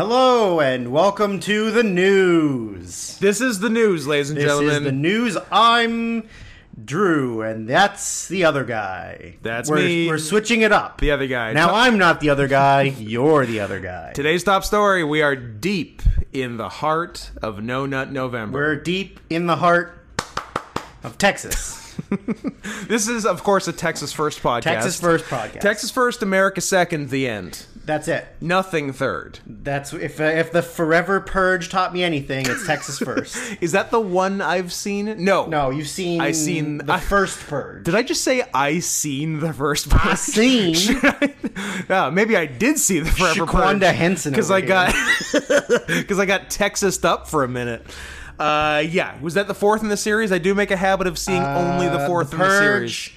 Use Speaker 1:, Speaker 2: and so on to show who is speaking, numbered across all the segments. Speaker 1: Hello and welcome to the news.
Speaker 2: This is the news, ladies and
Speaker 1: This
Speaker 2: gentlemen.
Speaker 1: is the news. I'm Drew, and that's the other guy.
Speaker 2: That's
Speaker 1: we're,
Speaker 2: me.
Speaker 1: We're switching it up.
Speaker 2: The other guy.
Speaker 1: Now
Speaker 2: T-
Speaker 1: I'm not the other guy. You're the other guy.
Speaker 2: Today's top story. We are deep in the heart of No Nut November.
Speaker 1: We're deep in the heart of Texas.
Speaker 2: this is, of course, a Texas First podcast.
Speaker 1: Texas First Podcast.
Speaker 2: Texas First, America Second. The end.
Speaker 1: That's it.
Speaker 2: Nothing third.
Speaker 1: That's if uh, if the Forever Purge taught me anything, it's Texas First.
Speaker 2: Is that the one I've seen? No.
Speaker 1: No, you've seen.
Speaker 2: I seen-
Speaker 1: the
Speaker 2: I-
Speaker 1: first purge.
Speaker 2: Did I just say I seen the first? I
Speaker 1: seen.
Speaker 2: yeah, maybe I did see the forever
Speaker 1: Shaquanda
Speaker 2: Purge.
Speaker 1: Henson
Speaker 2: because
Speaker 1: over
Speaker 2: I
Speaker 1: here.
Speaker 2: got because I got Texased up for a minute. Uh, yeah, was that the fourth in the series? I do make a habit of seeing only the
Speaker 1: Uh,
Speaker 2: fourth in the series.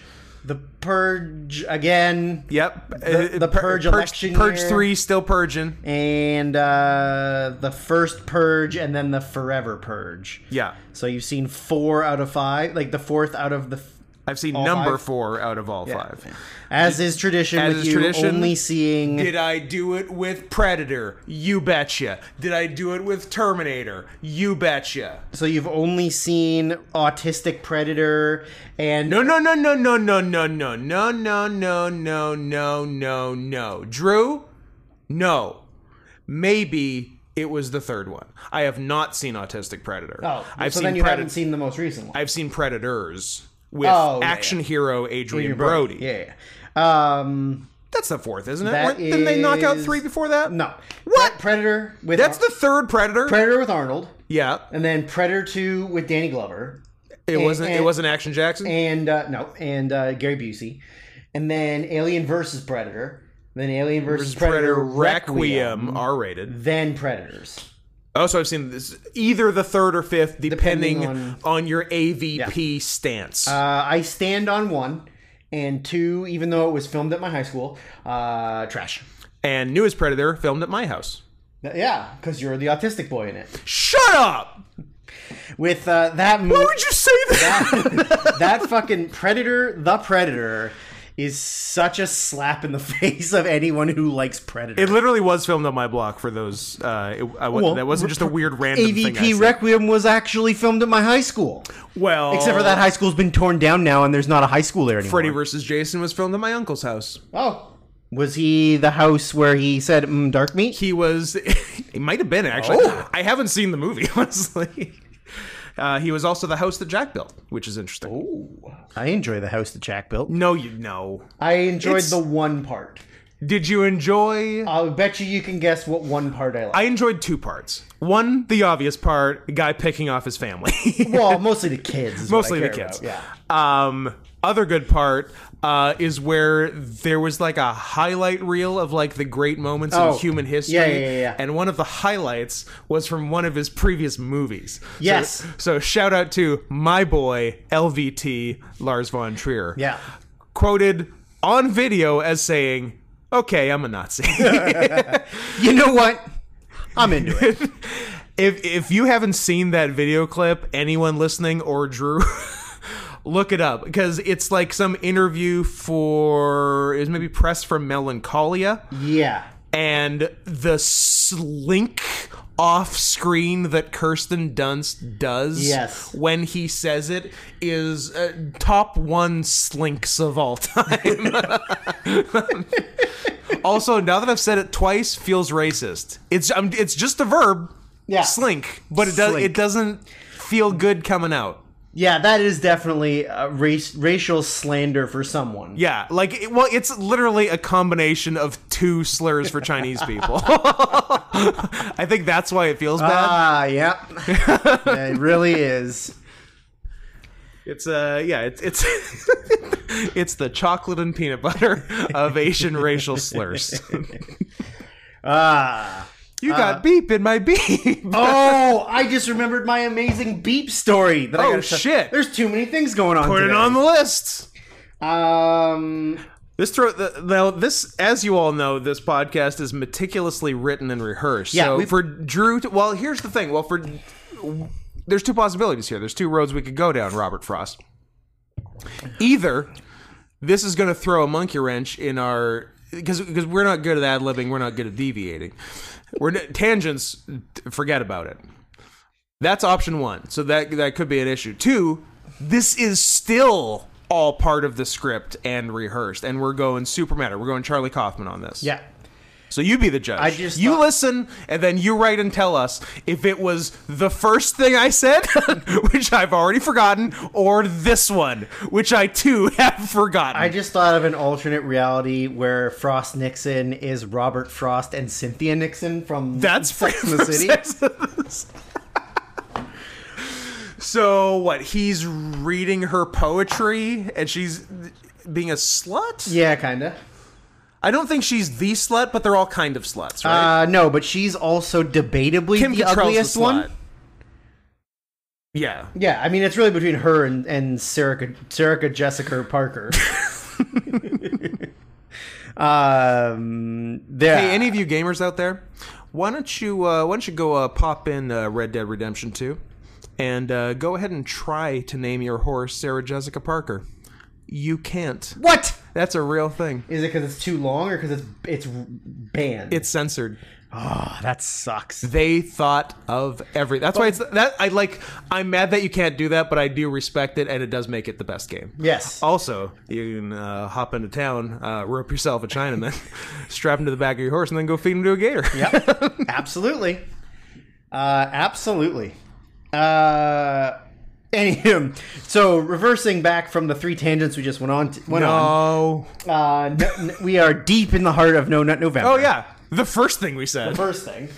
Speaker 1: The purge again.
Speaker 2: Yep,
Speaker 1: The-
Speaker 2: Uh,
Speaker 1: the
Speaker 2: Pur-
Speaker 1: Purge election
Speaker 2: Purge
Speaker 1: year.
Speaker 2: three still purging.
Speaker 1: and uh, the first purge and then the forever purge
Speaker 2: Yeah,
Speaker 1: so you've seen four out of five like the fourth out of the f-
Speaker 2: I've seen
Speaker 1: All
Speaker 2: number
Speaker 1: five?
Speaker 2: four out of all five.
Speaker 1: as is tradition
Speaker 2: As
Speaker 1: with
Speaker 2: is
Speaker 1: you
Speaker 2: tradition,
Speaker 1: only seeing
Speaker 2: Did I do it with Predator? You betcha. Did I do it with Terminator? You betcha.
Speaker 1: so you've only seen autistic predator and
Speaker 2: No, no, no, no, no, no, no, no, no, no, no, no, no, no, no. Drew? No. Maybe it was the third one. I have not seen Autistic Predator.
Speaker 1: oh
Speaker 2: I've
Speaker 1: so
Speaker 2: seen
Speaker 1: then you
Speaker 2: Preda-
Speaker 1: haven't seen the most recent one
Speaker 2: I've seen Predators with
Speaker 1: Oh, yeah,
Speaker 2: action
Speaker 1: yeah.
Speaker 2: hero Adrian Brody.
Speaker 1: yeah, yeah. um
Speaker 2: That's the fourth, isn't it?
Speaker 1: That
Speaker 2: Weren't- Didn't they knock out
Speaker 1: is-
Speaker 2: three before that?
Speaker 1: no
Speaker 2: What?
Speaker 1: Pre- predator with
Speaker 2: That's the third Predator.
Speaker 1: predator with arnold
Speaker 2: yeah.
Speaker 1: and then predator 2 with danny glover
Speaker 2: It wasn't it
Speaker 1: and-
Speaker 2: wasn't Action Jackson.
Speaker 1: and uh, no, and uh, Gary Busey, and then Alien versus Predator, then Alien versus Predator, Requiem,
Speaker 2: Requiem R rated.
Speaker 1: then Predators.
Speaker 2: Also, I've seen this either the third or fifth, depending,
Speaker 1: Depending
Speaker 2: on, your AVP stance.
Speaker 1: Uh, I stand on one and two, even though it was filmed at my high school. Uh, trash.
Speaker 2: and newest Predator filmed at my house.
Speaker 1: Yeah, because you're the autistic boy in it.
Speaker 2: Shut up!
Speaker 1: With uh, that movie,
Speaker 2: Why would you say that?
Speaker 1: that fucking Predator, the Predator, is such a slap in the face of anyone who likes Predator.
Speaker 2: It literally was filmed on my block. For those, uh, it, I, wa-
Speaker 1: Well,
Speaker 2: that wasn't just a weird random thing. I
Speaker 1: AVP
Speaker 2: said.
Speaker 1: Requiem was actually filmed at my high school.
Speaker 2: well,
Speaker 1: Except for that high school's been torn down now, and there's not a high school there anymore.
Speaker 2: Freddy versus Jason was filmed at my uncle's house.
Speaker 1: oh, was he the house where he said mm, "dark meat"?
Speaker 2: He was. it might have been actually.
Speaker 1: Oh.
Speaker 2: I haven't seen the movie honestly. Uh, he was also the house that Jack built, which is interesting.
Speaker 1: I enjoy the house that Jack built.
Speaker 2: No, you know.
Speaker 1: I enjoyed
Speaker 2: It's-
Speaker 1: the one part.
Speaker 2: Did you enjoy?
Speaker 1: I'll bet you you can guess what one part I like.
Speaker 2: I enjoyed two parts. One, the obvious part, the guy picking off his family.
Speaker 1: well, mostly the kids. is what I
Speaker 2: Mostly the
Speaker 1: care
Speaker 2: kids.
Speaker 1: about,
Speaker 2: Um, other good part uh, is where there was like a highlight reel of like the great moments
Speaker 1: Oh.
Speaker 2: in human history.
Speaker 1: Yeah, yeah, yeah, yeah.
Speaker 2: And one of the highlights was from one of his previous movies. So-
Speaker 1: Yes.
Speaker 2: so shout out to my boy LVT Lars von Trier.
Speaker 1: Yeah. Yeah.
Speaker 2: Quoted on video as saying, "Okay, I'm a Nazi."
Speaker 1: You know what? I'm into it.
Speaker 2: If if you haven't seen that video clip, anyone listening or Drew, look it up because it's like some interview for it was maybe press for Melancholia,
Speaker 1: yeah.
Speaker 2: and the slink off screen that Kirsten Dunst does
Speaker 1: Yes.
Speaker 2: when he says it is uh, top one slinks of all time. also, now that I've said it twice, feels racist. It's um, it's just a verb,
Speaker 1: Yeah.
Speaker 2: slink, but it does
Speaker 1: Slink.
Speaker 2: it doesn't feel good coming out.
Speaker 1: Yeah, that is definitely uh race racial slander for someone.
Speaker 2: Yeah, like it, well, it's literally a combination of two slurs for Chinese people. I think that's why it feels bad.
Speaker 1: Ah, yeah. it really is.
Speaker 2: It's uh, yeah, it's it's it's the chocolate and peanut butter of Asian racial slurs.
Speaker 1: Ah.
Speaker 2: You got beep in my beep.
Speaker 1: Oh, I just remembered my amazing beep story. That I
Speaker 2: Oh,
Speaker 1: gotta tell-
Speaker 2: shit.
Speaker 1: There's too many things going on.
Speaker 2: Put it
Speaker 1: today.
Speaker 2: on the list.
Speaker 1: Um,
Speaker 2: This throw the, now this as you all know this podcast is meticulously written and rehearsed.
Speaker 1: Yeah,
Speaker 2: so
Speaker 1: we-
Speaker 2: for Drew to, well here's the thing. Well for there's two possibilities here. There's two roads we could go down, Robert Frost. Either this is going to throw a monkey wrench in our because because we're not good at ad libbing, we're not good at deviating. We're n- tangents. Forget about it. That's option one. So that that could be an issue. Two, this is still all part of the script and rehearsed, and we're going super matter. We're going Charlie Kaufman on this.
Speaker 1: Yeah.
Speaker 2: So you be the judge.
Speaker 1: I just
Speaker 2: you
Speaker 1: thought-
Speaker 2: listen, and then you write and tell us if it was the first thing I said, which I've already forgotten, or this one, which I too have forgotten.
Speaker 1: I just thought of an alternate reality where Frost Nixon is Robert Frost and Cynthia Nixon from
Speaker 2: That's
Speaker 1: Sex
Speaker 2: from
Speaker 1: and the City.
Speaker 2: Sex and the City. so what? He's reading her poetry, and she's being a slut.
Speaker 1: Yeah, kinda.
Speaker 2: I don't think she's the slut, but they're all kind of sluts, right?
Speaker 1: Uh, no, but she's also debatably the
Speaker 2: Cattrall's
Speaker 1: ugliest one.
Speaker 2: Yeah,
Speaker 1: Yeah, I mean it's really between her and and Sarah Sarah Jessica Parker. um, there.
Speaker 2: Hey, any of you gamers out there, why don't you uh, why don't you go uh, pop in uh, Red Dead Redemption Two, and uh, go ahead and try to name your horse Sarah Jessica Parker. You can't.
Speaker 1: what
Speaker 2: That's a real thing.
Speaker 1: is it? Because it's too long, or because it's it's banned?
Speaker 2: It's censored.
Speaker 1: oh,
Speaker 2: Ah,
Speaker 1: that sucks.
Speaker 2: They thought of every. That's why it's that. I like. I'm mad that you can't do that, but I do respect it, and it does make it the best game.
Speaker 1: Yes.
Speaker 2: Also, you can uh, hop into town, uh, rope yourself a Chinaman, strap him to the back of your horse, and then go feed him to a gator.
Speaker 1: yep. Absolutely. Uh, absolutely. Uh, anywho, so reversing back from the three tangents we just went on, to, went on.
Speaker 2: No.
Speaker 1: Uh, no- n- we are deep in the heart of No Nut November.
Speaker 2: Oh yeah, the first thing we said.
Speaker 1: first thing.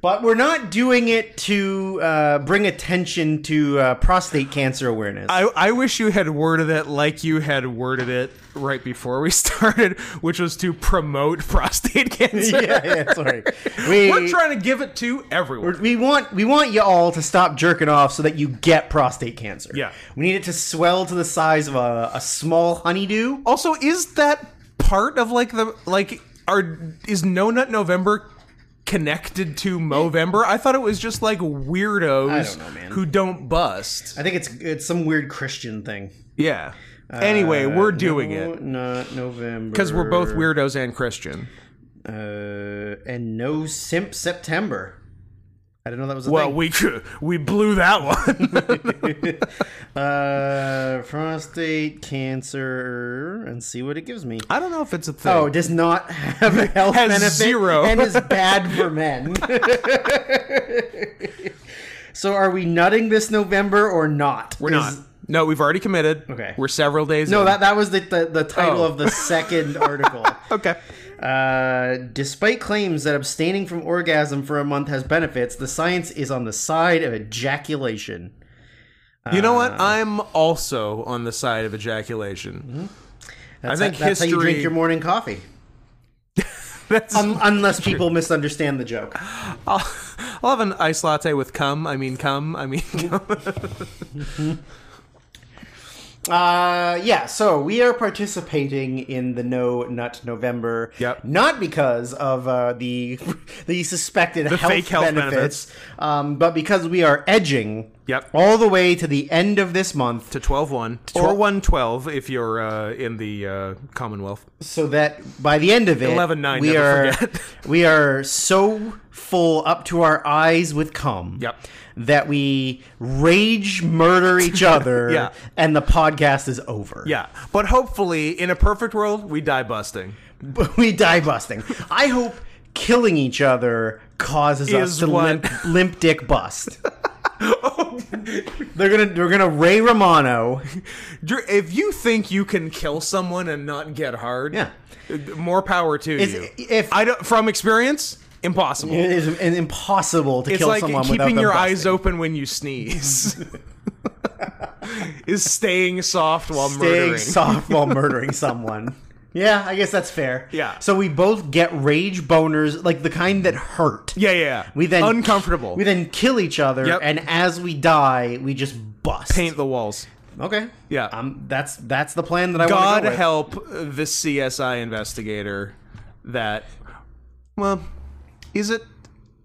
Speaker 1: But we're not doing it to uh, bring attention to uh, prostate cancer awareness.
Speaker 2: I, I wish you had worded it like you had worded it right before we started, which was to promote prostate cancer.
Speaker 1: yeah, yeah, sorry. We
Speaker 2: We're trying to give it to everyone.
Speaker 1: we want we want you all to stop jerking off so that you get prostate cancer.
Speaker 2: Yeah.
Speaker 1: we need it to swell to the size of a, a small honeydew.
Speaker 2: Also, is that part of like the like are is No Nut November connected to Movember? I thought it was just like weirdos
Speaker 1: I don't know, man.
Speaker 2: who don't bust.
Speaker 1: I think it's it's some weird Christian thing.
Speaker 2: Yeah.
Speaker 1: Uh,
Speaker 2: Anyway, we're doing
Speaker 1: No,
Speaker 2: it
Speaker 1: not November
Speaker 2: because we're both weirdos and Christian.
Speaker 1: Uh, and no simp September. I didn't know that was a
Speaker 2: Well,
Speaker 1: thing.
Speaker 2: we we blew that one.
Speaker 1: Uh, prostate cancer and see what it gives me.
Speaker 2: I don't know if it's a thing.
Speaker 1: Oh, it does not have a health
Speaker 2: Has
Speaker 1: benefit
Speaker 2: zero.
Speaker 1: and is bad for men. so are we nutting this November or not?
Speaker 2: We're not. No, we've already committed.
Speaker 1: Okay.
Speaker 2: We're several days.
Speaker 1: No,
Speaker 2: in.
Speaker 1: that that was the the, the title
Speaker 2: Oh.
Speaker 1: of the second article.
Speaker 2: Okay.
Speaker 1: Uh, despite claims that abstaining from orgasm for a month has benefits, the science is on the side of ejaculation.
Speaker 2: You know
Speaker 1: Uh,
Speaker 2: what? I'm also on the side of ejaculation.
Speaker 1: Mm-hmm. That's
Speaker 2: I think
Speaker 1: how, that's how you drink
Speaker 2: history-
Speaker 1: your morning coffee.
Speaker 2: That's.
Speaker 1: Un- unless people misunderstand the joke.
Speaker 2: I'll, I'll have an ice latte with cum. I mean cum. I mean cum.
Speaker 1: Uh, yeah, so we are participating in the No Nut November.
Speaker 2: Yep.
Speaker 1: Not because of uh, the the suspected health,
Speaker 2: fake health
Speaker 1: benefits, Um, but because we are edging
Speaker 2: Yep.
Speaker 1: all the way to the end of this month
Speaker 2: to 12-1. or 1-12 if you're uh, in the uh, Commonwealth.
Speaker 1: so that by the end of it
Speaker 2: 11-9,
Speaker 1: we
Speaker 2: never
Speaker 1: are
Speaker 2: forget.
Speaker 1: we are so full up to our eyes with cum
Speaker 2: Yep.
Speaker 1: that we rage murder each other
Speaker 2: Yeah.
Speaker 1: and the podcast is over.
Speaker 2: Yeah, but hopefully, in a perfect world, we die busting.
Speaker 1: we die busting. I hope killing each other causes us
Speaker 2: Is
Speaker 1: to
Speaker 2: what- Oh.
Speaker 1: limp, limp dick bust. they're gonna they're gonna Ray Romano.
Speaker 2: Dr- If you think you can kill someone and not get hard,
Speaker 1: Yeah.
Speaker 2: more power to
Speaker 1: Is
Speaker 2: you.
Speaker 1: if
Speaker 2: I don't from experience, impossible.
Speaker 1: it is an impossible to
Speaker 2: It's
Speaker 1: kill
Speaker 2: like
Speaker 1: someone without
Speaker 2: keeping
Speaker 1: them
Speaker 2: your
Speaker 1: busting.
Speaker 2: eyes open when you sneeze. is staying soft while
Speaker 1: Staying
Speaker 2: murdering.
Speaker 1: soft while murdering someone. Yeah, I guess that's fair.
Speaker 2: Yeah.
Speaker 1: So we both get rage boners, like the kind that hurt.
Speaker 2: yeah, yeah, yeah.
Speaker 1: We then
Speaker 2: uncomfortable.
Speaker 1: We then kill each other,
Speaker 2: Yep.
Speaker 1: and as we die, we just bust.
Speaker 2: paint the walls.
Speaker 1: Okay.
Speaker 2: Yeah.
Speaker 1: Um. That's that's the plan that I want
Speaker 2: God
Speaker 1: to go with.
Speaker 2: help the CSI investigator that well, is it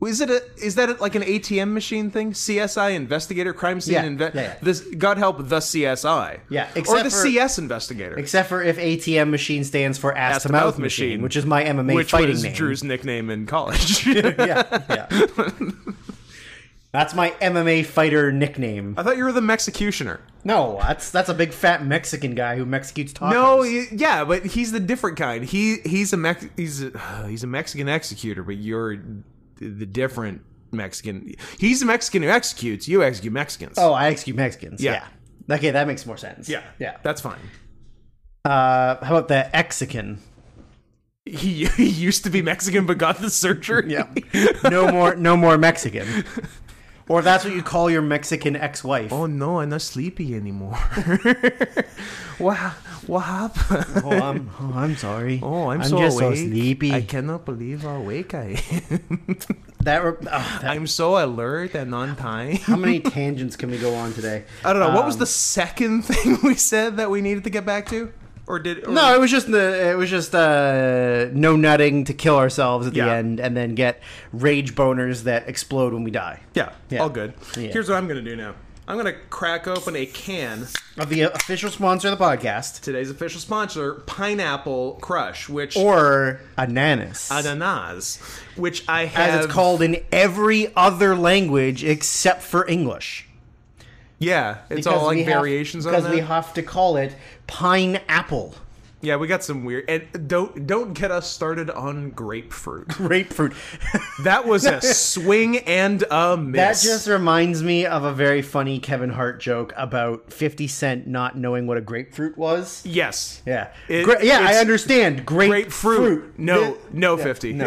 Speaker 2: Is it a is that like an ATM machine thing? CSI investigator, crime scene
Speaker 1: Yeah,
Speaker 2: inve-
Speaker 1: yeah, yeah.
Speaker 2: This God help the CSI.
Speaker 1: Yeah,
Speaker 2: or
Speaker 1: except
Speaker 2: the
Speaker 1: for-
Speaker 2: CS investigator,
Speaker 1: Except for if ATM machine stands for ass, to mouth machine,
Speaker 2: machine,
Speaker 1: which is my MMA
Speaker 2: which
Speaker 1: fighting
Speaker 2: was
Speaker 1: name.
Speaker 2: Drew's nickname in college.
Speaker 1: yeah, yeah. that's my MMA fighter nickname.
Speaker 2: I thought you were the Mexicutioner.
Speaker 1: No, that's that's a big fat Mexican guy who executes tacos.
Speaker 2: No, y- yeah, but he's the different kind. He he's a Mex- he's a, he's a Mexican executor, but you're the different Mexican. He's the Mexican who executes. You execute Mexicans.
Speaker 1: oh, I execute Mexicans.
Speaker 2: Yeah.
Speaker 1: Yeah. Okay, that makes more sense. yeah.
Speaker 2: That's fine.
Speaker 1: Uh, how about the Exican?
Speaker 2: He, he used to be Mexican, but got the surgery.
Speaker 1: no more, no more Mexican. Or if that's what you call your Mexican ex-wife.
Speaker 2: Oh no, I'm not sleepy anymore. what ha- what happened?
Speaker 1: Oh, I'm, oh, I'm sorry.
Speaker 2: Oh, I'm, so
Speaker 1: just
Speaker 2: awake.
Speaker 1: so sleepy.
Speaker 2: I cannot believe how awake I am.
Speaker 1: That, re- oh, that-
Speaker 2: I'm so alert and on time.
Speaker 1: how many tangents can we go on today?
Speaker 2: I don't know.
Speaker 1: Um,
Speaker 2: what was the second thing we said that we needed to get back to, or did or
Speaker 1: No, it was just the it was just uh, no nutting to kill ourselves at the
Speaker 2: Yeah.
Speaker 1: end, and then get rage boners that explode when we die
Speaker 2: Yeah,
Speaker 1: Yeah.
Speaker 2: all good.
Speaker 1: Yeah.
Speaker 2: Here's what I'm gonna do now. I'm gonna crack open a can.
Speaker 1: of the official sponsor of the podcast
Speaker 2: Today's official sponsor, Pineapple Crush, which
Speaker 1: or ananas,
Speaker 2: ananas, which I have.
Speaker 1: as it's called in every other language except for English.
Speaker 2: Yeah, it's all like
Speaker 1: we have-
Speaker 2: variations on
Speaker 1: because
Speaker 2: that.
Speaker 1: we have to call it pineapple
Speaker 2: yeah, we got some weird. And don't don't get us started on grapefruit.
Speaker 1: grapefruit.
Speaker 2: That was a swing and a
Speaker 1: That
Speaker 2: miss.
Speaker 1: just reminds me of a very funny Kevin Hart joke about 50 Cent not knowing what a grapefruit was.
Speaker 2: yes.
Speaker 1: Yeah.
Speaker 2: It-
Speaker 1: Gra- yeah, I
Speaker 2: it's
Speaker 1: understand. Grapefruit.
Speaker 2: Grapefruit. No,
Speaker 1: Th-
Speaker 2: no, fifty.
Speaker 1: no.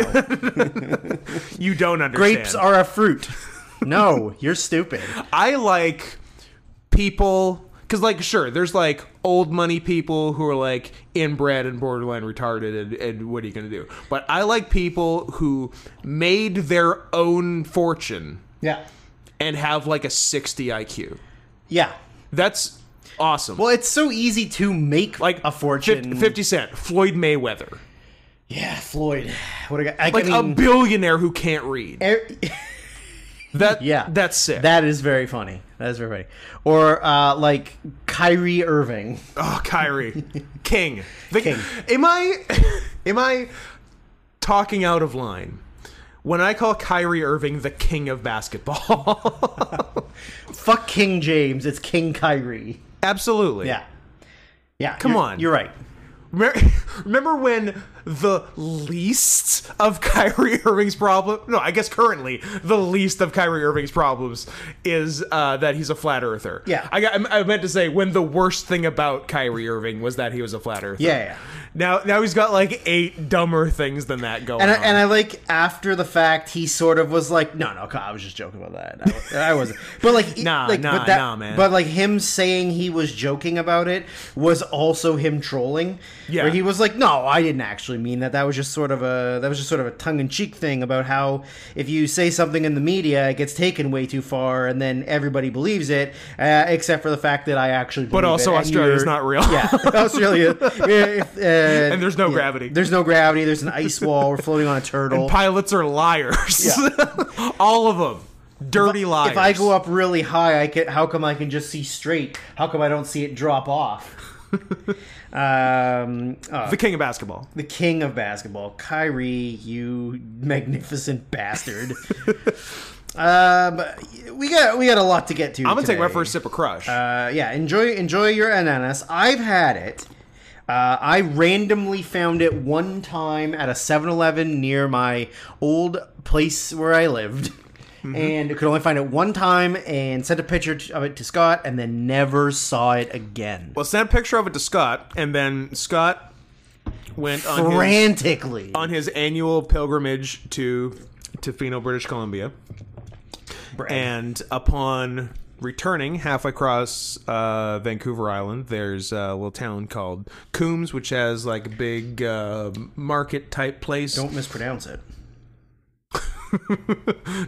Speaker 2: you don't understand.
Speaker 1: Grapes are a fruit. No, you're stupid.
Speaker 2: I like people because, like, sure, there's like old money people who are like inbred and borderline retarded, and, and what are you going to do? But I like people who made their own fortune
Speaker 1: Yeah.
Speaker 2: and have like a 60 IQ.
Speaker 1: Yeah.
Speaker 2: That's awesome.
Speaker 1: Well, it's so easy to make
Speaker 2: like
Speaker 1: a fortune.
Speaker 2: 50, 50 Cent, Floyd Mayweather,
Speaker 1: Yeah, Floyd. What a guy. I
Speaker 2: like a
Speaker 1: mean,
Speaker 2: billionaire who can't read.
Speaker 1: er-
Speaker 2: That
Speaker 1: yeah.
Speaker 2: that's sick.
Speaker 1: That is very funny. That is very funny. Or uh, like Kyrie Irving.
Speaker 2: Oh, Kyrie, King. The-
Speaker 1: King.
Speaker 2: Am I am I talking out of line when I call Kyrie Irving the king of basketball?
Speaker 1: Fuck King James. It's King Kyrie.
Speaker 2: Absolutely.
Speaker 1: Yeah. Yeah.
Speaker 2: Come
Speaker 1: you're-
Speaker 2: on.
Speaker 1: You're right.
Speaker 2: Remember, remember when the least of Kyrie Irving's problem? No, I guess currently the least of Kyrie Irving's problems is uh, that he's a flat earther.
Speaker 1: Yeah.
Speaker 2: I, got, I meant to say when the worst thing about Kyrie Irving was that he was a flat earther.
Speaker 1: Yeah, yeah.
Speaker 2: Now, now he's got like eight dumber things than that going
Speaker 1: And I,
Speaker 2: on.
Speaker 1: and I like after the fact he sort of was like no no I was just joking about that I wa- I, wasn't but like
Speaker 2: Nah,
Speaker 1: like,
Speaker 2: nah,
Speaker 1: but that,
Speaker 2: nah, man.
Speaker 1: but like him saying he was joking about it was also him trolling
Speaker 2: Yeah.
Speaker 1: where he was like no I didn't actually mean that that was just sort of a that was just sort of a tongue in cheek thing about how if you say something in the media it gets taken way too far and then everybody believes it uh, except for the fact that I actually believe
Speaker 2: But also
Speaker 1: it, and
Speaker 2: Australia's
Speaker 1: you're-
Speaker 2: not real.
Speaker 1: yeah Australia yeah, if, uh,
Speaker 2: And there's no gravity.
Speaker 1: there's no gravity there's an ice wall we're floating on a turtle
Speaker 2: Pilots are liars. All of them. Dirty liars.
Speaker 1: If I go up really high, I can. How come I can just see straight? How come I don't see it drop off? um, uh,
Speaker 2: the king of basketball.
Speaker 1: the king of basketball, Kyrie, you magnificent bastard. um, we got we got a lot to get to.
Speaker 2: I'm gonna take my
Speaker 1: today.
Speaker 2: first sip of crush.
Speaker 1: Uh, yeah, enjoy enjoy your ananas. I've had it. Uh, I randomly found it one time at a 7-Eleven near my old place where I lived,
Speaker 2: Mm-hmm.
Speaker 1: and could only find it one time. And sent a picture t- of it to Scott, and then never saw it again.
Speaker 2: well, send a picture of it to Scott, and then Scott went on his,
Speaker 1: Frantically,
Speaker 2: on his annual pilgrimage to Tofino, British Columbia, and upon returning halfway across uh, Vancouver Island, there's a little town called Coombs, which has like a big uh, market type place.
Speaker 1: don't mispronounce it.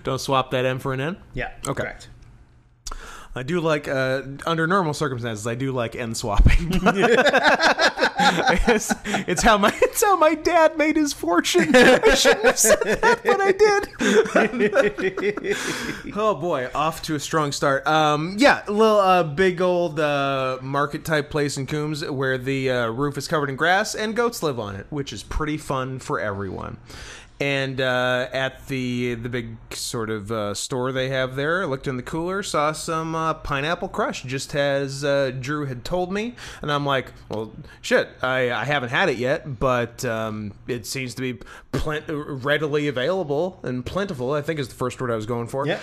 Speaker 2: Don't swap that M for an N.
Speaker 1: Yeah,
Speaker 2: Okay.
Speaker 1: correct.
Speaker 2: I do like uh, under normal circumstances. I do like end swapping. it's, it's how my it's how my dad made his fortune. I shouldn't have said that, but I did. oh boy, off to a strong start. Um, yeah, a little uh, big old uh, market type place in Coombs where the uh, roof is covered in grass and goats live on it, which is pretty fun for everyone. And uh, at the the big sort of uh, store they have there, I looked in the cooler, saw some uh, pineapple crush, just as uh, Drew had told me, and I'm like, well, shit, I, I haven't had it yet, but um, it seems to be plen- readily available and plentiful. I think is the first word I was going for.
Speaker 1: Yep.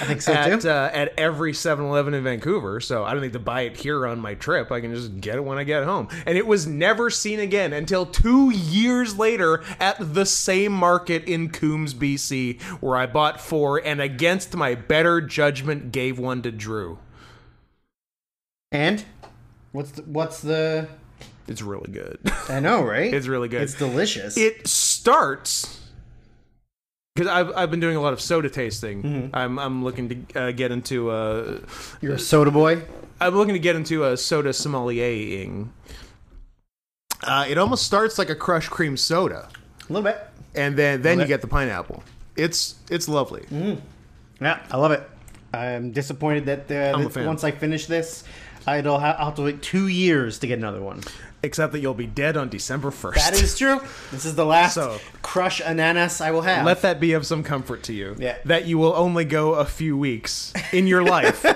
Speaker 1: I think so
Speaker 2: at,
Speaker 1: too.
Speaker 2: Uh, at every 7-Eleven in Vancouver, so I don't need to buy it here on my trip. I can just get it when I get home. And it was never seen again until two years later at the same market in Coombs, BC, where I bought four and against my better judgment gave one to Drew.
Speaker 1: and what's the, what's the?
Speaker 2: It's really good.
Speaker 1: I know, right?
Speaker 2: it's really good.
Speaker 1: It's delicious.
Speaker 2: it starts because I've, I've been doing a lot of soda tasting. I'm, I'm looking to uh, get into uh,
Speaker 1: You're a soda boy.
Speaker 2: I'm looking to get into a soda sommeliering. Uh, it almost starts like a crushed cream soda,
Speaker 1: A little bit.
Speaker 2: and then then you get the pineapple. It's it's lovely.
Speaker 1: Mm. Yeah, I love it. I'm disappointed that uh,
Speaker 2: I'm a
Speaker 1: that
Speaker 2: fan.
Speaker 1: once I finish this, I'll, ha- I'll have to wait two years to get another one.
Speaker 2: Except that you'll be dead on December first.
Speaker 1: That is true. This is the last
Speaker 2: So-
Speaker 1: crush ananas I will have.
Speaker 2: Let that be of some comfort to you.
Speaker 1: Yeah.
Speaker 2: That you will only go a few weeks in your life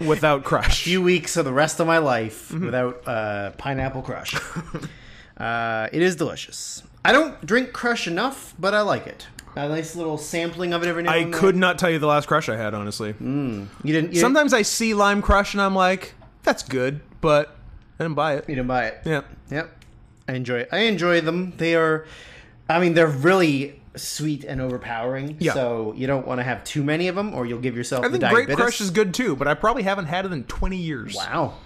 Speaker 2: without crush.
Speaker 1: few weeks of the rest of my life
Speaker 2: Mm-hmm.
Speaker 1: without uh, pineapple crush. uh, it is delicious. I don't drink crush enough, but I like it. A nice little sampling of it every now
Speaker 2: I
Speaker 1: and then.
Speaker 2: could not tell you the last crush I had, honestly.
Speaker 1: Mm. You didn't. You Sometimes
Speaker 2: Sometimes I see lime crush and I'm like, that's good, but I didn't buy it.
Speaker 1: you didn't buy it.
Speaker 2: Yeah.
Speaker 1: Yep. I enjoy. I enjoy them. They are. I mean, they're really sweet and overpowering.
Speaker 2: Yeah.
Speaker 1: So you don't want to have too many of them, or you'll give yourself
Speaker 2: I think
Speaker 1: the diabetes.
Speaker 2: grape crush is good too, but I probably haven't had it in 20 years.
Speaker 1: wow.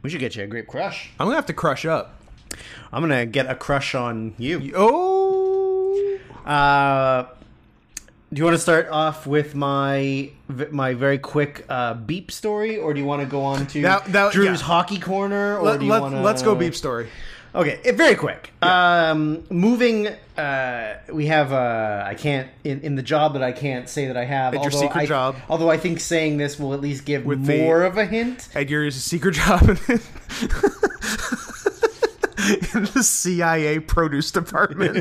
Speaker 1: We should get you a grape crush.
Speaker 2: I'm gonna have to crush up.
Speaker 1: I'm gonna get a crush on you.
Speaker 2: Oh,
Speaker 1: Uh, do you want to start off with my my very quick uh, beep story, or do you want to go on to
Speaker 2: That- that-
Speaker 1: Drew's
Speaker 2: yeah.
Speaker 1: hockey corner? Or
Speaker 2: let,
Speaker 1: do you
Speaker 2: let,
Speaker 1: wanna...
Speaker 2: us go beep story.
Speaker 1: Okay, eh, very quick. Um, moving, uh, we have. Uh, I can't in, in the job that I can't say that I have.
Speaker 2: your
Speaker 1: although
Speaker 2: secret
Speaker 1: I,
Speaker 2: job.
Speaker 1: Although I think saying this will at least give
Speaker 2: the-
Speaker 1: more of a hint.
Speaker 2: At your secret job in the CIA produce department.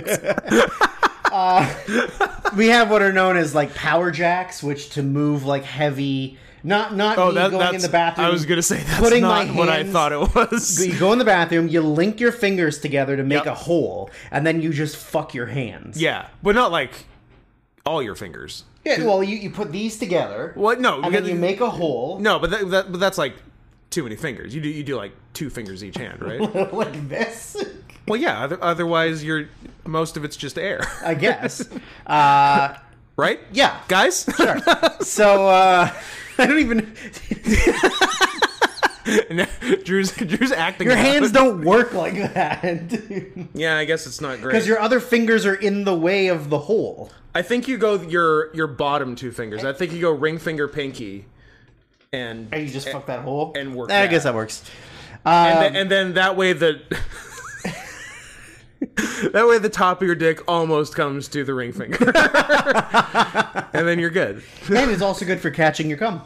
Speaker 1: We have what are known as like power jacks, which to move like heavy. Not not
Speaker 2: oh,
Speaker 1: me
Speaker 2: that,
Speaker 1: going
Speaker 2: that's.
Speaker 1: in the bathroom.
Speaker 2: I was gonna say that's
Speaker 1: putting
Speaker 2: not
Speaker 1: my
Speaker 2: what I
Speaker 1: hands-
Speaker 2: thought it was.
Speaker 1: You go in the bathroom, you link your fingers together to make
Speaker 2: Yep.
Speaker 1: a hole, and then you just fuck your hands.
Speaker 2: yeah, but not like all your fingers.
Speaker 1: Yeah, well, you, you put these together.
Speaker 2: What? No,
Speaker 1: And then you make a hole
Speaker 2: no, but that, that but that's like too many fingers. You do you do like two fingers each hand, right?
Speaker 1: like this.
Speaker 2: well, yeah. Other, otherwise, you're most of it's just air,
Speaker 1: I guess. Uh,
Speaker 2: right?
Speaker 1: yeah.
Speaker 2: guys. Sure.
Speaker 1: So uh, I don't even.
Speaker 2: Drew's Drew's acting.
Speaker 1: Your
Speaker 2: out.
Speaker 1: hands don't work like that because
Speaker 2: Yeah, I guess it's not great.
Speaker 1: your other fingers are in the way of the hole.
Speaker 2: I think you go your your bottom two fingers. I think you go ring finger pinky, and
Speaker 1: And you just fuck that hole
Speaker 2: and work
Speaker 1: I
Speaker 2: that.
Speaker 1: guess that works. Uh,
Speaker 2: and, th- and then that way the that way the top of your dick almost comes to the ring finger, and then you're good.
Speaker 1: And it's also good for catching your cum.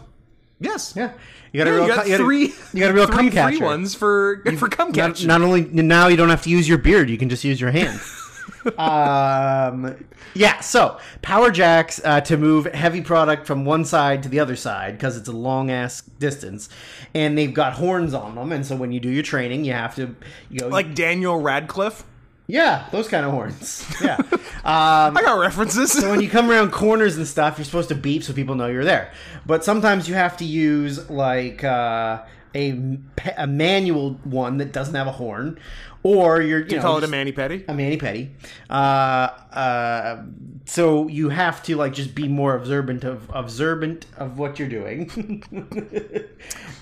Speaker 2: Yes.
Speaker 1: Yeah, you got a
Speaker 2: Yeah,
Speaker 1: real
Speaker 2: you got
Speaker 1: cu- you got a-
Speaker 2: three.
Speaker 1: You got a real
Speaker 2: three
Speaker 1: cum
Speaker 2: free
Speaker 1: catcher.
Speaker 2: ones for for cum
Speaker 1: Not,
Speaker 2: catch.
Speaker 1: not only now you don't have to use your beard, you can just use your hand. um, yeah, so power jacks uh, to move heavy product from one side to the other side because it's a long ass distance, and they've got horns on them. And so when you do your training, you have to, you know,
Speaker 2: like Daniel Radcliffe.
Speaker 1: yeah, those kind of horns. Yeah.
Speaker 2: I got references.
Speaker 1: Um, So when you come around corners and stuff, you're supposed to beep so people know you're there. But sometimes you have to use like uh, a pe- a manual one that doesn't have a horn, or you're you, know,
Speaker 2: Call it a
Speaker 1: just-
Speaker 2: mani petty.
Speaker 1: a mani petty. Uh, uh, so you have to like just be more observant of observant of what you're doing, and,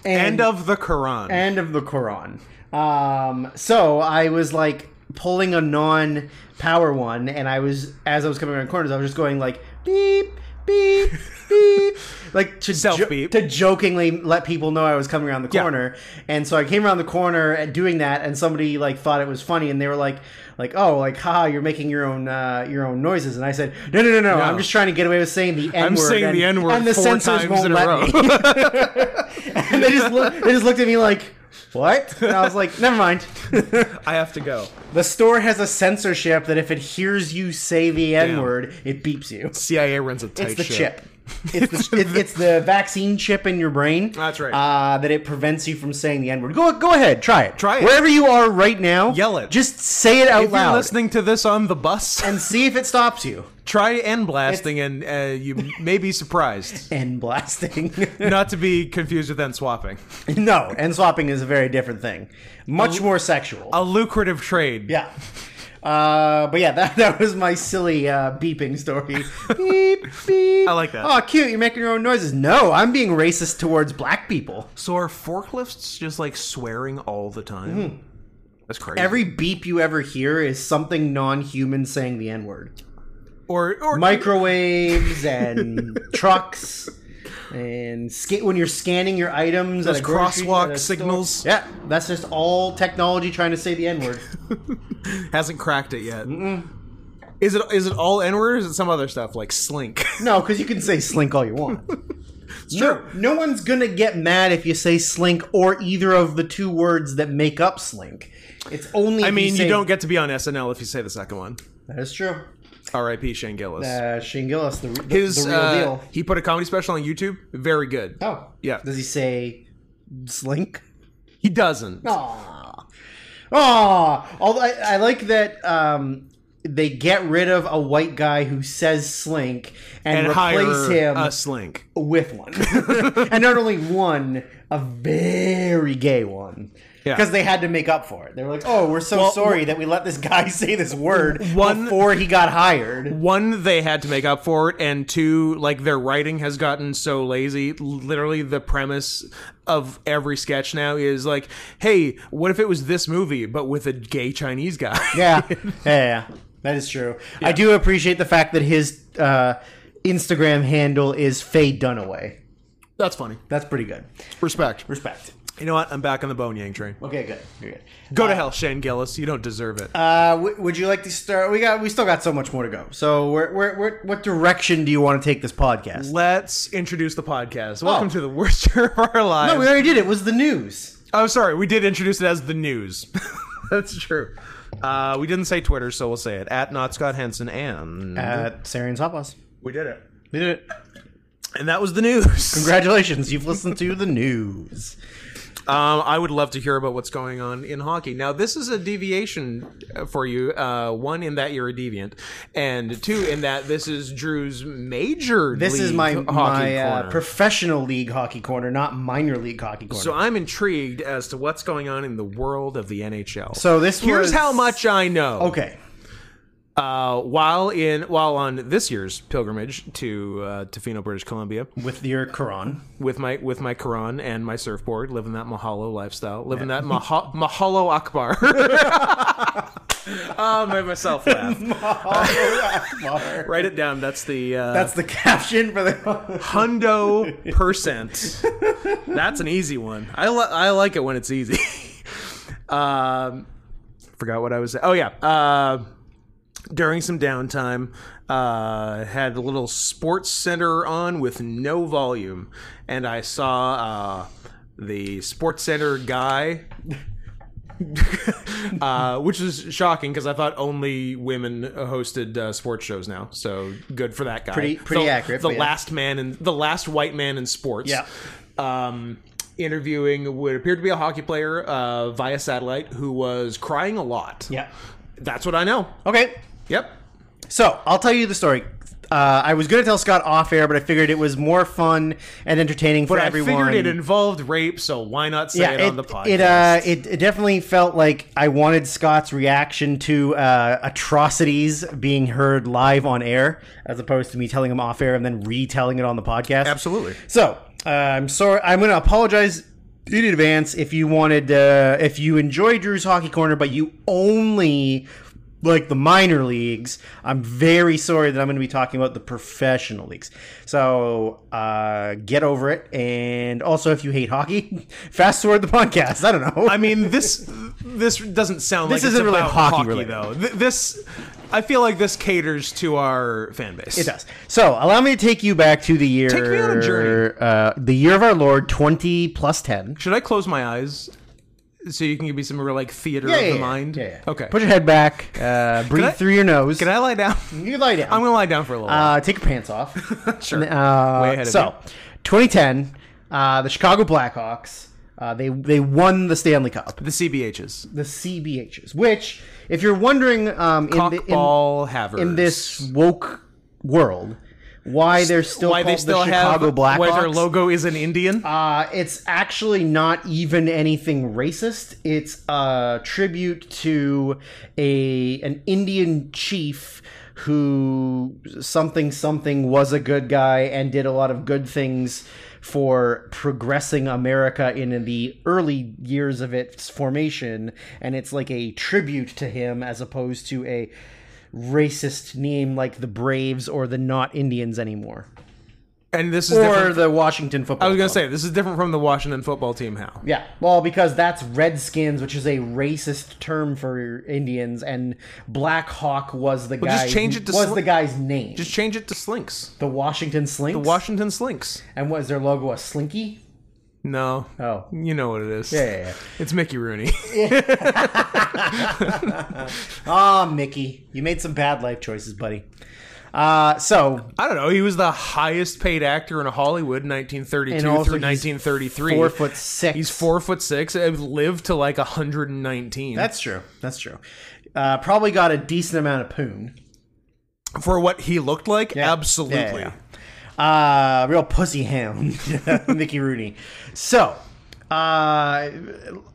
Speaker 2: End of the Quran.
Speaker 1: and of the Quran. Um, so I was like pulling a non power one, and I was as I was coming around corners, I was just going like beep beep beep, like to
Speaker 2: Self
Speaker 1: jo-
Speaker 2: beep.
Speaker 1: to jokingly let people know I was coming around the
Speaker 2: Yeah.
Speaker 1: corner. And so I came around the corner and doing that, and somebody like thought it was funny, and they were like, like oh, like haha, you're making your own uh, your own noises. And I said, no, no, no, no,
Speaker 2: No.
Speaker 1: I'm just trying to get away with saying the N word.
Speaker 2: I'm saying the N word
Speaker 1: and the
Speaker 2: four
Speaker 1: censors
Speaker 2: times
Speaker 1: won't
Speaker 2: in a
Speaker 1: let
Speaker 2: row.
Speaker 1: me. and they just look, they just looked at me like. What? And I was like, never mind.
Speaker 2: I have to go.
Speaker 1: The store has a censorship that if it hears you say the N word, it beeps you.
Speaker 2: CIA runs a tight
Speaker 1: It's the
Speaker 2: ship.
Speaker 1: chip. It's the, it, it's the vaccine chip in your brain.
Speaker 2: That's right.
Speaker 1: Uh, that it prevents you from saying the N word. Go go ahead, try it.
Speaker 2: Try it.
Speaker 1: wherever you are right now.
Speaker 2: Yell it.
Speaker 1: Just say it out
Speaker 2: If you're
Speaker 1: loud
Speaker 2: listening to this on the bus,
Speaker 1: and see if it stops you.
Speaker 2: try end blasting, and uh, you may be surprised.
Speaker 1: N blasting.
Speaker 2: Not to be confused with end swapping.
Speaker 1: no, N swapping is a very different thing.
Speaker 2: Oh.
Speaker 1: Much more sexual.
Speaker 2: A lucrative trade.
Speaker 1: yeah. Uh, but yeah, that, that was my silly uh, beeping story. beep beep.
Speaker 2: I like that.
Speaker 1: Oh, cute! You're making your own noises. No, I'm being racist towards black people.
Speaker 2: So are forklifts just like swearing all the time? That's crazy.
Speaker 1: Mm-hmm. Every beep you ever hear is something non-human saying the n-word.
Speaker 2: or or
Speaker 1: Microwaves and trucks and sca- when you're scanning your items,
Speaker 2: Those
Speaker 1: at a grocery-
Speaker 2: crosswalk
Speaker 1: at a store-
Speaker 2: signals.
Speaker 1: Yeah, that's just all technology trying to say the n-word.
Speaker 2: hasn't cracked it yet. Is it is it all N word or is it some other stuff like slink?
Speaker 1: no, because you can say slink all you want. No, no one's gonna get mad if you say slink or either of the two words that make up slink. It's only.
Speaker 2: I mean, you don't get to be on SNL if you say the second one.
Speaker 1: That is true.
Speaker 2: R.I.P. Shane Gillis.
Speaker 1: Uh, Shane Gillis, the, the,
Speaker 2: His
Speaker 1: the real
Speaker 2: uh,
Speaker 1: deal.
Speaker 2: he put a comedy special on YouTube. Very good.
Speaker 1: Oh.
Speaker 2: Yeah.
Speaker 1: Does he say slink?
Speaker 2: He doesn't.
Speaker 1: Aw. Aw. Although I, I like that um, they get rid of a white guy who says slink and,
Speaker 2: And
Speaker 1: replace
Speaker 2: hire
Speaker 1: him
Speaker 2: a slink.
Speaker 1: with one. and not only one, a very gay one.
Speaker 2: Yeah.
Speaker 1: Because they had to make up for it. They were like, oh, we're so sorry that we let this guy say this word
Speaker 2: One-
Speaker 1: before he got hired.
Speaker 2: One, they had to make up for it, and two, like their writing has gotten so lazy. Literally, the premise of every sketch now is like, "Hey, what if it was this movie but with a gay Chinese guy?"
Speaker 1: Yeah. yeah, yeah, yeah. that is true. I do appreciate the fact that his uh, Instagram handle is Faye Dunaway.
Speaker 2: That's funny.
Speaker 1: That's pretty good.
Speaker 2: Respect.
Speaker 1: Respect.
Speaker 2: You know what? I'm back on the Bone Yang train.
Speaker 1: Okay, good. You're good.
Speaker 2: Go to hell, Shane Gillis. You don't deserve it.
Speaker 1: Uh, w- would you like to start? We got. We still got so much more to go. So, where, where, where, what direction do you want to take this podcast?
Speaker 2: Let's introduce the podcast. Welcome
Speaker 1: Oh.
Speaker 2: to the worst year of our lives.
Speaker 1: No, Oh, we already did. It It was the news.
Speaker 2: oh, sorry. We did introduce it as the news. That's true. Uh, we didn't say Twitter, so we'll say it. At not Scott Henson and.
Speaker 1: At Sarian's Hot Boss.
Speaker 2: we did it.
Speaker 1: We did it.
Speaker 2: And that was the news.
Speaker 1: Congratulations, you've listened to the news.
Speaker 2: Um, I would love to hear about what's going on in hockey. Now, this is a deviation uh, for you. Uh, one, in that you're a deviant, and two, in that this is Drew's major.
Speaker 1: This is
Speaker 2: league
Speaker 1: my
Speaker 2: hockey
Speaker 1: my
Speaker 2: corner.
Speaker 1: uh, professional league hockey corner, not minor league hockey corner.
Speaker 2: So I'm intrigued as to what's going on in the world of the NHL.
Speaker 1: So this
Speaker 2: here's
Speaker 1: was-
Speaker 2: how much I know.
Speaker 1: okay,
Speaker 2: Uh, while in while on this year's pilgrimage to uh, Tofino, British Columbia,
Speaker 1: with your Quran.
Speaker 2: with my with my Quran and my surfboard, living that Mahalo lifestyle, living that maha- Mahalo Akbar. Oh, made myself laugh. Write it down. That's the uh,
Speaker 1: That's the caption for the.
Speaker 2: hundo percent. That's an easy one. I li- I like it when it's easy. um, forgot what I was. Oh yeah. Uh, during some downtime, uh, had a little sports center on with no volume, and I saw uh, the sports center guy. uh, which is shocking because I thought only women hosted uh, sports shows now. So good for that guy.
Speaker 1: Pretty- pretty
Speaker 2: The-
Speaker 1: accurate,
Speaker 2: The
Speaker 1: but yeah.
Speaker 2: last man in the last white man in sports.
Speaker 1: Yeah.
Speaker 2: Um, interviewing what appeared to be a hockey player uh, via satellite who was crying a lot.
Speaker 1: Yeah.
Speaker 2: That's what I know.
Speaker 1: Okay,
Speaker 2: Yep.
Speaker 1: So I'll tell you the story. Uh, I was going to tell Scott off air, but I figured it was more fun and entertaining for
Speaker 2: But
Speaker 1: everyone.
Speaker 2: I figured it involved rape, so why not say
Speaker 1: yeah,
Speaker 2: it,
Speaker 1: it,
Speaker 2: on the podcast?
Speaker 1: it, uh, it it definitely felt like I wanted Scott's reaction to uh, atrocities being heard live on air, as opposed to me telling him off air and then retelling it on the podcast.
Speaker 2: Absolutely.
Speaker 1: So uh, I'm sorry. I'm going to apologize in advance if you wanted, uh, if you enjoy Drew's Hockey Corner, but you only like the minor leagues. I'm very sorry that I'm going to be talking about the professional leagues. So uh, get over it. And also, if you hate hockey, fast forward the podcast. I don't know.
Speaker 2: I mean, this this doesn't sound
Speaker 1: This
Speaker 2: like
Speaker 1: isn't
Speaker 2: it's
Speaker 1: really
Speaker 2: about
Speaker 1: hockey
Speaker 2: hockey,
Speaker 1: related.
Speaker 2: though. Th- this, I feel like this caters to our fan base.
Speaker 1: It does. So allow me to take you back to the year.
Speaker 2: Take me on a journey.
Speaker 1: Uh, the year of our Lord, twenty plus ten.
Speaker 2: Should I close my eyes so you can give me some real like theater of the mind?
Speaker 1: yeah, yeah.
Speaker 2: Okay.
Speaker 1: Put your head back. Uh, breathe
Speaker 2: I-
Speaker 1: through your nose.
Speaker 2: Can I lie down?
Speaker 1: you lie down.
Speaker 2: I'm gonna lie down for a little.
Speaker 1: uh, take your pants off.
Speaker 2: while. sure.
Speaker 1: Uh,
Speaker 2: Way ahead of
Speaker 1: so, 2010, uh, the Chicago Blackhawks. Uh, they they won the Stanley Cup,
Speaker 2: the CBHs,
Speaker 1: the CBHs. Which, if you're wondering, um, in, the, in,
Speaker 2: cockball havers.
Speaker 1: in this woke world, why they're still
Speaker 2: why
Speaker 1: called
Speaker 2: they still
Speaker 1: the Chicago
Speaker 2: have
Speaker 1: Blackhawks?
Speaker 2: why their logo is an Indian?
Speaker 1: Uh, it's actually not even anything racist. It's a tribute to a an Indian chief who something something was a good guy and did a lot of good things for progressing America in the early years of its formation and it's like a tribute to him as opposed to a racist name like the Braves or the not Indians anymore
Speaker 2: and this is
Speaker 1: or
Speaker 2: different.
Speaker 1: the Washington football
Speaker 2: I was gonna
Speaker 1: Club.
Speaker 2: say this is different from the Washington football team. How?
Speaker 1: Yeah, well, because that's Redskins, which is a racist term for Indians, and Black Hawk was the guy.
Speaker 2: just change it to
Speaker 1: was
Speaker 2: sli-
Speaker 1: the guy's name.
Speaker 2: Just change it to Slinks.
Speaker 1: the Washington Slinks.
Speaker 2: Washington Slinks.
Speaker 1: and was their logo a slinky?
Speaker 2: No.
Speaker 1: Oh,
Speaker 2: You know what it is.
Speaker 1: yeah, yeah, yeah.
Speaker 2: It's Mickey Rooney.
Speaker 1: Ah, Mickey, you made some bad life choices, buddy. Uh, so
Speaker 2: I don't know. He was the highest paid actor in Hollywood, 1932
Speaker 1: And
Speaker 2: through
Speaker 1: also he's
Speaker 2: 1933.
Speaker 1: four foot six.
Speaker 2: He's four foot six. and lived to like 119.
Speaker 1: That's true. That's true. Uh, probably got a decent amount of poon.
Speaker 2: for what he looked like.
Speaker 1: Yeah.
Speaker 2: Absolutely.
Speaker 1: Yeah, yeah, yeah. Uh, real pussy hound, Mickey Rooney. So, uh,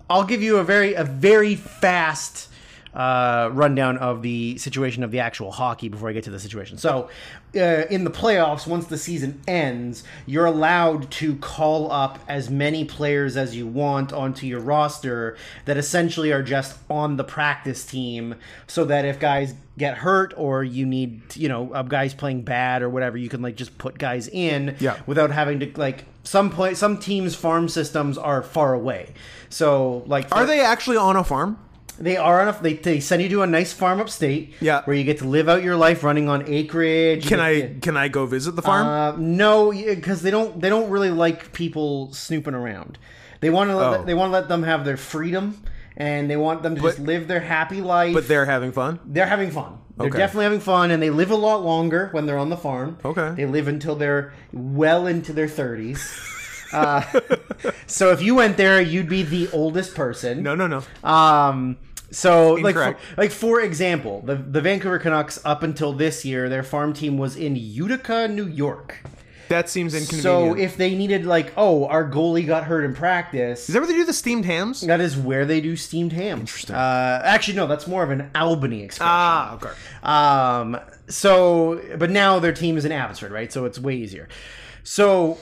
Speaker 1: I'll give you a very a very fast uh, rundown of the situation of the actual hockey before I get to the situation. So, uh, in the playoffs, once the season ends, you're allowed to call up as many players as you want onto your roster that essentially are just on the practice team, so that if guys get hurt or you need you know uh, guys playing bad or whatever you can like just put guys in
Speaker 2: Yeah.
Speaker 1: without having to like some play some teams farm systems are far away so like
Speaker 2: Are they actually on a farm?
Speaker 1: they are on a they, they send you to a nice farm upstate
Speaker 2: Yeah.
Speaker 1: where you get to live out your life running on acreage You
Speaker 2: Can
Speaker 1: get
Speaker 2: I
Speaker 1: to-
Speaker 2: can I go visit the farm?
Speaker 1: uh, no, because they don't they don't really like people snooping around. They want to
Speaker 2: Oh.
Speaker 1: they want to let them have their freedom, and they want them to just live their happy life.
Speaker 2: but they're having fun.
Speaker 1: they're having fun. They're
Speaker 2: Okay.
Speaker 1: definitely having fun, and they live a lot longer when they're on the farm.
Speaker 2: Okay.
Speaker 1: they live until they're well into their thirties. uh, so if you went there, you'd be the oldest person.
Speaker 2: No, no, no.
Speaker 1: Um, so like for,
Speaker 2: Incorrect.
Speaker 1: like for example, the the Vancouver Canucks up until this year, their farm team was in Utica, New York.
Speaker 2: That seems
Speaker 1: So
Speaker 2: inconvenient.
Speaker 1: if they needed like, oh, our goalie got hurt in practice,
Speaker 2: Is that where they do the steamed hams?
Speaker 1: that is where they do steamed ham. Interesting. Uh, actually, no, that's more of an Albany expression.
Speaker 2: Ah, okay.
Speaker 1: Um, so, but now their team is in Abbotsford, right? So it's way easier. So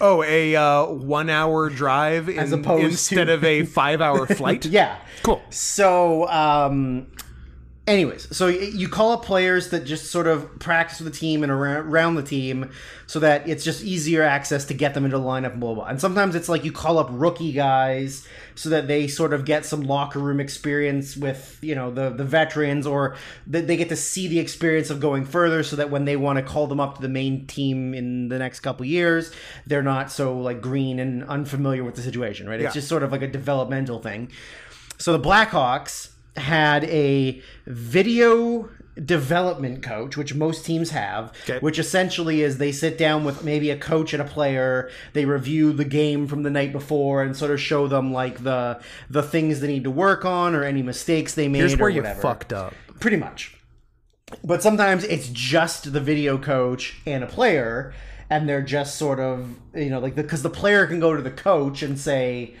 Speaker 2: Oh, a uh, one hour drive in,
Speaker 1: As opposed to-
Speaker 2: instead of a five hour flight?
Speaker 1: yeah,
Speaker 2: Cool.
Speaker 1: So, um, anyways, so y- you call up players that just sort of practice with the team and around, around the team so that it's just easier access to get them into the lineup and blah, blah, blah. And sometimes it's like you call up rookie guys so that they sort of get some locker room experience with, you know, the, the veterans or that they get to see the experience of going further so that when they want to call them up to the main team in the next couple years, they're not so like green and unfamiliar with the situation, right?
Speaker 2: Yeah.
Speaker 1: It's just sort of like a developmental thing. So the Blackhawks had a video development coach, which most teams have,
Speaker 2: Okay.
Speaker 1: which essentially is they sit down with maybe a coach and a player, they review the game from the night before and sort of show them like the the things they need to work on or any mistakes they made
Speaker 2: Here's
Speaker 1: or
Speaker 2: where you
Speaker 1: whatever.
Speaker 2: fucked up.
Speaker 1: Pretty much. But sometimes it's just the video coach and a player, and they're just sort of you know like because the, player can go to the coach and say,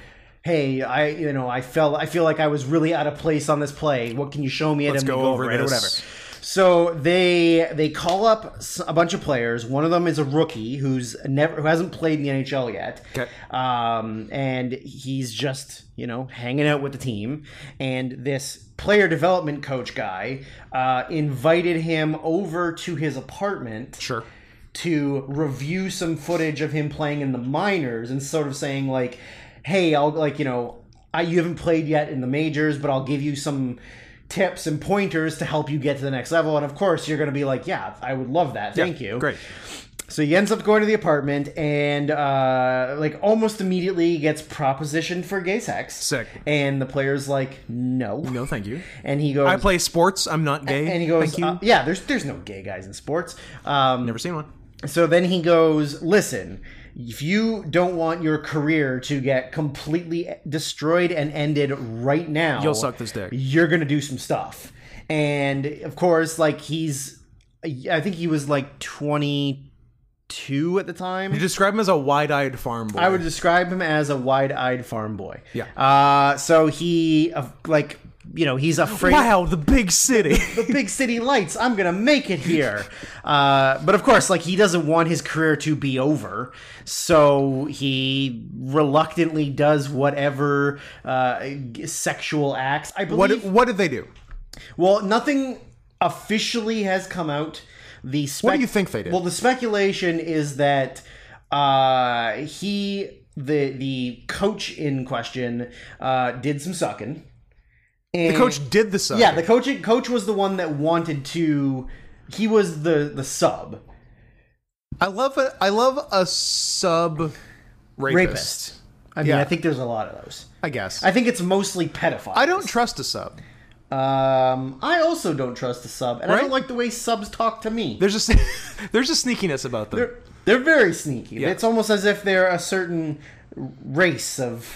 Speaker 1: "Hey, I you know I felt I feel like I was really out of place on this play. What can you show me?" Let's and
Speaker 2: go
Speaker 1: we
Speaker 2: over
Speaker 1: it or
Speaker 2: this.
Speaker 1: whatever. So they they call up s- a bunch of players. One of them is a rookie who's never who hasn't played in the NHL yet,
Speaker 2: Okay.
Speaker 1: um, and he's just you know hanging out with the team. And this player development coach guy uh, invited him over to his apartment
Speaker 2: Sure.
Speaker 1: to review some footage of him playing in the minors and sort of saying like, "Hey, I'll like you know, I you haven't played yet in the majors, but I'll give you some tips and pointers to help you get to the next level." And of course, you're going to be like, "Yeah, I would love that. Thank you."
Speaker 2: Great.
Speaker 1: So he ends up going to the apartment and uh, like almost immediately gets propositioned for gay sex.
Speaker 2: Sick.
Speaker 1: And the player's like, "No,"
Speaker 2: No, thank you.
Speaker 1: and he goes.
Speaker 2: I play sports. I'm not gay.
Speaker 1: and he goes,
Speaker 2: thank you.
Speaker 1: uh, yeah. There's there's no gay guys in sports. Um,
Speaker 2: Never seen one.
Speaker 1: so then he goes, listen, if you don't want your career to get completely destroyed and ended right now,
Speaker 2: You'll suck this dick.
Speaker 1: You're going to do some stuff. And of course, like he's, I think he was like 22 at the time.
Speaker 2: You describe him as a wide-eyed farm boy.
Speaker 1: I would describe him as a wide-eyed farm boy.
Speaker 2: Yeah.
Speaker 1: Uh, so he, uh, like, you know, he's afraid
Speaker 2: Wow, the big city.
Speaker 1: the big city lights. I'm gonna make it here. Uh, but of course, like he doesn't want his career to be over, so he reluctantly does whatever uh, g- sexual acts. I
Speaker 2: what?
Speaker 1: believe.
Speaker 2: What did they do?
Speaker 1: well, nothing officially has come out. The spec-
Speaker 2: What do you think they did?
Speaker 1: Well, the speculation is that uh, he, the the coach in question, uh, did some sucking. And
Speaker 2: the coach did the sucking.
Speaker 1: yeah, the coach coach was the one that wanted to. He was the the sub
Speaker 2: I love a I love a sub rapist.
Speaker 1: rapist. I mean,
Speaker 2: Yeah.
Speaker 1: I think there's a lot of those.
Speaker 2: I guess.
Speaker 1: I
Speaker 2: I,
Speaker 1: think it's mostly pedophiles.
Speaker 2: don't trust a sub.
Speaker 1: Um, I also don't trust the sub, and I
Speaker 2: Right?
Speaker 1: don't like the way subs talk to me.
Speaker 2: There's a s- there's a sneakiness about them.
Speaker 1: They're, they're very sneaky. It's almost as if they're a certain race of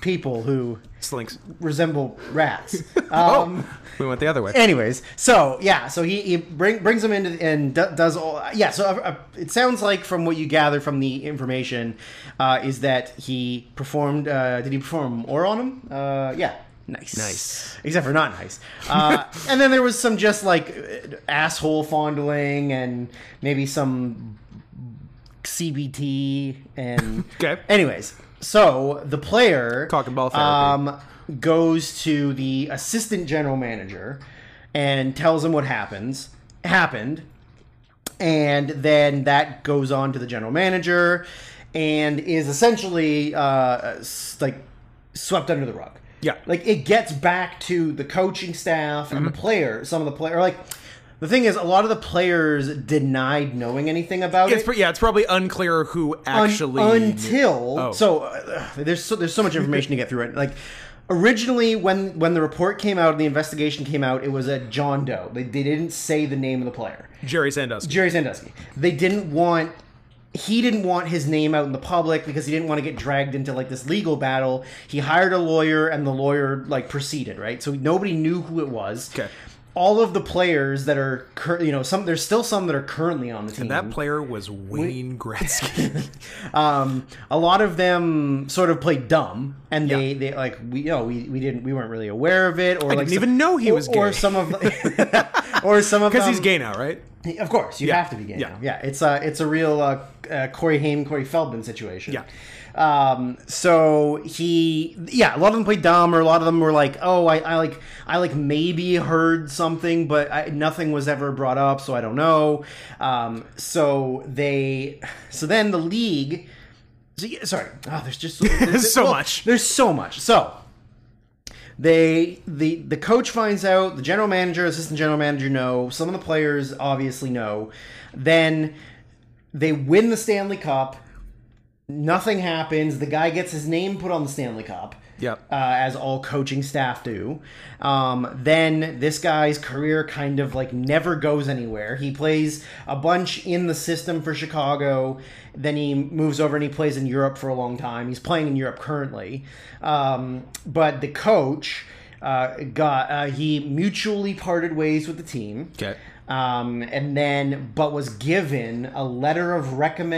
Speaker 1: people who
Speaker 2: Slinks.
Speaker 1: resemble rats.
Speaker 2: Oh,
Speaker 1: Um,
Speaker 2: we went the other way.
Speaker 1: Anyways, so yeah, so he, he bring, brings him in and do, does all yeah. So uh, uh, it sounds like from what you gather from the information uh, is that he performed. Uh, did he perform oral on him? Uh, yeah. Nice.
Speaker 2: Nice.
Speaker 1: Except for not nice. Uh, and then there was some just like uh, asshole fondling and maybe some CBT and.
Speaker 2: Okay.
Speaker 1: Anyways, so the player
Speaker 2: Cock and ball therapy.
Speaker 1: um, goes to the assistant general manager and tells him what happens happened, and then that goes on to the general manager and is essentially uh, s- like swept under the rug.
Speaker 2: Yeah.
Speaker 1: like it gets back to the coaching staff and
Speaker 2: Mm-hmm.
Speaker 1: the player. Some of the player like. The thing is, a lot of the players denied knowing anything about it
Speaker 2: It's, pr- yeah, it's probably unclear who
Speaker 1: un-
Speaker 2: actually. Oh.
Speaker 1: until so uh, there's so there's so much information to get through right like originally when when the report came out and the investigation came out it was a john doe they, they didn't say the name of the player
Speaker 2: Jerry Sandusky.
Speaker 1: jerry sandusky they didn't want he didn't want his name out in the public because he didn't want to get dragged into like this legal battle he hired a lawyer and the lawyer like proceeded right so nobody knew who it was
Speaker 2: Okay.
Speaker 1: all of the players that are cur- you know some there's still some that are currently on the team
Speaker 2: that player was Wayne Gretzky.
Speaker 1: um, a lot of them sort of play dumb and they, they like we you know we, we didn't we weren't really aware of it or I like
Speaker 2: didn't
Speaker 1: some-
Speaker 2: even know he
Speaker 1: or-
Speaker 2: was
Speaker 1: or
Speaker 2: gay.
Speaker 1: some of or some of
Speaker 2: Because
Speaker 1: them,
Speaker 2: he's gay now, right?
Speaker 1: of course, you have to be gay
Speaker 2: Yeah.
Speaker 1: now. Yeah, it's a it's a real uh, uh, Corey Haim, Corey Feldman situation.
Speaker 2: Yeah.
Speaker 1: Um. So he, yeah, a lot of them played dumb, or a lot of them were like, "Oh, I, I like, I like maybe heard something, but I, nothing was ever brought up, so I don't know." Um. So they, so then the league. So, yeah, sorry. Oh, there's just there's,
Speaker 2: So much.
Speaker 1: There's so much. So they the the coach finds out the general manager assistant general manager know some of the players obviously know then they win the stanley cup nothing happens the guy gets his name put on the stanley cup
Speaker 2: Yep.
Speaker 1: uh, as all coaching staff do um, then this guy's career kind of like never goes anywhere he plays a bunch in the system for chicago then he moves over and he plays in europe for a long time he's playing in europe currently um, but the coach uh, got uh, he mutually parted ways with the team
Speaker 2: Okay.
Speaker 1: um, and then but was given a letter of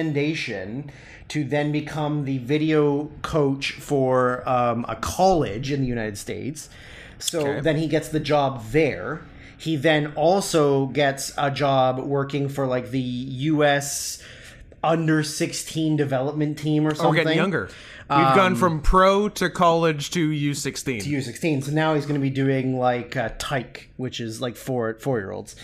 Speaker 1: recommendation to then become the video coach for um, a college in the United States. So
Speaker 2: Okay.
Speaker 1: then he gets the job there. He then also gets a job working for like the U.S. under 16 development team or something. Um,
Speaker 2: We're Oh, getting younger. We've gone from pro to college to U16.
Speaker 1: U sixteen. So now he's going to be doing like uh, Tyke, which is like four four year olds,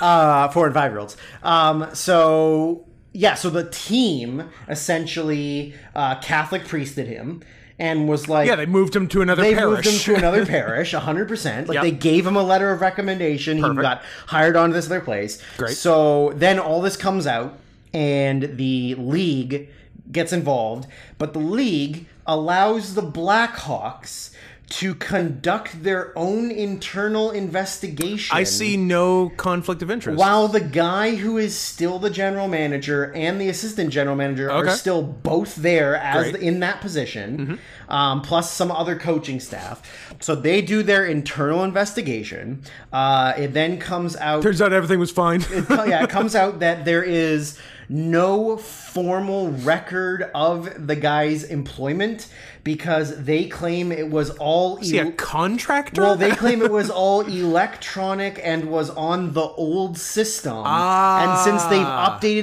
Speaker 1: uh, four and five year olds. Um, so yeah, so the team essentially uh, Catholic priested him and was like,
Speaker 2: yeah, they moved him to another
Speaker 1: they
Speaker 2: parish.
Speaker 1: moved him to another parish 100% like
Speaker 2: Yep.
Speaker 1: they gave him a letter of recommendation he
Speaker 2: Perfect.
Speaker 1: got hired onto this other place
Speaker 2: Great.
Speaker 1: so then all this comes out and the league gets involved but the league allows the blackhawks to conduct their own internal investigation
Speaker 2: I see no conflict of interest.
Speaker 1: while the guy who is still the general manager and the assistant general manager are
Speaker 2: Okay.
Speaker 1: still both there as
Speaker 2: Great. Mm-hmm.
Speaker 1: the, in that position, um, plus some other coaching staff. So they do their internal investigation. Uh, it then comes out.
Speaker 2: Turns out everything was fine.
Speaker 1: Oh, yeah, it comes out that there is no formal record of the guy's employment because they claim it was all
Speaker 2: See a
Speaker 1: ill-
Speaker 2: contractor?
Speaker 1: well, they claim it was all electronic and was on the old system.
Speaker 2: Ah.
Speaker 1: And since they've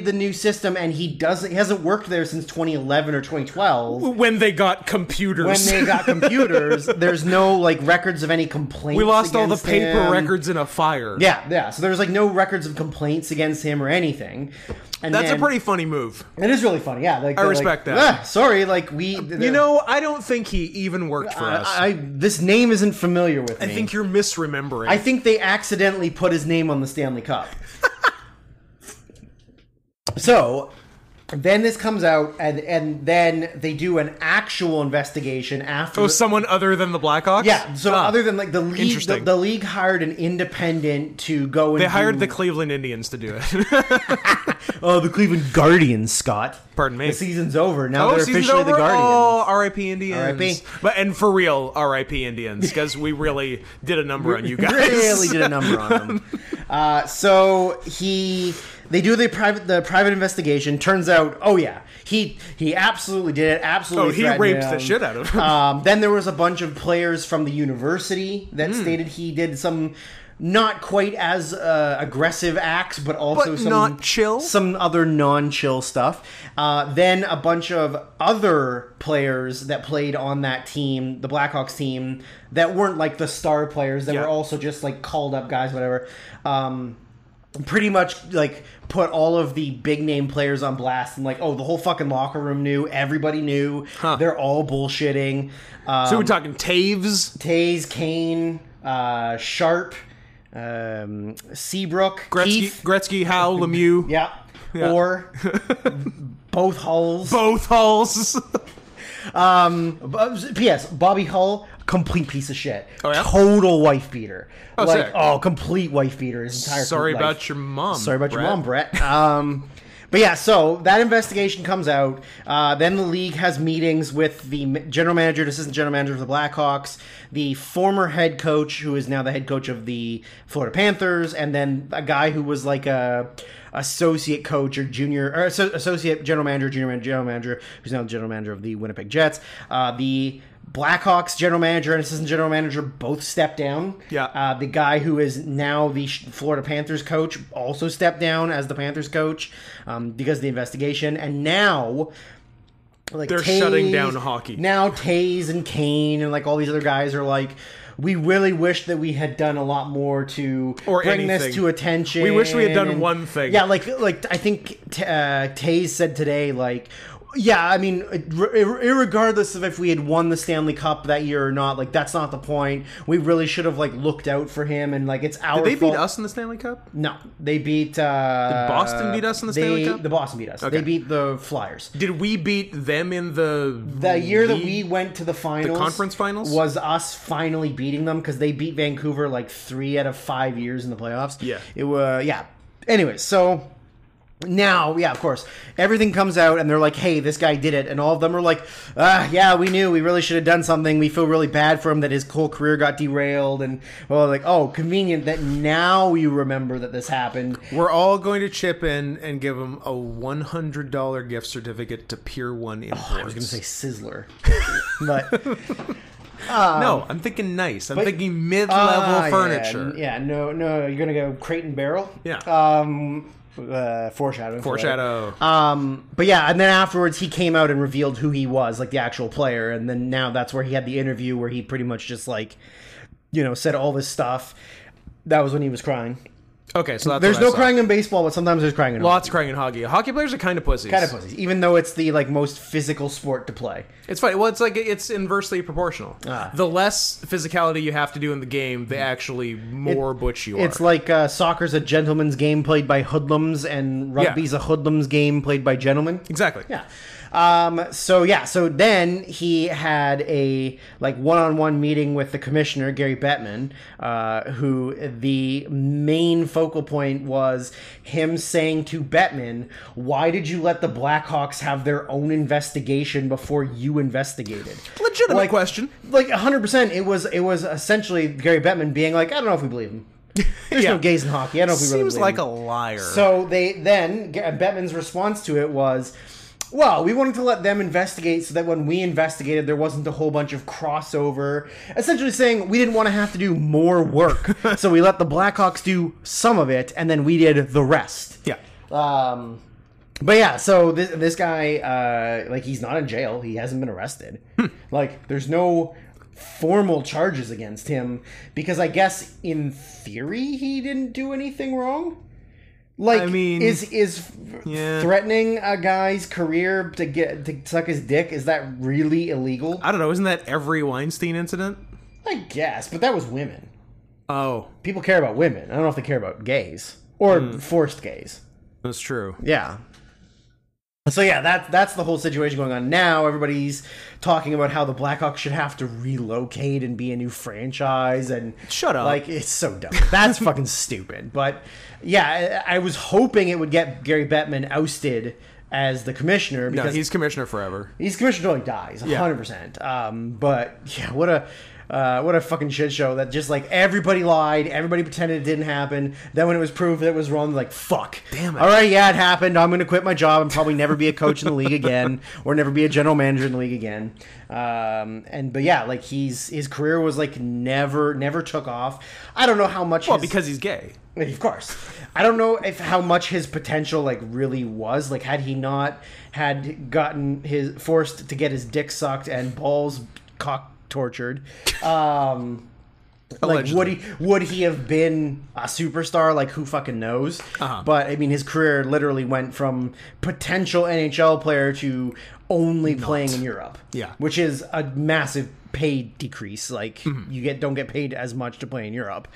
Speaker 1: updated the new system and he doesn't he hasn't worked there since 2011 or 2012,
Speaker 2: when they got computers.
Speaker 1: when they got computers, there's no like records of any complaints.
Speaker 2: we lost all the
Speaker 1: against
Speaker 2: paper
Speaker 1: him.
Speaker 2: records in a fire.
Speaker 1: Yeah, yeah. So there's like no records of complaints against him or anything. And
Speaker 2: That's
Speaker 1: then-
Speaker 2: a pretty funny move.
Speaker 1: It is really funny. Yeah, like I
Speaker 2: respect that.
Speaker 1: sorry, like we.
Speaker 2: You know, I don't think he even worked for us.
Speaker 1: I, I this name isn't familiar with
Speaker 2: I
Speaker 1: me.
Speaker 2: think you're misremembering.
Speaker 1: I think they accidentally put his name on the Stanley Cup. so then this comes out, and and then they do an actual investigation after.
Speaker 2: oh,
Speaker 1: the-
Speaker 2: someone other than the Blackhawks?
Speaker 1: yeah. So
Speaker 2: Ah.
Speaker 1: other than like the league, the,
Speaker 2: Interesting.
Speaker 1: the league hired an independent to go and
Speaker 2: They hired
Speaker 1: do-
Speaker 2: the Cleveland Indians to do it.
Speaker 1: oh the Cleveland Guardians, Scott.
Speaker 2: Pardon me.
Speaker 1: The season's over. Now
Speaker 2: Oh,
Speaker 1: they're
Speaker 2: season's
Speaker 1: officially the
Speaker 2: over?
Speaker 1: Guardians.
Speaker 2: Oh, RIP Indians.
Speaker 1: R.I.P..
Speaker 2: But and for real, RIP Indians, because we really did a number on you guys.
Speaker 1: really did a number on them. Uh, so he, they do the private the private investigation. Turns out, oh yeah, he he absolutely did it. Absolutely,
Speaker 2: Oh, he
Speaker 1: threatened
Speaker 2: raped the
Speaker 1: him.
Speaker 2: shit out of him.
Speaker 1: Um, then there was a bunch of players from the university that
Speaker 2: Hmm.
Speaker 1: stated he did some. Not quite as uh, aggressive acts, but also
Speaker 2: But
Speaker 1: some
Speaker 2: not chill?
Speaker 1: some other non-chill stuff. Uh, then a bunch of other players that played on that team, the Blackhawks team, that weren't like the star players that
Speaker 2: Yeah.
Speaker 1: were also just like called up guys, whatever. Um, pretty much like put all of the big name players on blast and like, oh, the whole fucking locker room knew, everybody knew, they're all bullshitting. Uh,
Speaker 2: so we're talking Taves,
Speaker 1: Taze, Kane, uh, Sharp, um, Seabrook,
Speaker 2: Gretzky,
Speaker 1: Keith,
Speaker 2: Gretzky, Howe, Lemieux,
Speaker 1: yeah.
Speaker 2: Yeah.
Speaker 1: Or both Hulls.
Speaker 2: both Hulls.
Speaker 1: Bu- P.S. uh, Bobby Hull, complete piece of shit.
Speaker 2: Oh, yeah?
Speaker 1: Total wife beater. Oh, like,
Speaker 2: sick.
Speaker 1: oh, complete wife beater. His entire
Speaker 2: Sorry
Speaker 1: life.
Speaker 2: about your mom.
Speaker 1: Sorry about
Speaker 2: Brett.
Speaker 1: your mom, Brett. Um, but yeah, so that investigation comes out. Uh, then the league has meetings with the m- general manager, and assistant general manager of the Blackhawks, the former head coach who is now the head coach of the Florida Panthers, and then a guy who was like a associate coach or junior or asso- associate general manager, junior manager, general manager, who's now the general manager of the Winnipeg Jets. Uh, the Blackhawks general manager and assistant general manager both stepped down.
Speaker 2: Yeah.
Speaker 1: Uh, the guy who is now the Sh- Florida Panthers coach also stepped down as the Panthers coach um, because of the investigation, and now like
Speaker 2: They're shutting down hockey.
Speaker 1: Now Taze and Kane and like all these other guys are like. We really wish that we had done a lot more to
Speaker 2: Or
Speaker 1: bring this
Speaker 2: anything.
Speaker 1: to attention.
Speaker 2: We wish we had done
Speaker 1: and-
Speaker 2: one thing.
Speaker 1: Yeah, like like I think t- uh, Taze said today, like, yeah, I mean, ir- ir- regardless of if we had won the Stanley Cup that year or not, like that's not the point. We really should have like looked out for him, and like it's our.
Speaker 2: They beat
Speaker 1: fault-
Speaker 2: us in the Stanley Cup.
Speaker 1: No, they beat. Uh,
Speaker 2: Boston beat us in the Stanley
Speaker 1: they-
Speaker 2: Cup?
Speaker 1: The Boston beat us. They beat the Flyers.
Speaker 2: Did we beat them in the
Speaker 1: The year that
Speaker 2: league?
Speaker 1: we went to the finals,
Speaker 2: conference finals?
Speaker 1: was us finally beating them because they beat Vancouver like three out of five years in the playoffs.
Speaker 2: Yeah.
Speaker 1: it was yeah. Anyway, so now yeah, of course, everything comes out and they're like, "Hey, this guy did it," and all of them are like, "Ah, yeah, we knew. We really should have done something. We feel really bad for him that his whole career got derailed." And well, like, oh, convenient that now you remember that this happened.
Speaker 2: We're all going to chip in and give them a one hundred dollar gift certificate to Pier One Imports.
Speaker 1: I was gonna say Sizzler, but
Speaker 2: no, I'm thinking nice. I'm thinking mid-level
Speaker 1: Um, Ah, yeah,
Speaker 2: furniture.
Speaker 1: Yeah, no, no, you're gonna go crate and barrel.
Speaker 2: Yeah.
Speaker 1: Um, uh, foreshadowing. for later.
Speaker 2: Foreshadow.
Speaker 1: Um, but yeah, and then afterwards he came out and revealed who he was, like the actual player, and then now that's where he had the interview where he pretty much just like, you know, said all this stuff. That was when he was crying.
Speaker 2: okay, so that's
Speaker 1: There's
Speaker 2: what I
Speaker 1: no
Speaker 2: saw.
Speaker 1: crying in baseball, but sometimes there's crying in
Speaker 2: Lots of crying in hockey. Hockey players are kind of pussies.
Speaker 1: kind of pussies, even though it's the like most physical sport to play.
Speaker 2: It's funny. Well, it's like it's inversely proportional.
Speaker 1: Ah.
Speaker 2: The less physicality you have to do in the game, the actually more butch you are.
Speaker 1: Mm. It's like uh, soccer's a gentleman's game played by hoodlums, and rugby's a hoodlums game played by gentlemen.
Speaker 2: exactly.
Speaker 1: Yeah. Um, so yeah, so then he had a like one-on-one meeting with the commissioner Gary Bettman, uh, who the main focal point was him saying to Bettman, "Why did you let the Blackhawks have their own investigation before you investigated?"
Speaker 2: Legitimate
Speaker 1: Like-
Speaker 2: question.
Speaker 1: Like 100, percent it was it was essentially Gary Bettman being like, "I don't know if we believe him. There's
Speaker 2: Yeah.
Speaker 1: no gays in hockey. I don't know if we really
Speaker 2: Seems
Speaker 1: believe
Speaker 2: like
Speaker 1: him."
Speaker 2: a liar.
Speaker 1: So they then G- uh, Bettman's response to it was, "Well, we wanted to let them investigate so that when we investigated, there wasn't a whole bunch of crossover." Essentially saying we didn't want to have to do more work, so we let the Blackhawks do some of it, and then we did the rest.
Speaker 2: yeah.
Speaker 1: Um, but yeah, so this this guy, uh, like, he's not in jail. He hasn't been arrested.
Speaker 2: Hmm.
Speaker 1: Like, there's no formal charges against him because I guess in theory he didn't do anything wrong. Like,
Speaker 2: I mean,
Speaker 1: is is
Speaker 2: yeah.
Speaker 1: threatening a guy's career to get to suck his dick? Is that really illegal? I,
Speaker 2: I don't know. Isn't that every Weinstein incident?
Speaker 1: guess, but that was women.
Speaker 2: Oh,
Speaker 1: People care about women. I don't know if they care about gays or
Speaker 2: Hmm.
Speaker 1: forced gays.
Speaker 2: that's true.
Speaker 1: Yeah. So yeah, that that's the whole situation going on now. Everybody's talking about how the Blackhawks should have to relocate and be a new franchise and
Speaker 2: Shut up.
Speaker 1: Like it's so dumb. That's fucking stupid. But yeah, I, I was hoping it would get Gary Bettman ousted as the commissioner
Speaker 2: No,
Speaker 1: because
Speaker 2: he's commissioner forever.
Speaker 1: he's commissioner until he dies,
Speaker 2: Yeah.
Speaker 1: hundred percent. Um, but yeah, what a uh, what a fucking shit show that just like everybody lied, everybody pretended it didn't happen. Then when it was proved that it was wrong, like fuck,
Speaker 2: Damn it.
Speaker 1: All right, yeah, it happened. I'm gonna quit my job and probably never be a coach in the league again, or never be a general manager in the league again. Um, and but yeah, like he's his career was like never never took off. I don't know how much.
Speaker 2: Well,
Speaker 1: his-
Speaker 2: because he's gay.
Speaker 1: of course. I don't know if how much his potential like really was. Like had he not had gotten his forced to get his dick sucked and balls cock tortured, um like would
Speaker 2: Allegedly.
Speaker 1: he would he have been a superstar? Like who fucking knows?
Speaker 2: Uh-huh.
Speaker 1: But I mean his career literally went from potential NHL player to only playing in Europe.
Speaker 2: Yeah.
Speaker 1: Which is a massive pay decrease. Like you get don't get paid as much to play in Europe.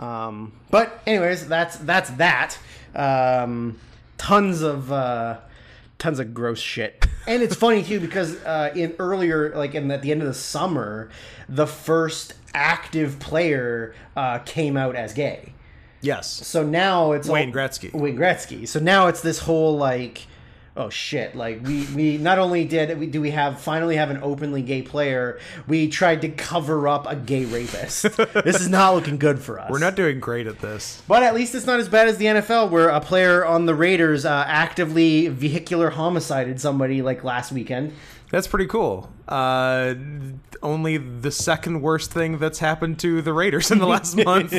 Speaker 1: Um, but anyways, that's that's that. Um, tons of uh, tons of gross shit, and it's funny too because uh, in earlier, like in at the end of the summer, the first active player uh, came out as gay.
Speaker 2: Yes.
Speaker 1: So now it's
Speaker 2: Wayne Gretzky.
Speaker 1: Wayne Gretzky. So now it's this whole like, oh shit! Like we we not only did we do we have finally have an openly gay player, we tried to cover up a gay rapist. this is not looking good for us.
Speaker 2: We're not doing great at this.
Speaker 1: But at least it's not as bad as the NFL, where a player on the Raiders uh, actively vehicular homicided somebody like last weekend.
Speaker 2: That's pretty cool. Uh, only the second worst thing that's happened to the Raiders in the last month.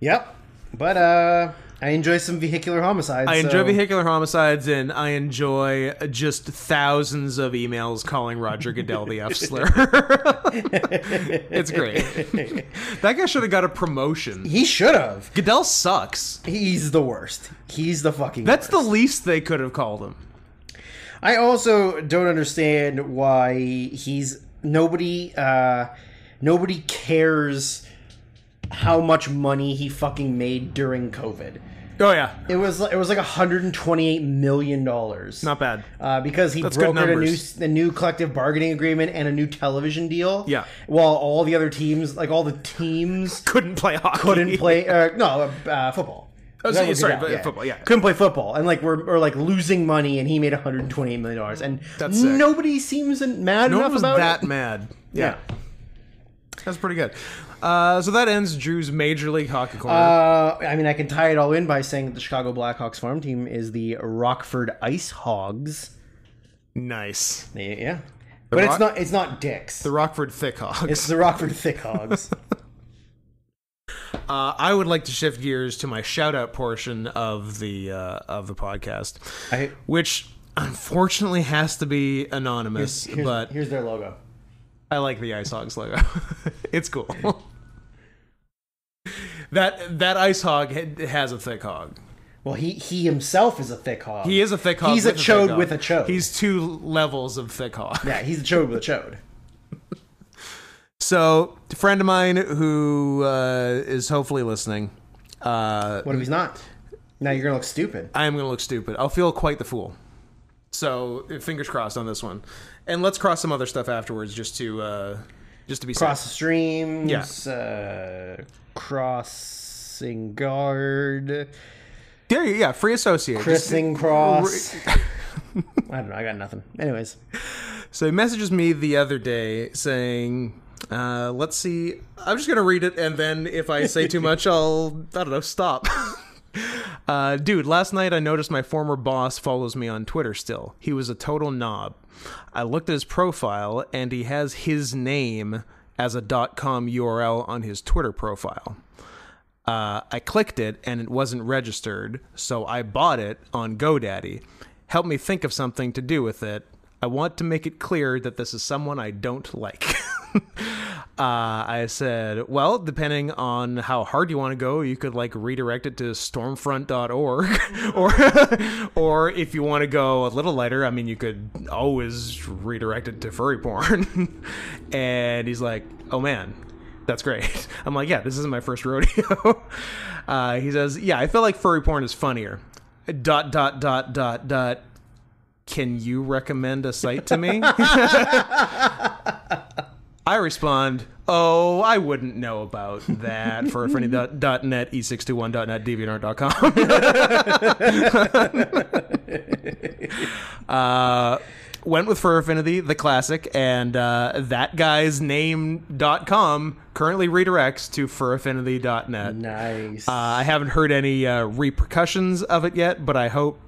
Speaker 1: Yep. But uh, I enjoy some vehicular homicides.
Speaker 2: I enjoy
Speaker 1: so-
Speaker 2: vehicular homicides, and I enjoy just thousands of emails calling Roger Goodell the F slur. it's great. that guy should have got a promotion.
Speaker 1: He should have.
Speaker 2: Goodell sucks.
Speaker 1: He's the worst. He's the fucking.
Speaker 2: That's
Speaker 1: worst.
Speaker 2: the least they could have called him.
Speaker 1: I also don't understand why he's nobody uh nobody cares how much money he fucking made during COVID.
Speaker 2: Oh yeah,
Speaker 1: It was it was like 128 million dollars.
Speaker 2: not bad.
Speaker 1: Uh, because he
Speaker 2: good
Speaker 1: brokered a new
Speaker 2: numbers.
Speaker 1: a new collective bargaining agreement and a new television deal.
Speaker 2: Yeah.
Speaker 1: While all the other teams, like all the teams,
Speaker 2: Couldn't play hockey.
Speaker 1: couldn't play. Uh, no, uh, football.
Speaker 2: Oh, so-
Speaker 1: That was
Speaker 2: sorry,
Speaker 1: good,
Speaker 2: but football, yeah.
Speaker 1: couldn't play football, and like we're, we're like losing money, and he made 128 million dollars, and
Speaker 2: That's sick.
Speaker 1: nobody seems mad
Speaker 2: No one
Speaker 1: enough
Speaker 2: was
Speaker 1: about
Speaker 2: that
Speaker 1: it.
Speaker 2: mad.
Speaker 1: Yeah.
Speaker 2: that's pretty good. Uh, so that ends Drew's major league hockey corner.
Speaker 1: Uh, I mean, I can tie it all in by saying that the Chicago Blackhawks farm team is the Rockford Ice Hogs.
Speaker 2: nice.
Speaker 1: They- Yeah. but it's
Speaker 2: Rock-
Speaker 1: not. It's not dicks.
Speaker 2: The Rockford Thick Hogs.
Speaker 1: it's the Rockford Thick Hogs.
Speaker 2: Uh, I would like to shift gears to my shout out portion of the uh, of the podcast,
Speaker 1: I-
Speaker 2: which unfortunately has to be anonymous,
Speaker 1: Here's-
Speaker 2: but
Speaker 1: here's their logo.
Speaker 2: I like the Ice Hogs logo. it's cool. that that Ice Hog ha- has a thick hog.
Speaker 1: Well, he he himself is a thick hog.
Speaker 2: He is a thick hog.
Speaker 1: He's a
Speaker 2: with thick
Speaker 1: chode
Speaker 2: hog.
Speaker 1: with a chode.
Speaker 2: He's two levels of thick hog.
Speaker 1: yeah. He's a chode with a chode.
Speaker 2: So, a friend of mine who uh, is hopefully listening, uh,
Speaker 1: What if he's not? Now you're gonna look stupid.
Speaker 2: I am going to look stupid. I'll feel quite the fool. So, fingers crossed on this one, and let's cross some other stuff afterwards, just to uh, just to be
Speaker 1: Cross streams.
Speaker 2: Yeah.
Speaker 1: Uh, crossing guard.
Speaker 2: safe. There you- yeah, free associate. Just-
Speaker 1: Chrising cross. I don't know. I got nothing. Anyways,
Speaker 2: So he messages me the other day saying, uh, "Let's see. I'm just gonna read it, and then if I say too much, I'll I don't know stop." Uh, dude, last night I noticed my former boss follows me on Twitter still. He was a total knob. I looked at his profile and he has his name as a .com URL on his Twitter profile. Uh, I clicked it and it wasn't registered, so I bought it on GoDaddy. Help me think of something to do with it. I want to make it clear that this is someone I don't like. uh, I said, well, depending on how hard you want to go, you could like redirect it to stormfront.org, or or if you want to go a little lighter, I mean, you could always redirect it to furry porn. and he's like, oh man, that's great. I'm like, yeah, this isn't my first rodeo. Uh, he says, yeah, I feel like furry porn is funnier. Dot, dot, dot, dot, dot. Can you recommend a site to me? I respond, oh, I wouldn't know about that for frenny.net, e621.net, deviantart.com. uh, went with Fur Affinity, the classic, and uh, that guy's name.com currently redirects to furaffinity.net.
Speaker 1: nice.
Speaker 2: Uh, I haven't heard any uh, repercussions of it yet, but I hope.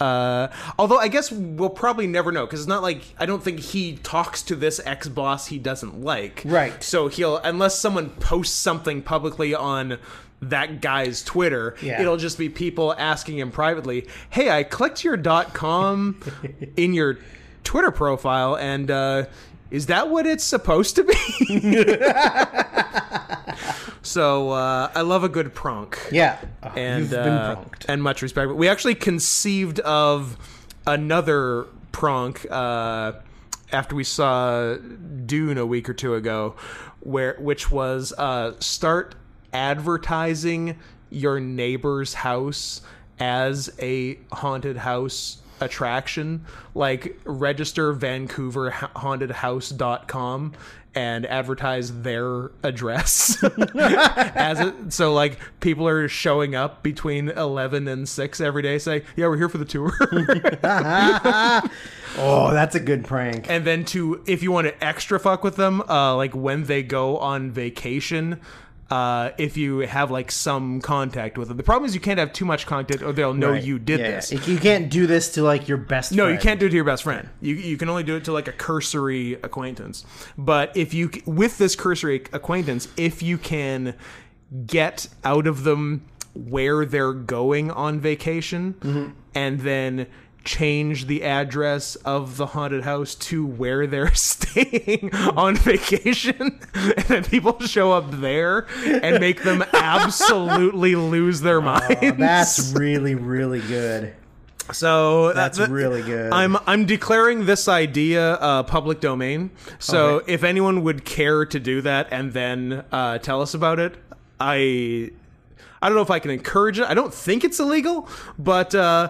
Speaker 2: Uh, although I guess we'll probably never know because it's not like I don't think he talks to this ex boss he doesn't like.
Speaker 1: Right.
Speaker 2: So he'll unless someone posts something publicly on that guy's Twitter,
Speaker 1: Yeah.
Speaker 2: it'll just be people asking him privately, "Hey, I clicked your dot .com in your Twitter profile, and uh, is that what it's supposed to be?" so uh, I love a good prank
Speaker 1: yeah. Oh,
Speaker 2: and
Speaker 1: you've been
Speaker 2: uh,
Speaker 1: pranked.
Speaker 2: and much respect. We actually conceived of another prank uh, after we saw Dune a week or two ago, where which was uh, start advertising your neighbor's house as a haunted house attraction like register vancouver hauntedhouse.com and advertise their address as it so like people are showing up between 11 and 6 every day saying yeah we're here for the tour
Speaker 1: oh, that's a good prank.
Speaker 2: and then to if you want to extra fuck with them uh like when they go on vacation uh if you have like some contact with them the problem is you can't have too much contact or they'll know
Speaker 1: Right.
Speaker 2: Oh, you did
Speaker 1: Yeah,
Speaker 2: this
Speaker 1: yeah. You can't do this to like your best.
Speaker 2: No,
Speaker 1: friend.
Speaker 2: you can't do it to your best friend. You you can only do it to like a cursory acquaintance. But if you c- with this cursory acquaintance, if you can get out of them where they're going on vacation
Speaker 1: Mm-hmm.
Speaker 2: and then change the address of the haunted house to where they're staying on vacation and then people show up there and make them absolutely lose their minds.
Speaker 1: Oh, That's really really good.
Speaker 2: So uh,
Speaker 1: That's
Speaker 2: th-
Speaker 1: really good.
Speaker 2: I'm I'm declaring this idea uh, public domain. So if anyone would care to do that and then uh, tell us about it, I I don't know if I can encourage it. I don't think it's illegal, but uh,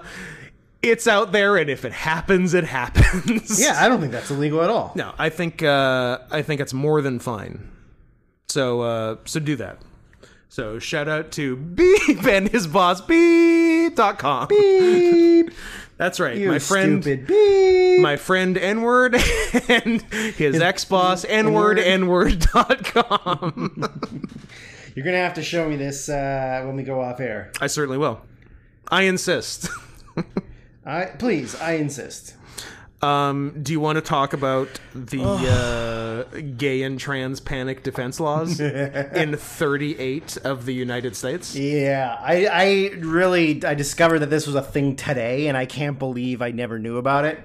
Speaker 2: it's out there, and if it happens, it happens.
Speaker 1: Yeah, I don't think that's illegal at all.
Speaker 2: No, I think uh, I think it's more than fine. So uh, so do that. So shout out to Beep and his boss Beep.com.
Speaker 1: Beep,
Speaker 2: That's right,
Speaker 1: you
Speaker 2: my friend
Speaker 1: Stupid beep.
Speaker 2: my friend N word and his ex boss N word N word dot com.
Speaker 1: You're gonna have to show me this uh, when we go off air.
Speaker 2: I certainly will. I insist.
Speaker 1: I please, I insist.
Speaker 2: Um, do you want to talk about
Speaker 1: Oh.
Speaker 2: the uh, gay and trans panic defense laws in 38 of the United States?
Speaker 1: Yeah, I, I really I discovered that this was a thing today, and I can't believe I never knew about it.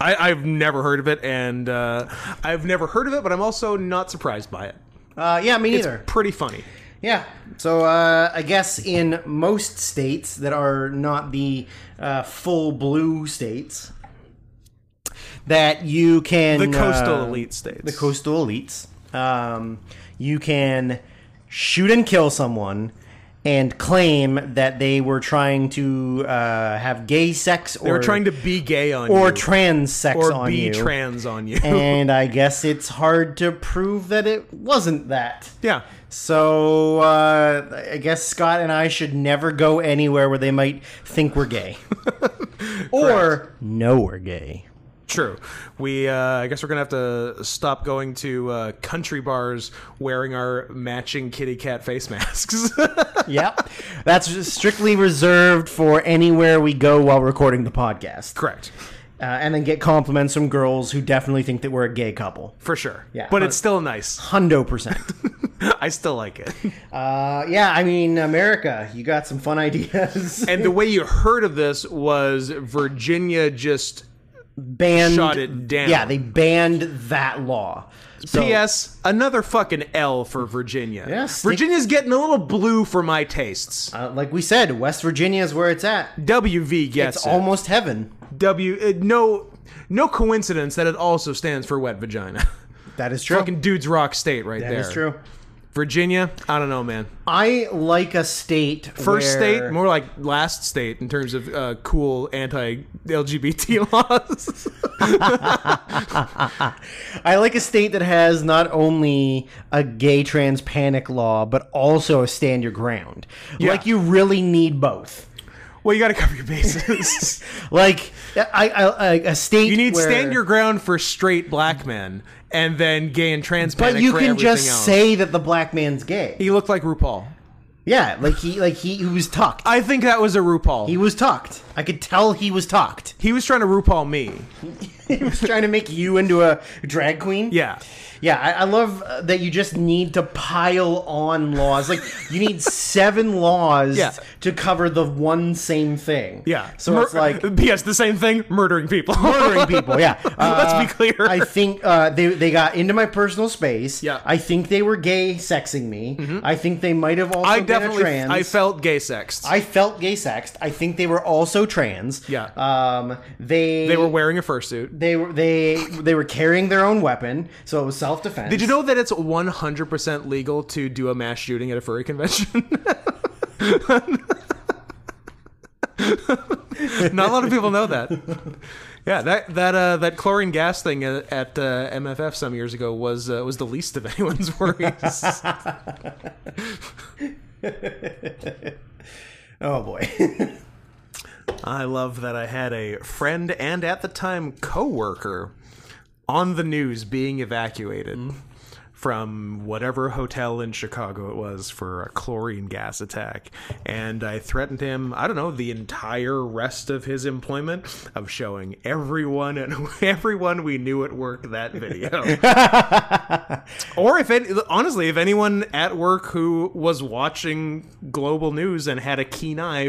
Speaker 2: I, I've never heard of it, and uh, I've never heard of it, but I'm also not surprised by it.
Speaker 1: Uh, yeah, me neither.
Speaker 2: Pretty funny.
Speaker 1: Yeah. So uh, I guess in most states that are not the uh, full blue states, that you can
Speaker 2: The coastal
Speaker 1: uh,
Speaker 2: elite states.
Speaker 1: the coastal elites, um, you can shoot and kill someone and claim that they were trying to uh, have gay sex or
Speaker 2: they were trying to be gay on
Speaker 1: or
Speaker 2: you,
Speaker 1: trans sex
Speaker 2: or
Speaker 1: on
Speaker 2: be
Speaker 1: you.
Speaker 2: trans on you.
Speaker 1: and I guess it's hard to prove that it wasn't that.
Speaker 2: yeah.
Speaker 1: So uh, I guess Scott and I should never go anywhere where they might think we're gay, or know we're gay.
Speaker 2: True. We, uh, I guess we're gonna have to stop going to uh, country bars wearing our matching kitty cat face masks.
Speaker 1: Yep, that's strictly reserved for anywhere we go while recording the podcast, uh,
Speaker 2: Correct,
Speaker 1: and then get compliments from girls who definitely think that we're a gay couple.
Speaker 2: for sure.
Speaker 1: Yeah.
Speaker 2: but it's still nice.
Speaker 1: Hundo percent.
Speaker 2: I still like it.
Speaker 1: Uh, yeah, I mean America, you got some fun ideas.
Speaker 2: And the way you heard of this was Virginia just
Speaker 1: banned
Speaker 2: Shot it down.
Speaker 1: Yeah, they banned that law. So,
Speaker 2: P.S. Another fucking L for Virginia.
Speaker 1: Yeah, stick-
Speaker 2: Virginia's getting a little blue for my tastes.
Speaker 1: uh, like we said, West Virginia is where it's at.
Speaker 2: WV gets
Speaker 1: It's
Speaker 2: it.
Speaker 1: almost heaven.
Speaker 2: W. uh, no, no coincidence that it also stands for wet vagina.
Speaker 1: That is true.
Speaker 2: Fucking dudes rock state right
Speaker 1: that
Speaker 2: there.
Speaker 1: is true.
Speaker 2: Virginia, I don't know, man.
Speaker 1: I like a state.
Speaker 2: First
Speaker 1: where-
Speaker 2: state, more like last state in terms of uh, cool anti-LGBT laws.
Speaker 1: I like a state that has not only a gay trans panic law, but also a stand your ground.
Speaker 2: Yeah.
Speaker 1: Like you really need both.
Speaker 2: well, you got to cover your bases.
Speaker 1: Like I, I, I a state.
Speaker 2: you need
Speaker 1: where-
Speaker 2: stand your ground for straight black men, and then gay and trans.
Speaker 1: But
Speaker 2: panic
Speaker 1: you
Speaker 2: for
Speaker 1: can
Speaker 2: everything
Speaker 1: just
Speaker 2: else.
Speaker 1: say that the black man's gay.
Speaker 2: he looked like RuPaul.
Speaker 1: Yeah, like he, like he, he was tucked.
Speaker 2: I think that was a RuPaul.
Speaker 1: He
Speaker 2: He,
Speaker 1: was tucked. I could tell he was tucked.
Speaker 2: was trying to RuPaul me.
Speaker 1: he was trying to make you into a drag queen.
Speaker 2: Yeah.
Speaker 1: Yeah, I, I love uh, that you just need to pile on laws. Like you need seven laws
Speaker 2: Yeah.
Speaker 1: to cover the one same thing.
Speaker 2: Yeah.
Speaker 1: So it's like
Speaker 2: P.S. The same thing, murdering people.
Speaker 1: murdering people. Yeah. Uh,
Speaker 2: Let's be clear.
Speaker 1: I think uh, they they got into my personal space.
Speaker 2: Yeah. Mm-hmm.
Speaker 1: I think they were gay sexing me. I think they might have also
Speaker 2: I
Speaker 1: been
Speaker 2: definitely,
Speaker 1: a trans.
Speaker 2: I felt gay sexed.
Speaker 1: I felt gay sexed. I think they were also trans.
Speaker 2: Yeah.
Speaker 1: Um. They
Speaker 2: they were wearing a fursuit.
Speaker 1: they were they they were carrying their own weapon, so it was self defense.
Speaker 2: Did you know that it's 100% legal to do a mass shooting at a furry convention? Not a lot of people know that. Yeah, that that uh, that chlorine gas thing at, at uh, MFF some years ago was uh, was the least of anyone's worries.
Speaker 1: Oh boy.
Speaker 2: I love that I had a friend and at the time coworker on the news being evacuated from whatever hotel in Chicago it was for a chlorine gas attack and I threatened him I don't know the entire rest of his employment of showing everyone and everyone we knew at work that video or if it, honestly, if anyone at work who was watching global news and had a keen eye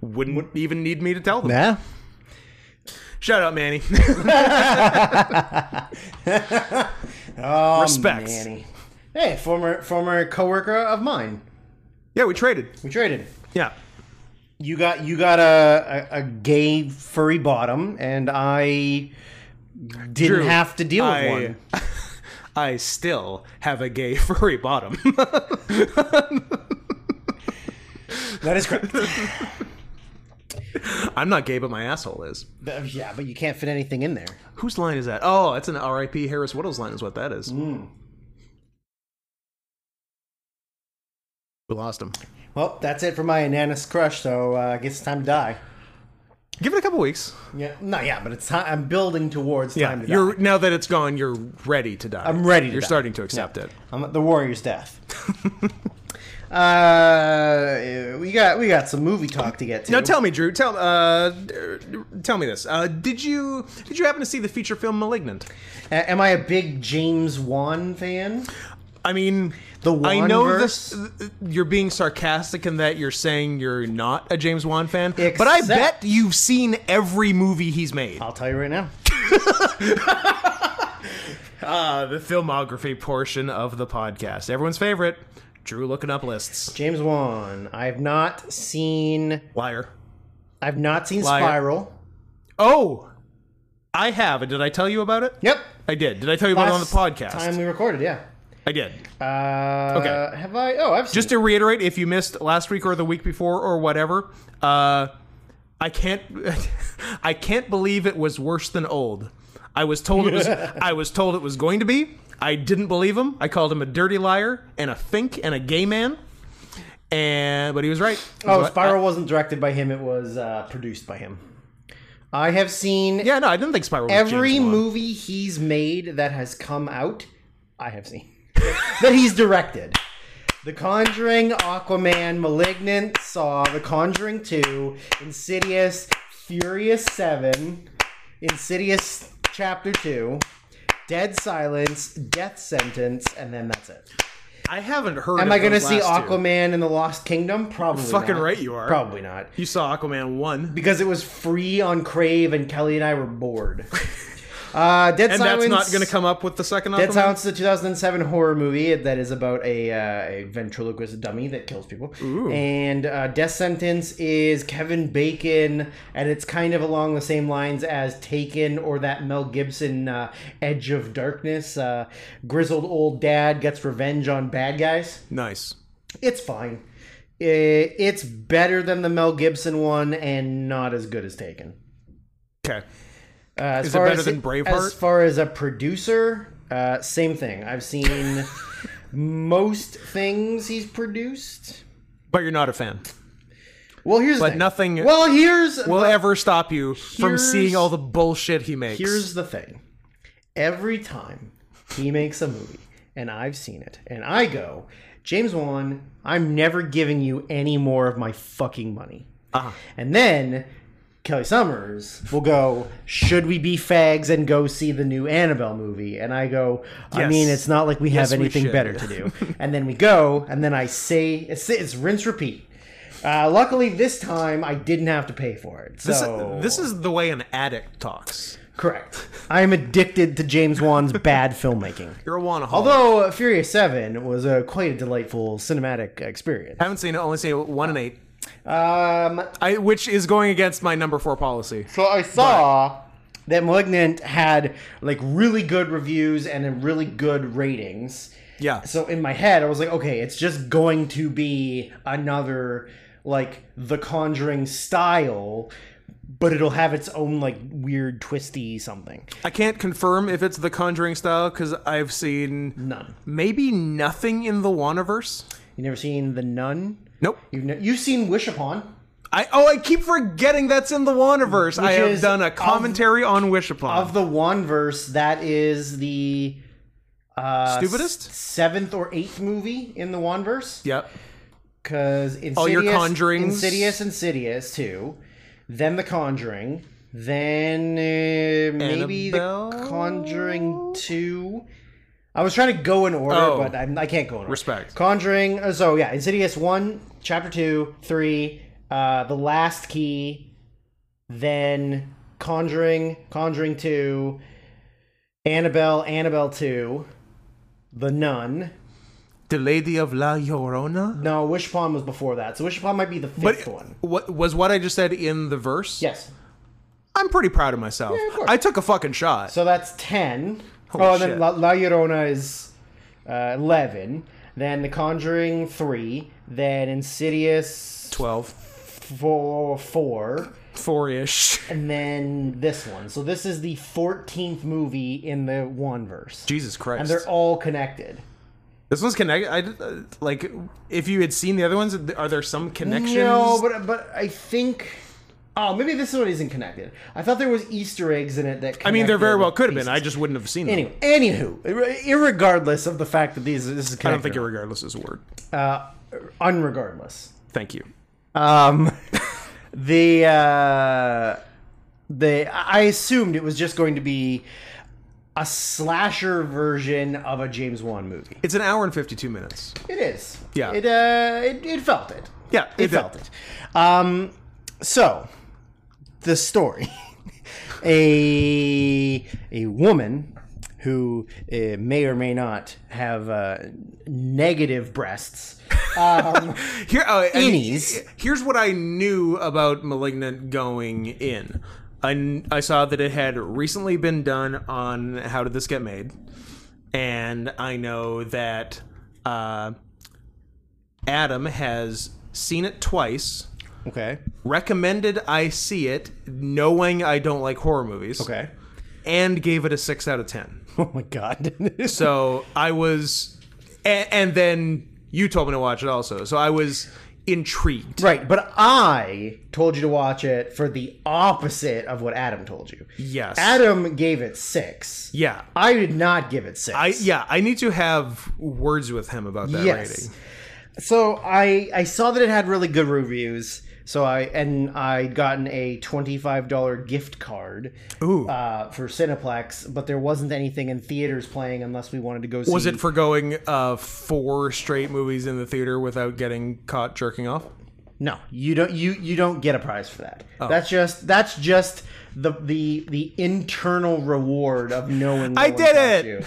Speaker 2: wouldn't even need me to tell them.
Speaker 1: yeah.
Speaker 2: Shout out, Manny. Um,
Speaker 1: Oh,
Speaker 2: Respects.
Speaker 1: Manny. Hey, former former coworker of mine.
Speaker 2: yeah, we traded.
Speaker 1: We traded.
Speaker 2: Yeah.
Speaker 1: You got you got a a, a gay furry bottom, and I didn't
Speaker 2: Drew,
Speaker 1: have to deal with
Speaker 2: I-
Speaker 1: one.
Speaker 2: I still have a gay furry bottom.
Speaker 1: That is correct.
Speaker 2: I'm not gay, but my asshole is.
Speaker 1: But- yeah, but you can't fit anything in there.
Speaker 2: Whose line is that? Oh, that's an R.I.P. Harris Whittles line, is what that is.
Speaker 1: Hmm.
Speaker 2: We lost him.
Speaker 1: Well, that's it for my Ananas crush. So uh, I guess it's time to die.
Speaker 2: Give it a couple weeks.
Speaker 1: Yeah, no, yeah, but it's time. I'm building towards time to die.
Speaker 2: you're now that it's gone, you're ready to die.
Speaker 1: I'm ready to
Speaker 2: You're
Speaker 1: die.
Speaker 2: starting to accept
Speaker 1: Yeah.
Speaker 2: it.
Speaker 1: I'm at the warrior's death. Uh, we got we got some movie talk to get to.
Speaker 2: Now tell me, Drew. Tell uh, tell me this. Uh, did you did you happen to see the feature film *Malignant*?
Speaker 1: A- am I a big James Wan fan?
Speaker 2: I mean,
Speaker 1: The
Speaker 2: I know
Speaker 1: Wanverse?
Speaker 2: this. You're being sarcastic in that you're saying you're not a James Wan fan, but I
Speaker 1: Except-
Speaker 2: bet you've seen every movie he's made.
Speaker 1: I'll tell you right now.
Speaker 2: Uh, the filmography portion of the podcast, everyone's favorite. Drew looking up lists.
Speaker 1: James Wan. I've not seen.
Speaker 2: Liar.
Speaker 1: I've not seen
Speaker 2: Liar.
Speaker 1: Spiral.
Speaker 2: Oh, I have. Did I tell you about it?
Speaker 1: Yep.
Speaker 2: I did. Did I tell you about it on the podcast?
Speaker 1: Time we recorded, yeah.
Speaker 2: I did.
Speaker 1: Uh,
Speaker 2: Okay.
Speaker 1: Have I? Oh, I've seen
Speaker 2: Just to reiterate, if you missed last week or the week before or whatever, uh, I can't. I can't believe it was worse than old. I was told it was. I was told it was going to be. I didn't believe him. I called him a dirty liar and a fink and a gay man. And but he was right.
Speaker 1: Oh,
Speaker 2: But-
Speaker 1: Spiral wasn't directed by him; it was uh, produced by him. I have seen
Speaker 2: yeah, no, I didn't think Spiral. Was
Speaker 1: every
Speaker 2: James Wan.
Speaker 1: movie he's made that has come out. I have seen that he's directed. The Conjuring, Aquaman, Malignant, Saw, The Conjuring 2, Insidious, Furious 7, Insidious Chapter 2, Dead Silence, Death Sentence, and then that's it.
Speaker 2: I haven't heard.
Speaker 1: Am
Speaker 2: of
Speaker 1: I going to
Speaker 2: those
Speaker 1: see
Speaker 2: last two.
Speaker 1: Aquaman in the Lost Kingdom? Probably
Speaker 2: Fucking
Speaker 1: not.
Speaker 2: right you are.
Speaker 1: Probably not
Speaker 2: You saw Aquaman one.
Speaker 1: because it was free on Crave and Kelly and I were bored. Uh, Dead
Speaker 2: And
Speaker 1: Silence.
Speaker 2: that's not going to come up with the second
Speaker 1: Dead
Speaker 2: Aquaman?
Speaker 1: Silence is a 2007 horror movie that is about a, uh, a ventriloquist dummy that kills people. And uh, Death Sentence is Kevin Bacon, and it's kind of along the same lines as Taken or that Mel Gibson uh, Edge of Darkness. Uh, grizzled old dad gets revenge on bad guys
Speaker 2: Nice.
Speaker 1: it's fine. I- It's better than the Mel Gibson one, and not as good as Taken.
Speaker 2: Okay.
Speaker 1: Uh, as
Speaker 2: Is it better than Braveheart?
Speaker 1: As far as a producer, uh, same thing. I've seen most things he's produced.
Speaker 2: But you're not a fan.
Speaker 1: Well, here's the
Speaker 2: But
Speaker 1: thing.
Speaker 2: nothing-
Speaker 1: Well, here's
Speaker 2: will ever stop you from
Speaker 1: Here's-
Speaker 2: seeing all the bullshit he makes.
Speaker 1: here's the thing. Every time he makes a movie, and I've seen it, and I go, James Wan, I'm never giving you any more of my fucking money.
Speaker 2: Uh-huh.
Speaker 1: And then Kelly Summers will go, Should we be fags and go see the new Annabelle movie? And I go, I
Speaker 2: Yes.
Speaker 1: mean, it's not like we
Speaker 2: Yes,
Speaker 1: have
Speaker 2: we
Speaker 1: anything
Speaker 2: should.
Speaker 1: better to do. and then we go, and then I say, It's, it's rinse repeat. Uh, luckily, this time I didn't have to pay for it.
Speaker 2: This, uh,
Speaker 1: So
Speaker 2: this is the way an addict talks.
Speaker 1: correct. I am addicted to James Wan's bad filmmaking.
Speaker 2: You're a wanaholic.
Speaker 1: Although uh, Furious Seven was a quite a delightful cinematic experience.
Speaker 2: I haven't seen it. Only seen it one and eight,
Speaker 1: Um,
Speaker 2: I, which is going against my number four policy.
Speaker 1: So I saw that Malignant had like really good reviews and a really good ratings.
Speaker 2: Yeah.
Speaker 1: So in my head, I was like, okay, it's just going to be another like The Conjuring style, but it'll have its own like weird twisty something.
Speaker 2: I can't confirm if it's the Conjuring style because I've seen
Speaker 1: None.
Speaker 2: maybe nothing in the Wanaverse.
Speaker 1: You never seen The Nun?
Speaker 2: Nope.
Speaker 1: You've ne- you've seen Wish Upon?
Speaker 2: I oh I keep forgetting that's in the Wanaverse. I have
Speaker 1: is
Speaker 2: done a
Speaker 1: of-
Speaker 2: commentary on Wish Upon.
Speaker 1: Of the Wanverse, that is the uh,
Speaker 2: Stupidest?
Speaker 1: s- seventh or eighth movie in the Wanverse.
Speaker 2: yep.
Speaker 1: Because Insidious,
Speaker 2: Oh, your Conjurings?
Speaker 1: Insidious, Insidious too. Then The Conjuring. Then uh, maybe The
Speaker 2: Annabelle?
Speaker 1: Conjuring Two. I was trying to go in order,
Speaker 2: Oh.
Speaker 1: but I'm, I can't go in order.
Speaker 2: Respect.
Speaker 1: Conjuring. uh, So yeah, Insidious One, Chapter Two, Three, uh, The Last Key, then Conjuring, Conjuring Two, Annabelle, Annabelle Two, The Nun.
Speaker 2: The Lady of La Llorona.
Speaker 1: No, Wish Upon was before that, so Wish Upon might be the fifth
Speaker 2: But
Speaker 1: one.
Speaker 2: what was what I just said in the verse?
Speaker 1: Yes.
Speaker 2: I'm pretty proud of myself.
Speaker 1: of course.
Speaker 2: I took a fucking shot.
Speaker 1: So that's ten.
Speaker 2: Holy
Speaker 1: oh, and
Speaker 2: shit.
Speaker 1: then La, La Llorona is uh, eleven. Then The Conjuring three. Then Insidious
Speaker 2: 12.
Speaker 1: four, four,
Speaker 2: Four ish.
Speaker 1: and then this one. So this is the fourteenth movie in the one verse,
Speaker 2: Jesus Christ.
Speaker 1: and they're all connected.
Speaker 2: this one's connected. I, did- uh, like, if you had seen the other ones, are there some connections?
Speaker 1: No, but but I think. Oh, maybe this one isn't connected. I thought there was Easter eggs in it that.
Speaker 2: I mean, there very well could have
Speaker 1: been.
Speaker 2: been. I just wouldn't have seen
Speaker 1: Anyway, anywho, ir- irregardless of the fact that these this is
Speaker 2: them. I
Speaker 1: connected,
Speaker 2: don't think irregardless is a word.
Speaker 1: uh, unregardless.
Speaker 2: Thank you.
Speaker 1: Um, the uh, the I assumed it was just going to be a slasher version of a James Wan movie.
Speaker 2: It's an hour and 52 minutes.
Speaker 1: It is.
Speaker 2: Yeah.
Speaker 1: It uh, it, it felt it.
Speaker 2: Yeah,
Speaker 1: It,
Speaker 2: it did.
Speaker 1: felt it. Um, so the story. a a woman who uh, may or may not have uh, negative breasts. Um,
Speaker 2: Here, oh, and
Speaker 1: Innies.
Speaker 2: Here's what I knew about Malignant going in. I, kn- I saw that it had recently been done on How Did This Get Made, and I know that uh, Adam has seen it twice,
Speaker 1: okay.
Speaker 2: recommended I see it, knowing I don't like horror movies,
Speaker 1: Okay.
Speaker 2: and gave it a six out of ten.
Speaker 1: Oh my god.
Speaker 2: So I was, and, and then you told me to watch it also. So I was intrigued.
Speaker 1: right, but I told you to watch it for the opposite of what Adam told you.
Speaker 2: Yes.
Speaker 1: Adam gave it 6.
Speaker 2: yeah.
Speaker 1: I did not give it 6.
Speaker 2: I yeah. I need to have words with him about that
Speaker 1: yes.
Speaker 2: rating.
Speaker 1: So I I saw that it had really good reviews. So I and I gotten a $25 gift card
Speaker 2: Ooh.
Speaker 1: uh for Cineplex, but there wasn't anything in theaters playing unless we wanted to go see
Speaker 2: Was it for going uh, four straight movies in the theater without getting caught jerking off?
Speaker 1: No, you don't. You you don't get a prize for that.
Speaker 2: Oh.
Speaker 1: That's just that's just the the the internal reward of knowing. no
Speaker 2: I
Speaker 1: one
Speaker 2: did
Speaker 1: caught
Speaker 2: it!
Speaker 1: you.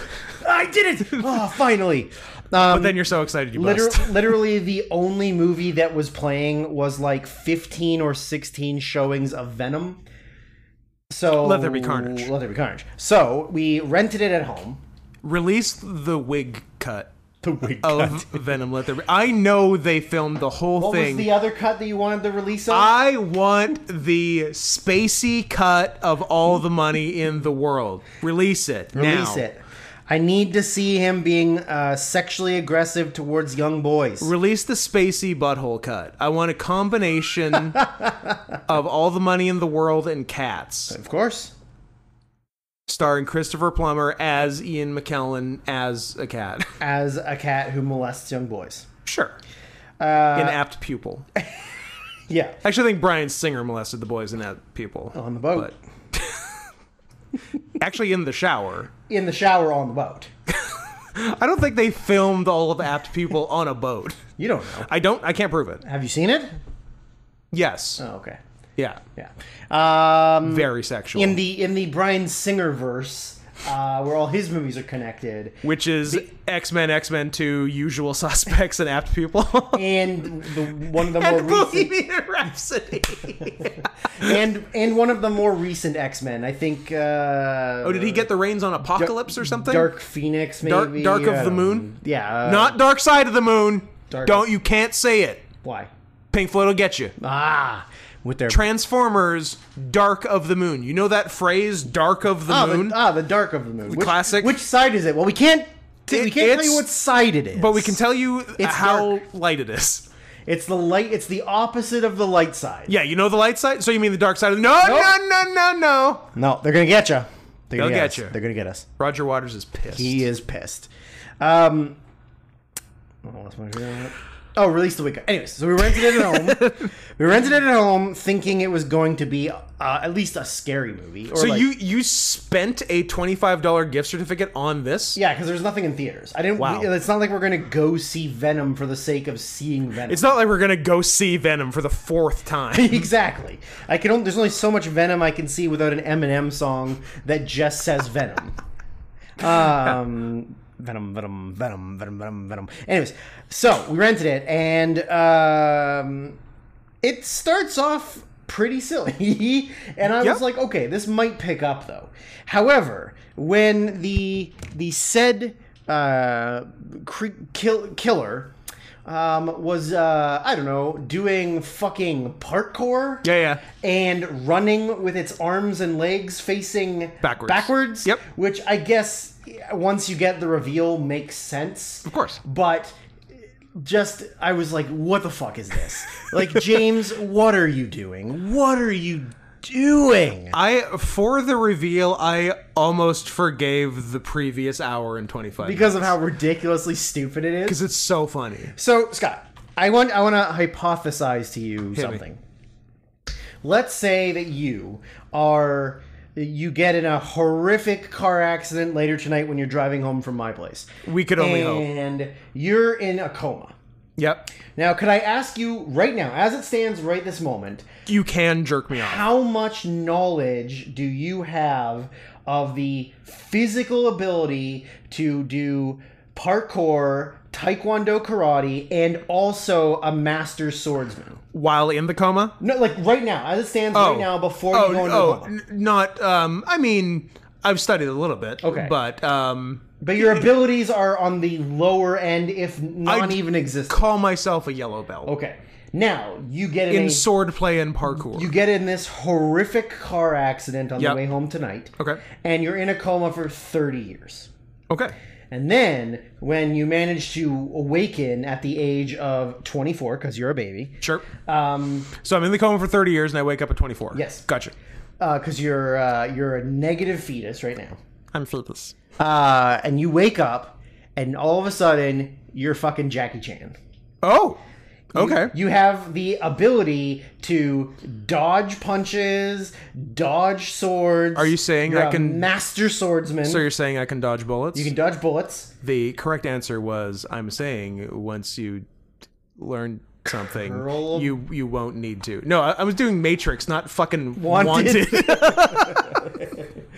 Speaker 1: I did it! Oh, finally! Um,
Speaker 2: Then you're so excited you
Speaker 1: liter-
Speaker 2: bust.
Speaker 1: literally, the only movie that was playing was like fifteen or sixteen showings of Venom. So
Speaker 2: Let There Be Carnage.
Speaker 1: Let there be carnage. So we rented it at home.
Speaker 2: Release the wig cut
Speaker 1: The wig
Speaker 2: of Venom. Let there. Be- I know they filmed the whole
Speaker 1: What
Speaker 2: thing.
Speaker 1: was the other cut that you wanted the release of?
Speaker 2: I want the spacey cut of all the money in the world. Release it.
Speaker 1: Release
Speaker 2: now.
Speaker 1: it. I need to see him being uh, sexually aggressive towards young boys.
Speaker 2: Release the spacey butthole cut. I want a combination of all the money in the world and cats,
Speaker 1: Of course.
Speaker 2: starring Christopher Plummer as Ian McKellen as a cat.
Speaker 1: As a cat who molests young boys.
Speaker 2: Sure.
Speaker 1: Uh,
Speaker 2: an apt pupil.
Speaker 1: Yeah.
Speaker 2: Actually, I think Brian Singer molested the boys in apt pupil.
Speaker 1: On the boat.
Speaker 2: Actually, in the shower.
Speaker 1: In the shower on the boat.
Speaker 2: I don't think they filmed all of apt pupil on a boat.
Speaker 1: You don't know.
Speaker 2: I don't. I can't prove it.
Speaker 1: Have you seen it?
Speaker 2: Yes.
Speaker 1: Oh, okay.
Speaker 2: Yeah.
Speaker 1: Yeah. Um,
Speaker 2: Very sexual.
Speaker 1: in the in the Brian Singer verse, uh, where all his movies are connected,
Speaker 2: which is X Men, X Men Two, Usual Suspects, and Apt People,
Speaker 1: and the, one of the more
Speaker 2: and
Speaker 1: recent
Speaker 2: Bohemian Rhapsody.
Speaker 1: and and one of the more recent X Men, I think. Uh,
Speaker 2: oh, did he get the reins on Apocalypse or something?
Speaker 1: Dark Phoenix,
Speaker 2: Dark-
Speaker 1: maybe.
Speaker 2: Dark of
Speaker 1: I
Speaker 2: the
Speaker 1: don't-
Speaker 2: Moon?
Speaker 1: Yeah. uh,
Speaker 2: Not Dark Side of the Moon.
Speaker 1: Dark-
Speaker 2: Don't you can't say it.
Speaker 1: why?
Speaker 2: Pink Floyd will get you.
Speaker 1: Ah, with their
Speaker 2: Transformers, Dark of the Moon. You know that phrase, Dark of the
Speaker 1: ah,
Speaker 2: Moon.
Speaker 1: The, ah, the dark of the moon. Which,
Speaker 2: classic.
Speaker 1: Which side is it? Well, we can't. t-
Speaker 2: It-
Speaker 1: we can't tell
Speaker 2: it's-
Speaker 1: you what side it is.
Speaker 2: but we can tell you how
Speaker 1: dark.
Speaker 2: light it is.
Speaker 1: It's the light. It's the opposite of the light side.
Speaker 2: Yeah, you know the light side. So you mean the dark side of the? No, no, no, no, no.
Speaker 1: No, they're gonna get you. They're
Speaker 2: They'll
Speaker 1: gonna
Speaker 2: get
Speaker 1: us.
Speaker 2: ya.
Speaker 1: They're gonna get us.
Speaker 2: Roger Waters is pissed.
Speaker 1: He is pissed. Um. I lost my train of thought. Oh, release the weekend. Anyways, so we rented it at home. we rented it at home, thinking it was going to be uh, at least a scary movie. Or
Speaker 2: So
Speaker 1: like,
Speaker 2: you you spent a twenty five dollar gift certificate on this?
Speaker 1: Yeah, because there's nothing in theaters. I didn't.
Speaker 2: Wow.
Speaker 1: we- it's not like we're gonna go see Venom for the sake of seeing Venom.
Speaker 2: It's not like we're gonna go see Venom for the fourth time.
Speaker 1: exactly. I can. Only, there's only so much Venom I can see without an Eminem song that just says Venom. Um, Venom, Venom, Venom, Venom, Venom, Venom. Anyways, so we rented it, and um, it starts off pretty silly, and I
Speaker 2: Yep.
Speaker 1: was like, okay, this might pick up though. However, when the the said uh, cre- kill, killer um, was uh, I don't know doing fucking parkour,
Speaker 2: Yeah, yeah.
Speaker 1: and running with its arms and legs facing
Speaker 2: Backwards.
Speaker 1: backwards
Speaker 2: Yep.
Speaker 1: which I guess once you get the reveal makes sense. Of
Speaker 2: course.
Speaker 1: But just I was like, what the fuck is this? like James, what are you doing? What are you doing?
Speaker 2: I for the reveal, I almost forgave the previous hour and twenty five
Speaker 1: Because of how ridiculously stupid it is.
Speaker 2: because it's so funny.
Speaker 1: So Scott, I want I want to hypothesize to you something. Let's say that you are you get in a horrific car accident later tonight when you're driving home from my place.
Speaker 2: We could only hope.
Speaker 1: and you're in a coma.
Speaker 2: Yep.
Speaker 1: Now, could I ask you right now, as it stands right this moment,
Speaker 2: You can jerk me off.
Speaker 1: how much knowledge do you have of the physical ability to do parkour, taekwondo karate, and also a master swordsman?
Speaker 2: While in the coma?
Speaker 1: No, like right now, as it stands
Speaker 2: Oh.
Speaker 1: right now, before
Speaker 2: Oh,
Speaker 1: you go into
Speaker 2: oh,
Speaker 1: coma.
Speaker 2: n- not. Um, I mean, I've studied a little bit.
Speaker 1: Okay.
Speaker 2: But um,
Speaker 1: But your abilities are on the lower end, if not even existent.
Speaker 2: call myself a yellow belt
Speaker 1: Okay. Now you get in,
Speaker 2: in
Speaker 1: a-
Speaker 2: swordplay and parkour.
Speaker 1: you get in this horrific car accident on
Speaker 2: Yep.
Speaker 1: the way home tonight,
Speaker 2: okay.
Speaker 1: and you're in a coma for thirty years.
Speaker 2: Okay.
Speaker 1: And then when you manage to awaken at the age of 24, because you're a baby,
Speaker 2: Sure.
Speaker 1: um,
Speaker 2: So I'm in the coma for 30 years and I wake up at 24.
Speaker 1: Yes.
Speaker 2: Gotcha.
Speaker 1: because you're uh, you're a negative fetus right now,
Speaker 2: I'm fetus.
Speaker 1: uh, and you wake up, and all of a sudden you're fucking Jackie Chan.
Speaker 2: Oh. Okay.
Speaker 1: You have the ability to dodge punches, dodge swords.
Speaker 2: Are you saying
Speaker 1: you're
Speaker 2: I
Speaker 1: a
Speaker 2: can-
Speaker 1: master swordsman?
Speaker 2: so you're saying I can dodge bullets?
Speaker 1: you can dodge bullets.
Speaker 2: the correct answer was I'm saying once you learn something,
Speaker 1: Curl.
Speaker 2: you you won't need to. No, I, I was doing Matrix, not fucking
Speaker 1: Wanted.
Speaker 2: wanted.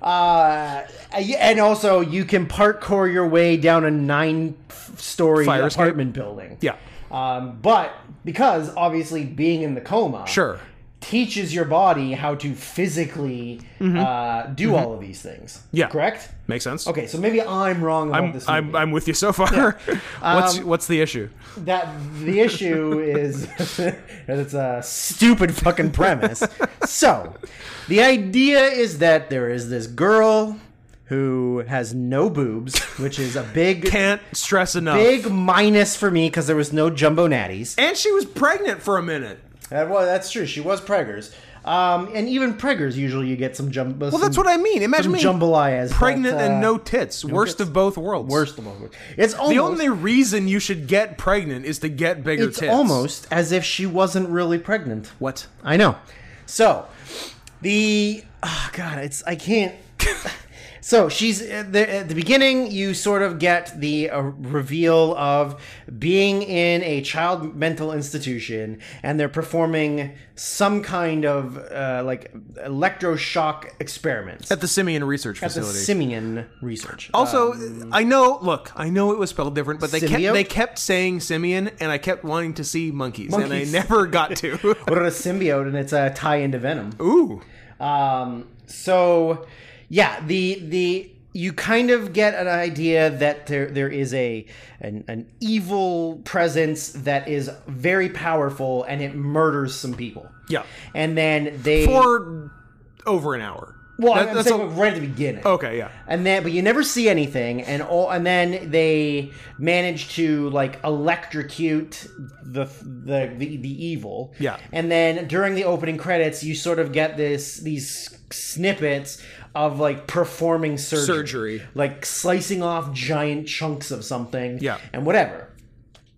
Speaker 1: Uh, and also, you can parkour your way down a nine-story
Speaker 2: Fire escape?
Speaker 1: apartment building.
Speaker 2: yeah.
Speaker 1: Um, but because obviously being in the coma
Speaker 2: Sure.
Speaker 1: teaches your body how to physically uh, do all of these things.
Speaker 2: Mm-hmm. Yeah.
Speaker 1: Correct?
Speaker 2: Makes sense.
Speaker 1: Okay, so maybe I'm wrong about this.
Speaker 2: I'm,
Speaker 1: movie.
Speaker 2: I'm with you so far.
Speaker 1: Um,
Speaker 2: what's what's the issue?
Speaker 1: that the issue is that it's a stupid fucking premise. so, the idea is that there is this girl who has no boobs, which is a big
Speaker 2: Can't stress enough.
Speaker 1: big minus for me because there was no jumbo natties.
Speaker 2: And she was pregnant for a minute.
Speaker 1: That was that's true. She was preggers. Um, and even preggers usually you get some jumbo.
Speaker 2: Well, that's what I mean. Imagine me
Speaker 1: jambalayas.
Speaker 2: pregnant
Speaker 1: but, uh,
Speaker 2: and no tits. worst of both worlds.
Speaker 1: worst of all. It's almost
Speaker 2: The only reason you should get pregnant is to get bigger
Speaker 1: it's
Speaker 2: tits.
Speaker 1: almost as if she wasn't really pregnant.
Speaker 2: what?
Speaker 1: I know. So the oh god, it's I can't. so she's at the, at the beginning. You sort of get the uh, reveal of being in a child mental institution, and they're performing some kind of uh, like electroshock experiments.
Speaker 2: At the Simeon Research
Speaker 1: the
Speaker 2: Facility.
Speaker 1: simian research.
Speaker 2: also,
Speaker 1: Um,
Speaker 2: I know. Look, I know it was spelled different, but they
Speaker 1: Symbiote?
Speaker 2: kept they kept saying Simeon, and I kept wanting to see monkeys, and I
Speaker 1: Monkeys.
Speaker 2: never got to.
Speaker 1: what a symbiote, and it's a tie into Venom.
Speaker 2: Ooh,
Speaker 1: Um, so yeah, the the you kind of get an idea that there there is a an, an evil presence that is very powerful and it murders some people.
Speaker 2: yeah,
Speaker 1: And then they
Speaker 2: for over an hour.
Speaker 1: well,
Speaker 2: That-
Speaker 1: I'm
Speaker 2: that's
Speaker 1: saying
Speaker 2: a- Oh,
Speaker 1: right at the beginning.
Speaker 2: okay, yeah.
Speaker 1: And then, but you never see anything, and all, and then they manage to like electrocute the the the, the evil.
Speaker 2: Yeah.
Speaker 1: And then during the opening credits, you sort of get this these snippets of like performing surgery,
Speaker 2: Surgery.
Speaker 1: like slicing off giant chunks of something.
Speaker 2: Yeah.
Speaker 1: And whatever.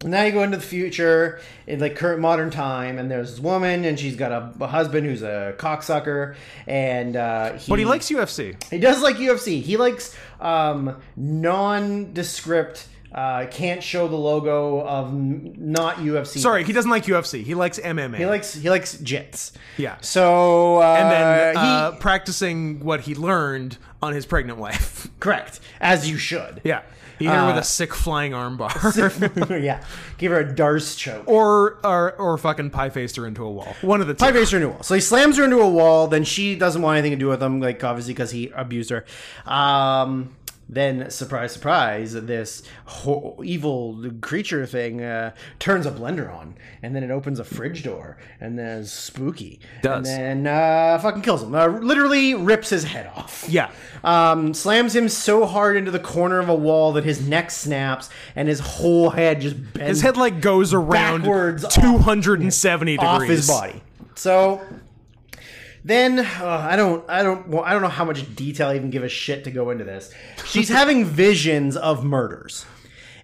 Speaker 1: And now you go into the future in like current modern time, and there's this woman, and she's got a, a husband who's a cocksucker, and uh, he,
Speaker 2: But he likes UFC.
Speaker 1: he does like UFC. He likes um, nondescript. Uh, can't show the logo of n- not UFC.
Speaker 2: Sorry, he doesn't like UFC. He likes MMA.
Speaker 1: he likes he likes jits.
Speaker 2: yeah.
Speaker 1: So uh,
Speaker 2: And then
Speaker 1: he,
Speaker 2: uh, practicing what he learned on his pregnant wife.
Speaker 1: correct as you should.
Speaker 2: Yeah. He hit her
Speaker 1: Uh,
Speaker 2: with a sick flying armbar.
Speaker 1: yeah, give her a Darce choke.
Speaker 2: or, or or fucking pie faced her into a wall. One of the two.
Speaker 1: He based her into a wall. So he slams her into a wall. Then she doesn't want anything to do with him, like obviously because he abused her. Um, then surprise, surprise, this ho- evil creature thing uh, turns a blender on, and then it opens a fridge door, and then it's spooky.
Speaker 2: Does.
Speaker 1: and then uh, fucking kills him. Uh, literally rips his head off.
Speaker 2: yeah.
Speaker 1: Um, slams him so hard into the corner of a wall that his neck snaps and his whole head just bends
Speaker 2: His head like goes around
Speaker 1: Backwards off-
Speaker 2: 270 degrees.
Speaker 1: off his body. So then uh, I don't I don't well, I don't know how much detail I even give a shit to go into this. She's having visions of murders.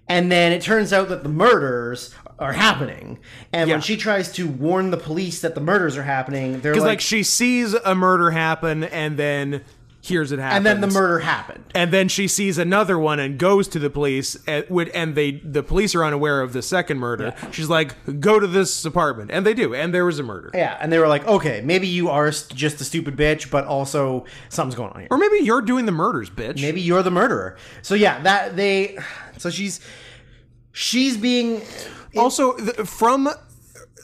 Speaker 1: And then it turns out that the murders are happening. And
Speaker 2: Yeah.
Speaker 1: when she tries to warn the police that the murders are happening, they're like,
Speaker 2: Because like she sees a murder happen and then hears it happen,
Speaker 1: and then the murder happened.
Speaker 2: and then she sees another one and goes to the police and, would- and they the police are unaware of the second murder she's like go to this apartment and they do and there was a murder
Speaker 1: Yeah, and they were like, okay, maybe you are s- just a stupid bitch, but also something's going on here.
Speaker 2: or maybe you're doing the murders bitch
Speaker 1: Maybe you're the murderer. So yeah, that they. So she's she's being
Speaker 2: also th- from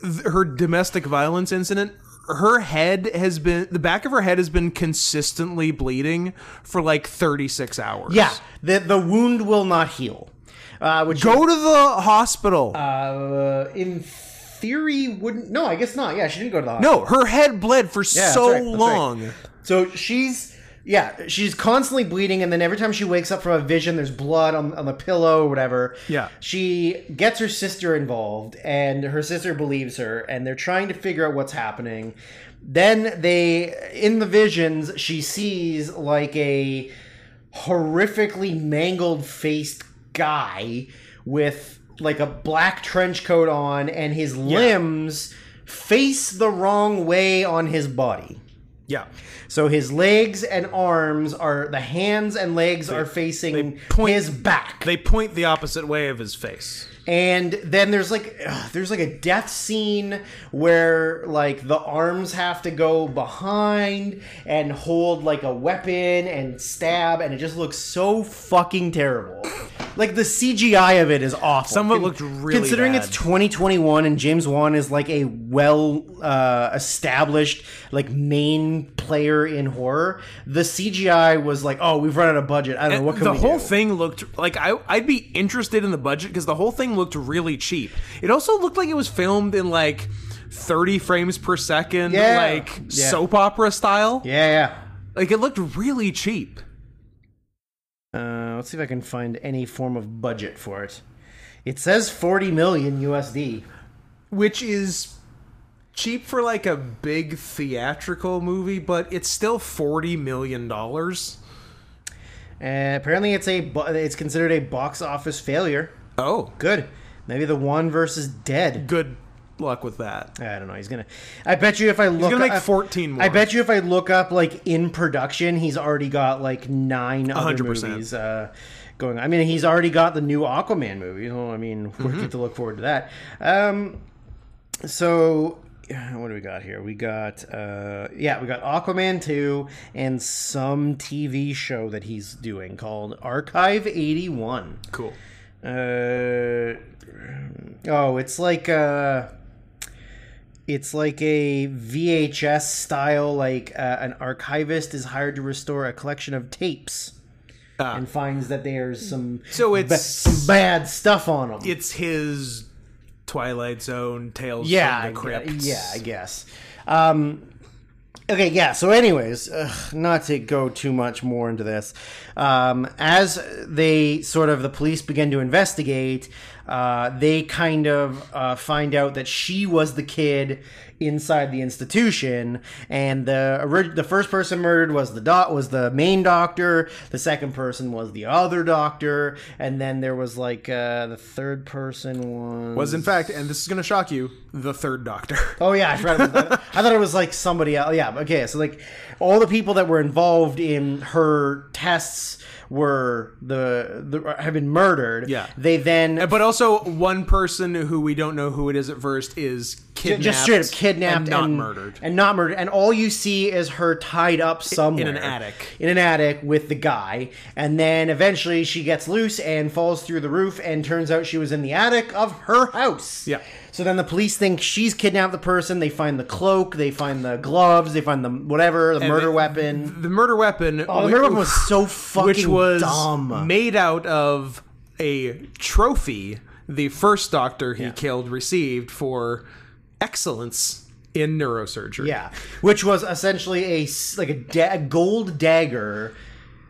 Speaker 2: th- her domestic violence incident her head has been the back of her head has been consistently bleeding for like 36 hours
Speaker 1: yeah the the wound will not heal, uh, which
Speaker 2: go to the hospital
Speaker 1: uh, in theory wouldn't. No, I guess not. Yeah, she didn't go to the hospital.
Speaker 2: no her head bled for
Speaker 1: that's
Speaker 2: so
Speaker 1: right, that's right.
Speaker 2: long
Speaker 1: So she's yeah, she's constantly bleeding, and then every time she wakes up from a vision, there's blood on, on the pillow or whatever.
Speaker 2: Yeah.
Speaker 1: She gets her sister involved, and her sister believes her, and they're trying to figure out what's happening. Then they, in the visions, she sees like a horrifically mangled faced guy with like a black trench coat on, and his limbs face the wrong way on his body.
Speaker 2: yeah
Speaker 1: So his legs and arms are the hands and legs are facing his back,
Speaker 2: they point the opposite way of his face
Speaker 1: and then there's like ugh, there's like a death scene where like the arms have to go behind and hold like a weapon and stab, and it just looks so fucking terrible. Like the CGI of it is awful.
Speaker 2: Some of it
Speaker 1: Con-
Speaker 2: looked really
Speaker 1: considering
Speaker 2: bad.
Speaker 1: it's 2021 and James Wan is like a well uh, established like main player in horror. The CGI was like, oh, we've run out of budget. I don't know what can
Speaker 2: the
Speaker 1: we
Speaker 2: whole
Speaker 1: do?
Speaker 2: thing looked like I, I'd be interested in the budget because the whole thing looked really cheap. It also looked like it was filmed in like 30 frames per second,
Speaker 1: Yeah.
Speaker 2: like
Speaker 1: Yeah.
Speaker 2: soap opera style.
Speaker 1: yeah, yeah.
Speaker 2: Like it looked really cheap.
Speaker 1: Uh, let's see if I can find any form of budget for it. It says 40 million USD.
Speaker 2: which is cheap for like a big theatrical movie, but it's still forty million dollars.
Speaker 1: Uh, apparently, it's a bo- it's considered a box office failure.
Speaker 2: Oh,
Speaker 1: Good. Maybe the one versus dead.
Speaker 2: good luck with that.
Speaker 1: I don't know. He's gonna. I bet you if I look,
Speaker 2: gonna make
Speaker 1: up-
Speaker 2: 14 more.
Speaker 1: I bet you if I look up like in production, he's already got like nine other
Speaker 2: 100%.
Speaker 1: movies uh, going. I mean, he's already got the new Aquaman movie. So I mean, we
Speaker 2: Mm-hmm.
Speaker 1: get to look forward to that. Um, so what do we got here? We got uh, yeah, we got Aquaman two and some TV show that he's doing called Archive eighty one.
Speaker 2: Cool.
Speaker 1: Uh, oh, it's like uh it's like a VHS style. Like uh, an archivist is hired to restore a collection of tapes
Speaker 2: Ah.
Speaker 1: and finds that there's some
Speaker 2: So
Speaker 1: ba-
Speaker 2: it's
Speaker 1: some bad stuff on them.
Speaker 2: it's his Twilight Zone tales.
Speaker 1: yeah,
Speaker 2: from the
Speaker 1: I gue-
Speaker 2: crypts.
Speaker 1: yeah, I guess. Um, okay, yeah. So, anyways, ugh, not to go too much more into this, um, as they sort of the police begin to investigate, uh, they kind of uh, find out that she was the kid inside the institution, and the orig- the first person murdered was the doc was the main doctor, the second person was the other doctor, and then there was like uh, the third person was
Speaker 2: was in fact, and this is gonna shock you, the Third Doctor.
Speaker 1: Oh yeah, I forgot about that. I thought it was like somebody else. Yeah, okay. So like all the people that were involved in her tests were the, the have been murdered.
Speaker 2: Yeah.
Speaker 1: They then
Speaker 2: But also, one person who we don't know who it is at first is kidnapped,
Speaker 1: just straight up kidnapped
Speaker 2: and not murdered.
Speaker 1: and not murdered and all you see is her tied up somewhere
Speaker 2: attic.
Speaker 1: in an attic with the guy and then eventually she gets loose and falls through the roof and turns out she was in the attic of her house
Speaker 2: Yeah.
Speaker 1: so then the police think she's kidnapped the person they find the cloak they find the gloves they find the whatever the murder
Speaker 2: they-
Speaker 1: weapon
Speaker 2: the murder weapon.
Speaker 1: oh, the murder weapon was so fucking
Speaker 2: which was
Speaker 1: dumb
Speaker 2: made out of a trophy the first doctor he killed received for excellence in neurosurgery.
Speaker 1: Yeah, which was essentially a s- like a, da- a gold dagger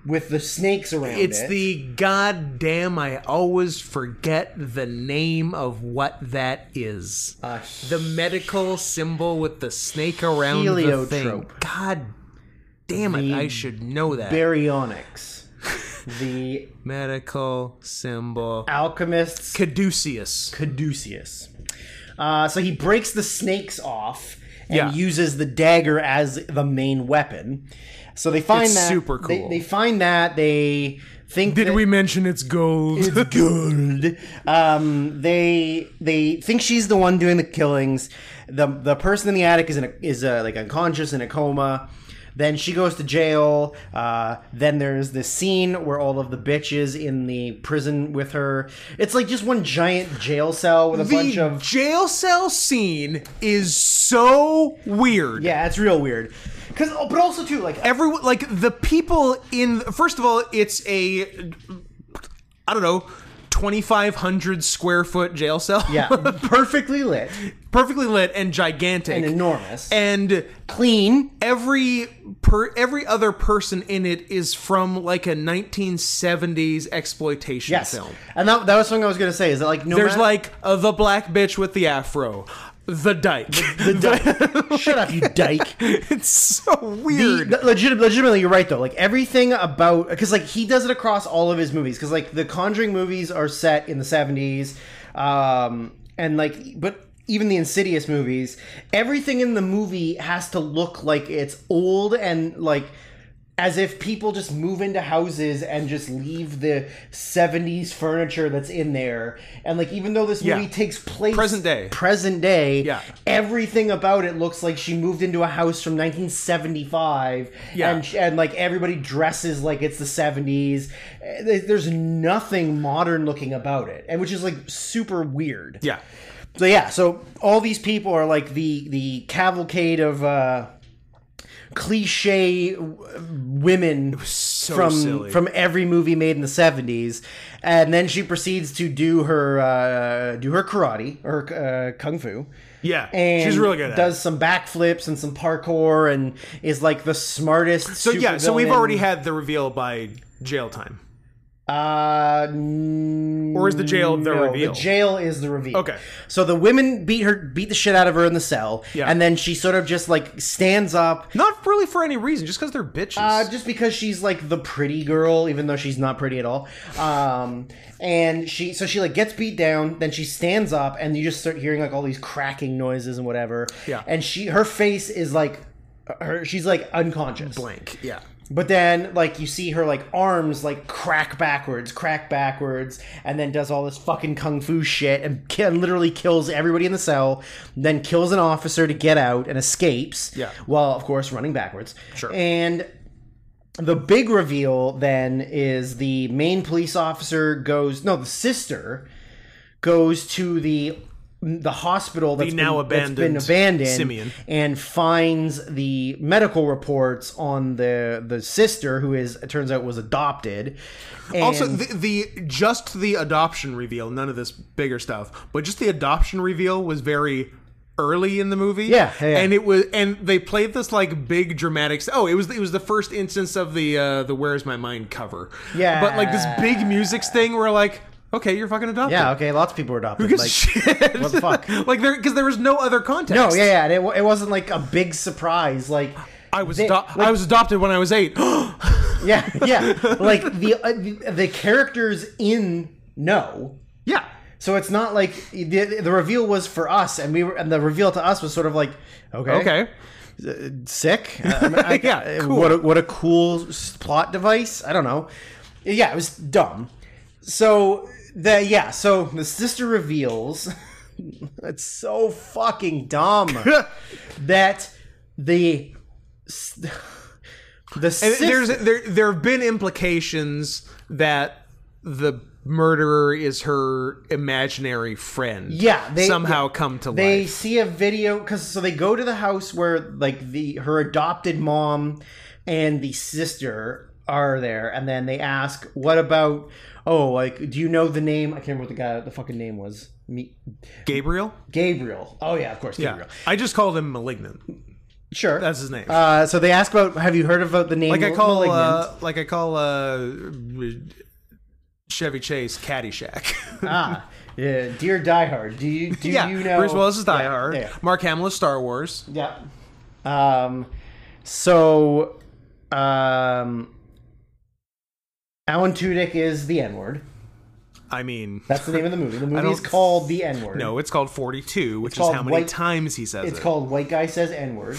Speaker 1: with the snakes around
Speaker 2: It's
Speaker 1: it.
Speaker 2: the goddamn I always forget the name of what that is.
Speaker 1: Uh,
Speaker 2: the medical symbol with the snake around the thing.
Speaker 1: Heliotrope.
Speaker 2: God damn it, I should know that.
Speaker 1: baryonyx. the
Speaker 2: Medical symbol.
Speaker 1: alchemist's
Speaker 2: Caduceus.
Speaker 1: Caduceus. Uh, so he breaks the snakes off and
Speaker 2: Yeah.
Speaker 1: uses the dagger as the main weapon. So they find
Speaker 2: It's
Speaker 1: that
Speaker 2: super
Speaker 1: they-
Speaker 2: cool.
Speaker 1: They, find that they think
Speaker 2: Did
Speaker 1: that
Speaker 2: we mention it's gold?
Speaker 1: it's gold. Um, they they think she's the one doing the killings. The the person in the attic is in a, is uh like unconscious in a coma. Then she goes to jail. Uh, then there's this scene where all of the bitches in the prison with her. It's like just one giant jail cell with a bunch
Speaker 2: the
Speaker 1: of
Speaker 2: jail cell scene is so weird.
Speaker 1: yeah. It's real weird. Cause oh, but also too like
Speaker 2: Everyone, like the people in. First of all, it's a I don't know, twenty five hundred square foot jail cell.
Speaker 1: yeah, perfectly lit
Speaker 2: perfectly lit and gigantic
Speaker 1: and enormous,
Speaker 2: and
Speaker 1: clean.
Speaker 2: every per every other person in it is from like a 1970s exploitation
Speaker 1: Yes,
Speaker 2: film.
Speaker 1: and that, that was something I was gonna say. Is that like no
Speaker 2: There's
Speaker 1: matter-
Speaker 2: like uh, the black bitch with the afro, the dyke.
Speaker 1: the dyke. Shut up, you dyke.
Speaker 2: it's so
Speaker 1: The,
Speaker 2: weird.
Speaker 1: the- legit, legitimately, you're right though. Like everything about because like he does it across all of his movies. Because like the Conjuring movies are set in the 70s, um, and like but even the Insidious movies, everything in the movie has to look like it's old and like as if people just move into houses and just leave the 70s furniture that's in there and like even though this
Speaker 2: Yeah.
Speaker 1: movie takes place
Speaker 2: Present day.
Speaker 1: present day
Speaker 2: Yeah.
Speaker 1: everything about it looks like she moved into a house from 1975
Speaker 2: Yeah.
Speaker 1: and, and like everybody dresses like it's the 70s Eh, there- there's nothing modern looking about it and which is like super weird
Speaker 2: yeah.
Speaker 1: so yeah so all these people are like the the cavalcade of uh cliche w- women
Speaker 2: So
Speaker 1: from
Speaker 2: silly.
Speaker 1: from every movie made in the 70s and then she proceeds to do her uh, do her karate or uh, kung fu
Speaker 2: yeah.
Speaker 1: and
Speaker 2: She's really good at
Speaker 1: does
Speaker 2: it.
Speaker 1: some backflips and some parkour and is like the smartest
Speaker 2: So yeah, so we've already had the reveal by jail time.
Speaker 1: uh n-
Speaker 2: Or is the jail the
Speaker 1: no,
Speaker 2: reveal?
Speaker 1: the jail is the reveal
Speaker 2: Okay.
Speaker 1: so the women beat her beat the shit out of her in the cell
Speaker 2: Yeah.
Speaker 1: and then she sort of just like stands up
Speaker 2: Not really for any reason, just because they're bitches.
Speaker 1: Uh, just because she's like the pretty girl, even though she's not pretty at all. Um, and she, so she like gets beat down, then she stands up, and you just start hearing like all these cracking noises and whatever.
Speaker 2: Yeah.
Speaker 1: And she, her face is like, her, she's like unconscious.
Speaker 2: blank. Yeah.
Speaker 1: But then, like, you see her like arms like crack backwards, crack backwards, and then does all this fucking kung fu shit and, ki- and literally kills everybody in the cell. Then kills an officer to get out and escapes.
Speaker 2: Yeah.
Speaker 1: While of course running backwards.
Speaker 2: Sure.
Speaker 1: And the big reveal then is the main police officer goes no the sister goes to the the hospital that's
Speaker 2: now
Speaker 1: been, that's been
Speaker 2: abandoned
Speaker 1: abandoned
Speaker 2: Simeon.
Speaker 1: and finds the medical reports on the the sister who is it turns out was adopted and
Speaker 2: Also, the, the just the adoption reveal, none of this bigger stuff, but just the adoption reveal was very early in the movie.
Speaker 1: Yeah, yeah, yeah.
Speaker 2: and it was, and they played this like big dramatic. s- Oh, it was it was the first instance of the uh, the "Where's My Mind" cover.
Speaker 1: Yeah.
Speaker 2: but like this big music thing where like, okay, you're fucking adopted.
Speaker 1: yeah okay lots of people were adopted
Speaker 2: Because
Speaker 1: like
Speaker 2: shit.
Speaker 1: what the fuck?
Speaker 2: like there, because there was no other context.
Speaker 1: no yeah yeah and it, wa- it wasn't like a big surprise like
Speaker 2: I was
Speaker 1: they-
Speaker 2: ado- I was adopted when I was eight.
Speaker 1: yeah yeah like the uh, the- the characters in no
Speaker 2: yeah,
Speaker 1: So it's not like the, the reveal was for us, and we were, and the reveal to us was sort of like, okay,
Speaker 2: okay.
Speaker 1: sick, Um, I-
Speaker 2: Yeah,
Speaker 1: I-
Speaker 2: cool.
Speaker 1: What a, what a cool s- plot device. I don't know. Yeah, it was dumb. So the yeah, so the sister reveals. it's so fucking dumb that the s- the
Speaker 2: And
Speaker 1: sister,
Speaker 2: there's there there have been implications that the murderer is her imaginary friend.
Speaker 1: Yeah, they-
Speaker 2: somehow come to
Speaker 1: they
Speaker 2: life.
Speaker 1: see a video because so they go to the house where like the her adopted mom and the sister are there and then they ask what about oh like do you know the name i can't remember what the guy the fucking name was Me,
Speaker 2: Gabriel.
Speaker 1: gabriel oh yeah of course
Speaker 2: Yeah,
Speaker 1: gabriel
Speaker 2: I just called him malignant.
Speaker 1: sure
Speaker 2: That's his name.
Speaker 1: uh, so they ask about have you heard about the name
Speaker 2: like I call
Speaker 1: Malignant?
Speaker 2: uh, like I call uh, Chevy Chase Caddyshack.
Speaker 1: ah yeah dear diehard do you do
Speaker 2: yeah,
Speaker 1: you know
Speaker 2: Bruce Willis is Die
Speaker 1: Yeah,
Speaker 2: Hard.
Speaker 1: yeah.
Speaker 2: Mark Hamill is Star Wars.
Speaker 1: Yeah. Um, so, um, Alan Tudyk is the N word.
Speaker 2: I mean,
Speaker 1: That's the name of the movie. The movie is
Speaker 2: don't-
Speaker 1: called the N word.
Speaker 2: no, it's called 42, which is
Speaker 1: called
Speaker 2: how many
Speaker 1: white-
Speaker 2: times he says
Speaker 1: it's
Speaker 2: it.
Speaker 1: called White Guy Says N word.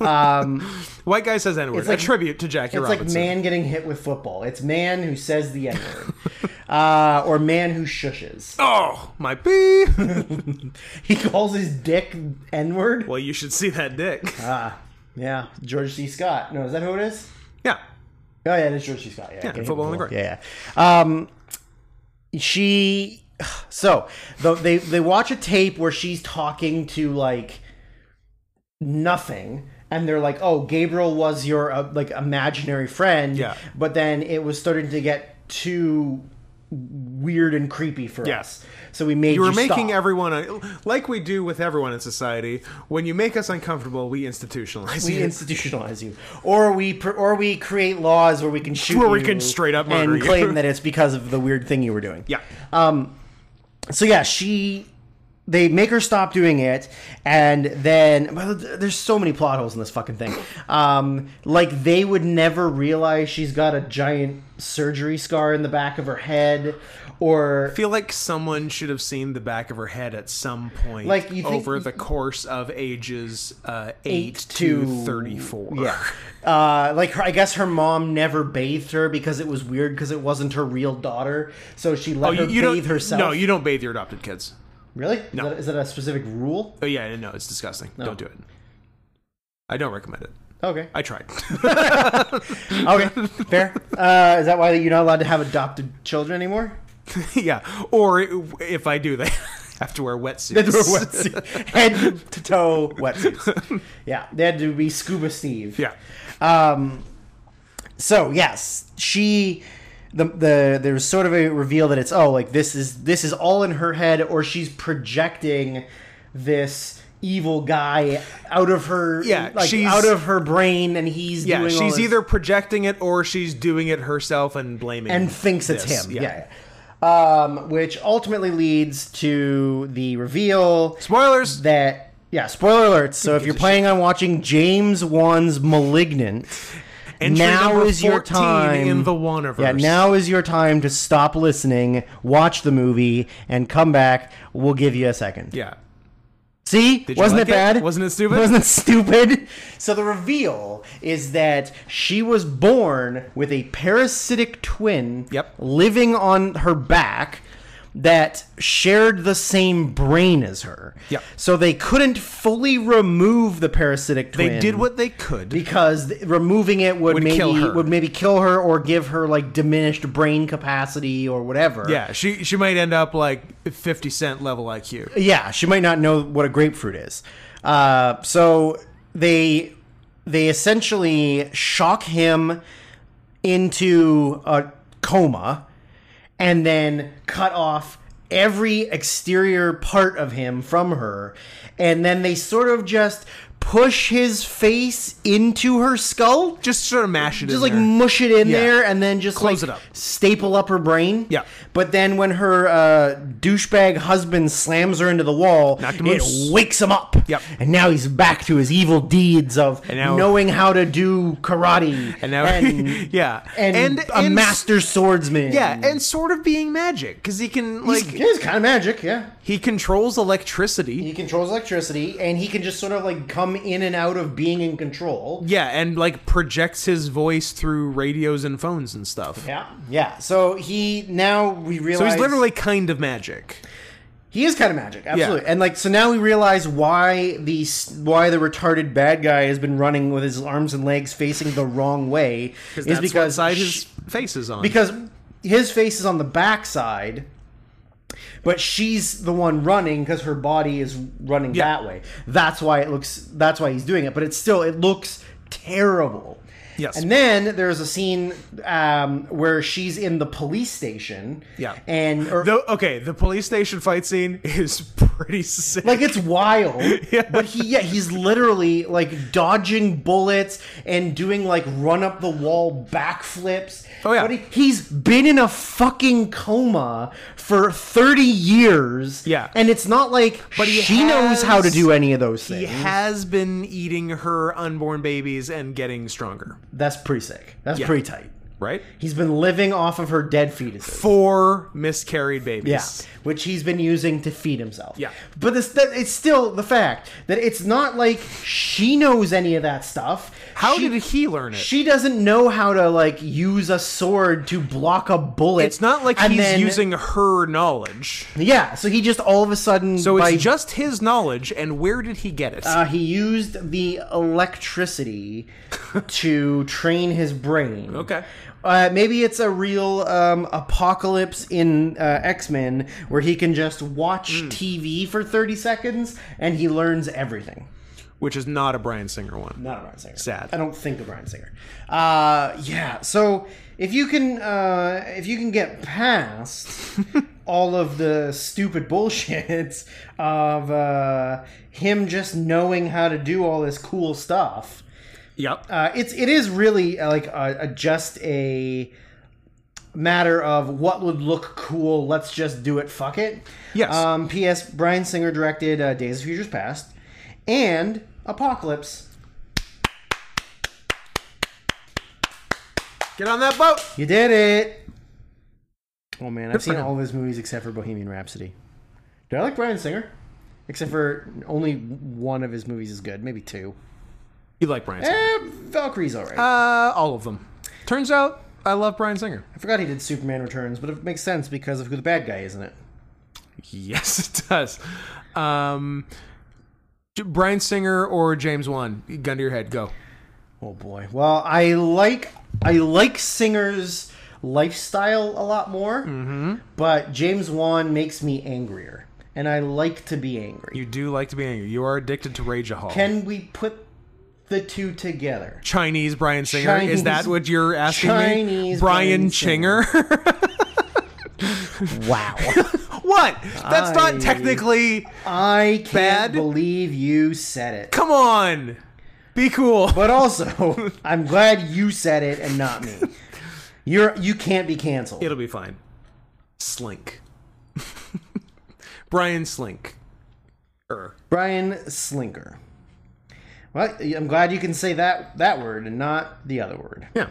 Speaker 1: um,
Speaker 2: White guy says N word.
Speaker 1: It's like-
Speaker 2: a tribute to Jackie
Speaker 1: it's like
Speaker 2: Robinson.
Speaker 1: man getting hit with football. It's man who says the N word, uh, or man who shushes.
Speaker 2: oh, my pee.
Speaker 1: He calls his dick N word.
Speaker 2: well, you should see that dick.
Speaker 1: Ah, yeah, George C. Scott. No, is that who it is?
Speaker 2: yeah.
Speaker 1: Oh yeah, that's George C. Scott. Yeah,
Speaker 2: football on the ground.
Speaker 1: Yeah, yeah. Um, she. So the, they they watch a tape where she's talking to like nothing, and they're like, "Oh, Gabriel was your uh, like imaginary friend."
Speaker 2: Yeah.
Speaker 1: But then it was starting to get too weird and creepy for
Speaker 2: Yes.
Speaker 1: us. So we made
Speaker 2: You were making
Speaker 1: stop.
Speaker 2: everyone, un- like we do with everyone in society, when you make us uncomfortable, we institutionalize
Speaker 1: we
Speaker 2: you.
Speaker 1: institutionalize you, or we pr- or we create laws where we can shoot,
Speaker 2: Where we
Speaker 1: you
Speaker 2: can straight up murder
Speaker 1: and
Speaker 2: you.
Speaker 1: claim that it's because of the weird thing you were doing.
Speaker 2: yeah.
Speaker 1: So yeah, she they make her stop doing it, and then well, th- there's so many plot holes in this fucking thing. Um, like they would never realize she's got a giant surgery scar in the back of her head, or
Speaker 2: I feel like someone should have seen the back of her head at some point
Speaker 1: Like, you think-
Speaker 2: over the course of ages uh, 8,
Speaker 1: to-
Speaker 2: to, 34.
Speaker 1: Yeah. Uh, like her, I guess her mom never bathed her because it was weird because it wasn't her real daughter, so she let
Speaker 2: Oh, you,
Speaker 1: her
Speaker 2: you
Speaker 1: bathe
Speaker 2: don't,
Speaker 1: herself.
Speaker 2: No, you don't bathe your adopted kids.
Speaker 1: really? No. Is, that, is that a specific rule?
Speaker 2: Oh, yeah, no, it's disgusting. Don't do it. I don't recommend it.
Speaker 1: Okay.
Speaker 2: I tried.
Speaker 1: Okay. Fair. Uh, is that why you're not allowed to have adopted children anymore?
Speaker 2: yeah. Or if I do, they have to wear wetsuits.
Speaker 1: They were wetsuits. Head to toe wetsuits. Yeah, they had to be scuba Steve.
Speaker 2: Yeah.
Speaker 1: Um, so yes, she. The, the there's sort of a reveal that it's oh like this is this is all in her head or she's projecting this evil guy out of her
Speaker 2: Yeah,
Speaker 1: like
Speaker 2: she's-
Speaker 1: out of her brain and he's
Speaker 2: Yeah,
Speaker 1: doing all
Speaker 2: she's
Speaker 1: this-
Speaker 2: either projecting it or she's doing it herself and blaming
Speaker 1: and thinks it's
Speaker 2: this,
Speaker 1: him
Speaker 2: yeah.
Speaker 1: yeah, yeah. um which ultimately leads to the reveal
Speaker 2: Spoilers!
Speaker 1: that yeah spoiler alerts so if you're planning on watching james wan's malignant
Speaker 2: Entry
Speaker 1: now
Speaker 2: number
Speaker 1: is your
Speaker 2: 14
Speaker 1: time
Speaker 2: in the Wannaverse.
Speaker 1: yeah now is your time to stop listening watch the movie and come back we'll give you a second
Speaker 2: Yeah.
Speaker 1: see
Speaker 2: you
Speaker 1: wasn't
Speaker 2: like
Speaker 1: it
Speaker 2: it?
Speaker 1: bad
Speaker 2: Wasn't it stupid?
Speaker 1: wasn't it stupid so the reveal is that she was born with a parasitic twin
Speaker 2: Yep.
Speaker 1: living on her back that shared the same brain as her.
Speaker 2: Yep.
Speaker 1: So they couldn't fully remove the parasitic twin.
Speaker 2: They did what they could.
Speaker 1: because th- removing it would,
Speaker 2: Would
Speaker 1: maybe
Speaker 2: kill her.
Speaker 1: would maybe kill her or give her like diminished brain capacity or whatever.
Speaker 2: Yeah, she she might end up like 50 cent level IQ.
Speaker 1: Yeah, she might not know what a grapefruit is. Uh, so they they essentially shock him into a coma and then cut off every exterior part of him from her and then they sort of just push his face into her skull
Speaker 2: Just sort of mash it
Speaker 1: just
Speaker 2: in
Speaker 1: like
Speaker 2: there.
Speaker 1: mush it in
Speaker 2: Yeah.
Speaker 1: there and then just
Speaker 2: Close
Speaker 1: like,
Speaker 2: it up.
Speaker 1: staple up her brain.
Speaker 2: Yeah.
Speaker 1: But then when her uh, douchebag husband slams her into the wall,
Speaker 2: Knocked him
Speaker 1: it
Speaker 2: loose.
Speaker 1: wakes him up.
Speaker 2: Yep.
Speaker 1: And now he's back to his evil deeds of
Speaker 2: now-
Speaker 1: knowing how to do karate
Speaker 2: and now,
Speaker 1: and,
Speaker 2: yeah,
Speaker 1: and, a master swordsman.
Speaker 2: yeah, and sort of being magic because he can like
Speaker 1: He's- he's kind of magic, yeah.
Speaker 2: he controls electricity.
Speaker 1: He controls electricity, and he can just sort of like come in and out of being in control.
Speaker 2: Yeah, and like projects his voice through radios and phones and stuff.
Speaker 1: Yeah, yeah. So he now we realize
Speaker 2: So he's literally kind of magic.
Speaker 1: He is kind of magic, absolutely. And like, so now we realize why the why the retarded bad guy has been running with his arms and legs facing the wrong way is
Speaker 2: That's
Speaker 1: because
Speaker 2: what side
Speaker 1: sh-
Speaker 2: his face is on.
Speaker 1: because his face is on the back side, but she's the one running because her body is running
Speaker 2: Yeah.
Speaker 1: that way. That's why it looks. That's why he's doing it. But it's still it looks terrible.
Speaker 2: Yes.
Speaker 1: And then there's a scene um, where she's in the police station.
Speaker 2: Yeah.
Speaker 1: And or,
Speaker 2: Though, okay, the police station fight scene is pretty sick.
Speaker 1: like it's wild but he yeah he's literally like dodging bullets and doing like run up the wall backflips
Speaker 2: Oh, yeah.
Speaker 1: but he, he's been in a fucking coma for 30 years
Speaker 2: Yeah.
Speaker 1: and it's not like but
Speaker 2: he
Speaker 1: she knows how to
Speaker 2: has-
Speaker 1: do any of those things
Speaker 2: he has been eating her unborn babies and getting stronger.
Speaker 1: that's pretty sick that's
Speaker 2: Yeah.
Speaker 1: pretty tight
Speaker 2: right?
Speaker 1: He's been living off of her dead fetuses.
Speaker 2: Four miscarried babies.
Speaker 1: Yeah, which he's been using to feed himself.
Speaker 2: Yeah.
Speaker 1: but this that, it's still the fact that it's not like she knows any of that stuff.
Speaker 2: How
Speaker 1: she,
Speaker 2: did he learn it?
Speaker 1: She doesn't know how to like use a sword to block a bullet.
Speaker 2: it's not like
Speaker 1: and
Speaker 2: he's
Speaker 1: then-
Speaker 2: using her knowledge.
Speaker 1: Yeah, so he just all of a sudden.
Speaker 2: So
Speaker 1: by,
Speaker 2: it's just his knowledge, and where did he get it?
Speaker 1: Uh, he used the electricity to train his brain.
Speaker 2: Okay.
Speaker 1: Uh, maybe it's a real um, apocalypse in uh, X Men where he can just watch
Speaker 2: Hmm.
Speaker 1: TV for 30 seconds and he learns everything.
Speaker 2: Which is not a Brian Singer one.
Speaker 1: Not a Brian Singer.
Speaker 2: Sad.
Speaker 1: I don't think a Brian Singer. Uh, yeah. So if you can, uh, if you can get past all of the stupid bullshit of uh, him just knowing how to do all this cool stuff,
Speaker 2: Yep.
Speaker 1: uh, it's it is really uh, like a, a just a matter of what would look cool. Let's just do it. Fuck it.
Speaker 2: Yes.
Speaker 1: Um, P.S. Brian Singer directed uh, Days of Futures Past and Apocalypse.
Speaker 2: Get on that boat.
Speaker 1: You did it. Oh man, I've
Speaker 2: for
Speaker 1: seen
Speaker 2: him.
Speaker 1: all of his movies except for Bohemian Rhapsody. Do I like Brian Singer? Except for only one of his movies is good, maybe two.
Speaker 2: You like Brian Singer?
Speaker 1: Eh, Valkyrie's alright.
Speaker 2: Uh, all of them. Turns out I love Brian Singer.
Speaker 1: I forgot he did Superman Returns, but it makes sense because of who the bad guy is, isn't it?
Speaker 2: Yes, it does. Um, J- Brian Singer or James Wan? Gun to your head, go.
Speaker 1: Oh boy. Well, I like I like Singer's lifestyle a lot more, but James Wan makes me angrier, and I like to be angry.
Speaker 2: You do like to be angry. You are addicted to rage hall.
Speaker 1: Can we put the two together?
Speaker 2: Chinese Brian Singer?
Speaker 1: Chinese-
Speaker 2: Is that what you're asking me?
Speaker 1: Chinese Brian
Speaker 2: Brian
Speaker 1: Singer.
Speaker 2: Chinger?
Speaker 1: Wow.
Speaker 2: what? That's
Speaker 1: I-
Speaker 2: not technically.
Speaker 1: I can't
Speaker 2: Bad?
Speaker 1: believe you said it.
Speaker 2: Come on, be cool.
Speaker 1: But also, I'm glad you said it and not me. You're you can't be canceled.
Speaker 2: It'll be fine. Slink. Brian Slink. Er.
Speaker 1: Brian Slinker. Well, I'm glad you can say that that word and not the other word.
Speaker 2: Yeah.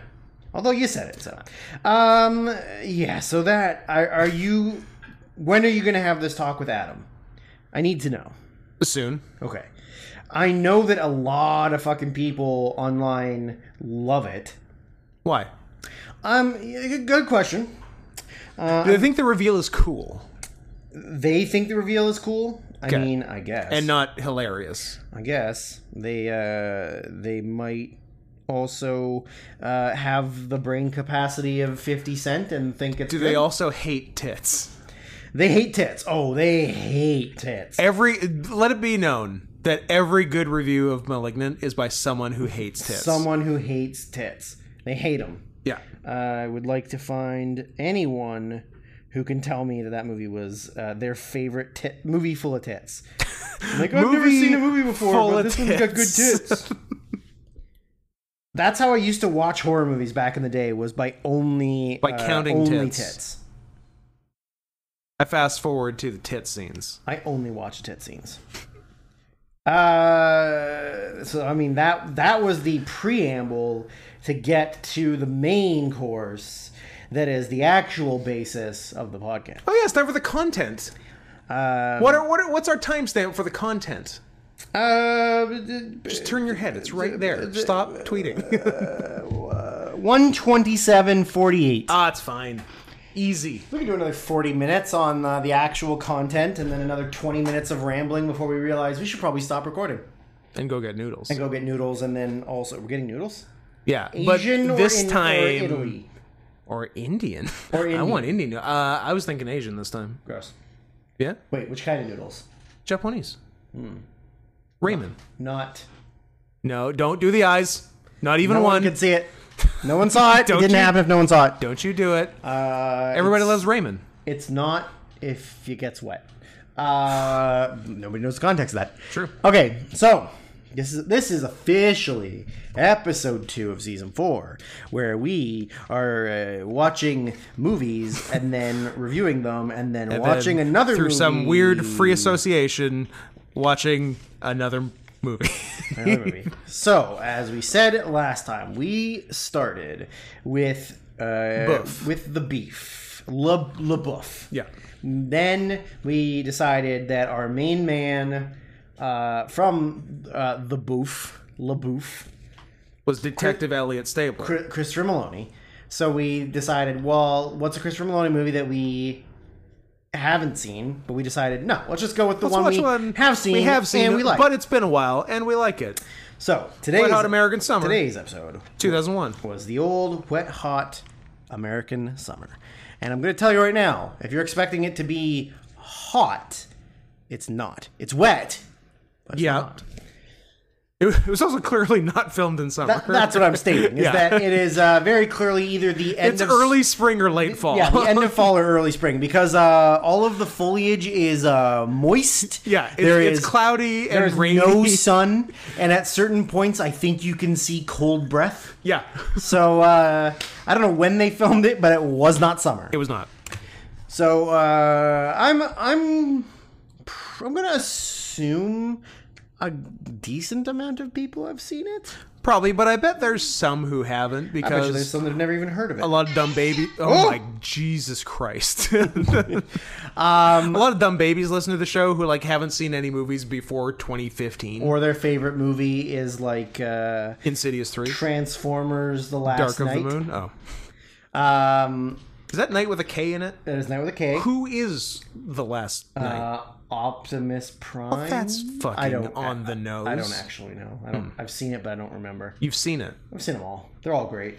Speaker 1: Although you said it, so um, yeah. So that are, are you? When are you going to have this talk with Adam? I need to know.
Speaker 2: Soon.
Speaker 1: Okay, I know that a lot of fucking people online love it.
Speaker 2: Why?
Speaker 1: Um, y- good question.
Speaker 2: Do they think the reveal is cool
Speaker 1: They think the reveal is cool. I
Speaker 2: Okay.
Speaker 1: mean, I guess.
Speaker 2: and not hilarious?
Speaker 1: I guess they uh, they might also uh, have the brain capacity of Fifty Cent and think it's
Speaker 2: Do they also hate tits?
Speaker 1: they hate tits. Oh, they hate tits.
Speaker 2: Every let it be known that every good review of *Malignant* is by someone who hates tits.
Speaker 1: Someone who hates tits. They hate them.
Speaker 2: Yeah.
Speaker 1: I would like to find anyone who can tell me that that movie was uh, their favorite tit- movie full of tits. I'm like, I've never
Speaker 2: Movie
Speaker 1: seen a movie before,
Speaker 2: full
Speaker 1: but
Speaker 2: of
Speaker 1: this one's got good
Speaker 2: tits."
Speaker 1: tits. That's how I used to watch horror movies back in the day was by only
Speaker 2: By
Speaker 1: uh,
Speaker 2: counting
Speaker 1: only
Speaker 2: tits. I fast forward to the tit scenes.
Speaker 1: I only watch tit scenes. Uh, so I mean that that was the preamble to get to the main course that is the actual basis of the podcast.
Speaker 2: Oh yeah, it's time for the content.
Speaker 1: Uh,
Speaker 2: What are, what are, what's our timestamp for the content?
Speaker 1: uh,
Speaker 2: Just turn your head. It's right there. Stop tweeting.
Speaker 1: one twenty-seven forty-eight.
Speaker 2: ah, it's fine. Easy.
Speaker 1: We can do another forty minutes on uh, the actual content, and then another twenty minutes of rambling before we realize we should probably stop recording
Speaker 2: And go get noodles.
Speaker 1: and go get noodles, and then also we're getting noodles.
Speaker 2: Yeah, but
Speaker 1: Asian or
Speaker 2: this
Speaker 1: in- or
Speaker 2: time
Speaker 1: Italy.
Speaker 2: or Indian.
Speaker 1: Or
Speaker 2: I want
Speaker 1: Indian.
Speaker 2: Indian. Uh, I was thinking Asian this time.
Speaker 1: Gross.
Speaker 2: Yeah,
Speaker 1: Wait, which kind of noodles?
Speaker 2: Japanese.
Speaker 1: Hmm.
Speaker 2: Raymond.
Speaker 1: Not.
Speaker 2: No, don't do the eyes. Not even
Speaker 1: No
Speaker 2: one.
Speaker 1: one could see it. No one saw it. it
Speaker 2: Don't
Speaker 1: didn't
Speaker 2: you-
Speaker 1: happen if no one saw it.
Speaker 2: Don't you do it.
Speaker 1: Uh,
Speaker 2: Everybody
Speaker 1: it's,
Speaker 2: loves Raymond.
Speaker 1: It's not if it gets wet. Uh, nobody knows the context of that.
Speaker 2: True.
Speaker 1: Okay, so this is this is officially episode two of season four, where we are uh, watching movies and then reviewing them and then watching
Speaker 2: Then,
Speaker 1: another
Speaker 2: through some
Speaker 1: movie-
Speaker 2: weird free association, watching another movie.
Speaker 1: Another movie. so, as we said last time, we started with uh,
Speaker 2: Buff.
Speaker 1: with the beef, Le, Le Buff.
Speaker 2: Yeah.
Speaker 1: Then we decided that our main man uh, from uh, the Boof, Le Boof,
Speaker 2: Was Detective Elliot Stabler.
Speaker 1: Chri- Christopher Maloney. So we decided, well, what's a Christopher Maloney movie that we haven't seen? But we decided, no, let's just go with the
Speaker 2: Let's
Speaker 1: one
Speaker 2: watch
Speaker 1: we
Speaker 2: one
Speaker 1: have seen.
Speaker 2: We have seen,
Speaker 1: and we like.
Speaker 2: but it's been a while, and we like it.
Speaker 1: so today's
Speaker 2: Wet Hot American Summer,
Speaker 1: today's episode
Speaker 2: 2001.
Speaker 1: was the old wet hot American summer. And I'm going to tell you right now, if you're expecting it to be hot, it's not. It's wet. but it's
Speaker 2: Yeah.
Speaker 1: not.
Speaker 2: It was also clearly not filmed in summer.
Speaker 1: That- that's what I'm stating. Is
Speaker 2: Yeah.
Speaker 1: that it is uh, very clearly either the end
Speaker 2: it's
Speaker 1: of
Speaker 2: early spring or late fall.
Speaker 1: Yeah, the end of fall or early spring because uh, all of the foliage is uh, moist.
Speaker 2: Yeah, it's,
Speaker 1: there
Speaker 2: it's
Speaker 1: is-
Speaker 2: cloudy
Speaker 1: There
Speaker 2: and
Speaker 1: is
Speaker 2: rainy.
Speaker 1: no sun, and at certain points, I think you can see cold breath.
Speaker 2: yeah,
Speaker 1: So uh, I don't know when they filmed it, but it was not summer.
Speaker 2: it was not.
Speaker 1: So uh, I'm I'm pr- I'm gonna assume a decent amount of people have seen it.
Speaker 2: Probably, but I bet there's some who haven't
Speaker 1: I bet you there's
Speaker 2: because
Speaker 1: some that have never even heard of it.
Speaker 2: a lot of dumb baby. Oh, my Jesus Christ! um, a lot of dumb babies listen to the show who like haven't seen any movies before 2015.
Speaker 1: Or their favorite movie is like uh,
Speaker 2: Insidious Three,
Speaker 1: Transformers: The Last
Speaker 2: Dark of
Speaker 1: Night.
Speaker 2: the Moon. Oh,
Speaker 1: Um,
Speaker 2: is that Night with a K in it?
Speaker 1: that is Night with a K.
Speaker 2: Who is the last night?
Speaker 1: Uh, Optimus Prime.
Speaker 2: Oh, That's fucking
Speaker 1: I don't,
Speaker 2: on Hmm. the nose.
Speaker 1: I don't actually know. I don't. I've seen it, but I don't remember.
Speaker 2: You've seen it.
Speaker 1: I've seen them all. They're all great.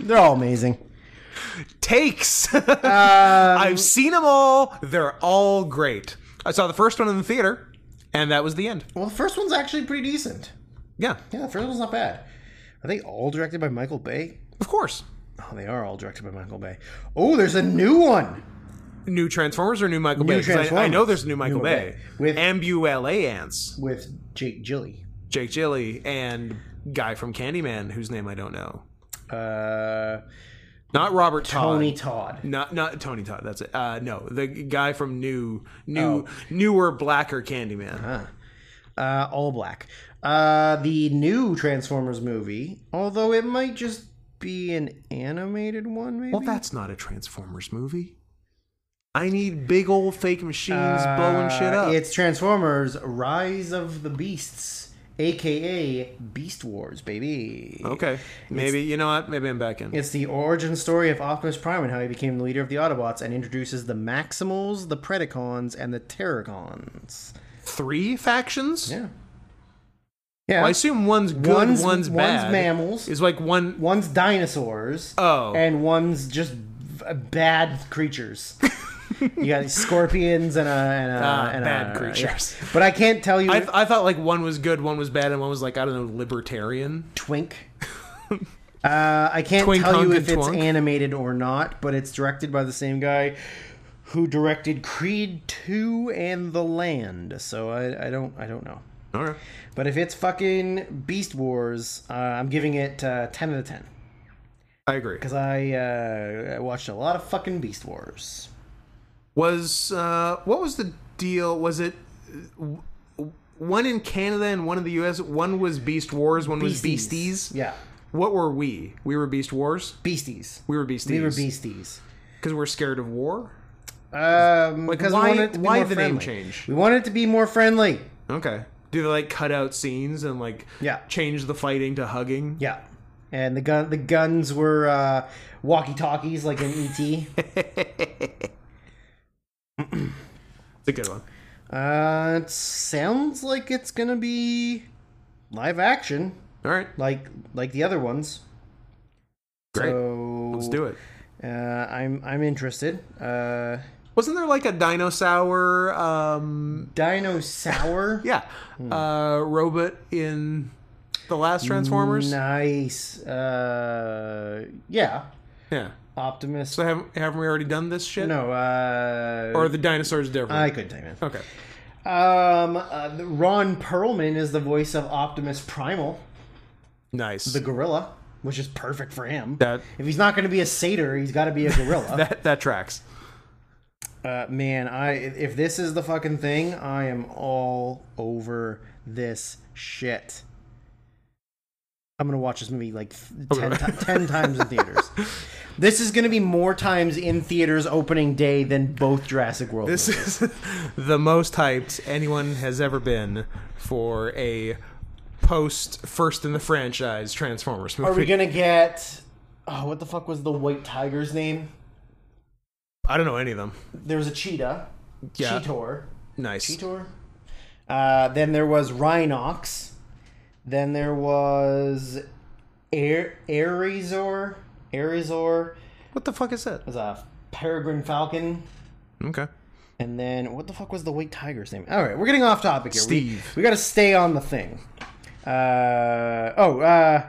Speaker 1: They're all amazing.
Speaker 2: takes.
Speaker 1: Um,
Speaker 2: I've seen them all. They're all great. I saw the first one in the theater, and that was the end.
Speaker 1: Well, the first one's actually pretty decent.
Speaker 2: Yeah,
Speaker 1: Yeah, the first one's not bad. Are they all directed by Michael Bay?
Speaker 2: of course.
Speaker 1: Oh, they are all directed by Michael Bay. Oh, there's a new one.
Speaker 2: New Transformers or new Michael
Speaker 1: New
Speaker 2: Bay? 'Cause I, I
Speaker 1: Transformers.
Speaker 2: know there's a new Michael
Speaker 1: New Bay.
Speaker 2: Bay.
Speaker 1: With-
Speaker 2: Ambulance Ants,
Speaker 1: with Jake Gilly.
Speaker 2: Jake Gilly, and guy from Candyman whose name I don't know.
Speaker 1: Uh,
Speaker 2: Not Robert Todd.
Speaker 1: Tony Todd.
Speaker 2: Not not Tony Todd. That's it. Uh, no, the guy from new
Speaker 1: Oh.
Speaker 2: new newer blacker Candyman.
Speaker 1: Uh-huh. Uh, all black. Uh, the new Transformers movie, although it might just be an animated one, maybe.
Speaker 2: Well, that's not a Transformers movie. I need big old fake machines blowing shit
Speaker 1: Uh,
Speaker 2: up.
Speaker 1: It's Transformers: Rise of the Beasts, aka Beast Wars, baby.
Speaker 2: Okay. Maybe you know what? Maybe I'm back in.
Speaker 1: It's the origin story of Optimus Prime and how he became the leader of the Autobots and introduces the Maximals, the Predacons, and the Terragons.
Speaker 2: Three factions.
Speaker 1: Yeah. Yeah.
Speaker 2: Well, I assume one's good, one's,
Speaker 1: One's-
Speaker 2: one's
Speaker 1: one's
Speaker 2: bad.
Speaker 1: mammals.
Speaker 2: is like one.
Speaker 1: one's dinosaurs.
Speaker 2: Oh.
Speaker 1: And one's just v- bad creatures. you got scorpions and a, and a,
Speaker 2: Ah,
Speaker 1: and a-
Speaker 2: bad
Speaker 1: yeah.
Speaker 2: creatures.
Speaker 1: But I can't tell you
Speaker 2: I, th- I thought like one was good, one was bad, and one was like I don't know, libertarian.
Speaker 1: twink. Uh, I can't
Speaker 2: Twink,
Speaker 1: tell you
Speaker 2: hunk,
Speaker 1: if
Speaker 2: and
Speaker 1: it's
Speaker 2: twunk.
Speaker 1: animated or not, but it's directed by the same guy who directed Creed Two and The Land. So I, I don't I don't know.
Speaker 2: All right.
Speaker 1: But if it's fucking Beast Wars, uh, I'm giving it uh, ten out of ten.
Speaker 2: I agree.
Speaker 1: because I uh, I watched a lot of fucking Beast Wars.
Speaker 2: Was uh, what was the deal? Was it uh, w- w- one in Canada and one in the U.S.? One was Beast Wars, one was Beasties.
Speaker 1: Yeah,
Speaker 2: What were we? We were Beast Wars.
Speaker 1: Beasties.
Speaker 2: We were Beasties.
Speaker 1: We were Beasties.
Speaker 2: because we're scared of war.
Speaker 1: Um, because
Speaker 2: why-
Speaker 1: we wanted it to be
Speaker 2: why
Speaker 1: more
Speaker 2: the name
Speaker 1: friendly.
Speaker 2: change?
Speaker 1: We wanted it to be more friendly.
Speaker 2: Okay. Do they like cut out scenes and like
Speaker 1: Yeah.
Speaker 2: change the fighting to hugging?
Speaker 1: Yeah, and the gun the guns were uh, walkie talkies like E in ET.
Speaker 2: It's a good one.
Speaker 1: uh, it sounds like it's gonna be live action,
Speaker 2: All right.
Speaker 1: like like the other ones.
Speaker 2: Great.
Speaker 1: So
Speaker 2: Let's do it.
Speaker 1: Uh, I'm I'm interested. Uh,
Speaker 2: Wasn't there like a dinosaur um
Speaker 1: Dino Sour.
Speaker 2: yeah,
Speaker 1: Hmm.
Speaker 2: uh robot in the last Transformers?
Speaker 1: Nice. Uh, yeah.
Speaker 2: Yeah.
Speaker 1: Optimus.
Speaker 2: So haven't haven't we already done this shit?
Speaker 1: No. Uh,
Speaker 2: Or the dinosaurs different?
Speaker 1: I couldn't name it.
Speaker 2: okay.
Speaker 1: Um, uh, Ron Perlman is the voice of Optimus Primal,
Speaker 2: Nice.
Speaker 1: the gorilla, which is perfect for him.
Speaker 2: that
Speaker 1: if he's not going to be a satyr, he's got to be a gorilla.
Speaker 2: that that tracks.
Speaker 1: uh, man, I if this is the fucking thing, I am all over this shit.
Speaker 2: Oh,
Speaker 1: I'm gonna watch this movie like th- ten, ti- ten times in theaters. This is going to be more times in theaters opening day than both Jurassic World.
Speaker 2: This is the most hyped anyone has ever been for a post first in the franchise Transformers movie.
Speaker 1: Are we gonna get? Oh, what the fuck was the white tiger's name?
Speaker 2: I don't know any of them.
Speaker 1: There was a cheetah.
Speaker 2: Yeah.
Speaker 1: Cheetor.
Speaker 2: Nice.
Speaker 1: Cheetor. Uh, then there was Rhinox. Then there was Air Arizor. Arizor
Speaker 2: What the fuck is that?
Speaker 1: was a peregrine falcon.
Speaker 2: Okay.
Speaker 1: And then what the fuck was the white tiger's name? All right, we're getting off topic here. We-
Speaker 2: Steve.
Speaker 1: We, got to stay on the thing. Uh, oh, uh,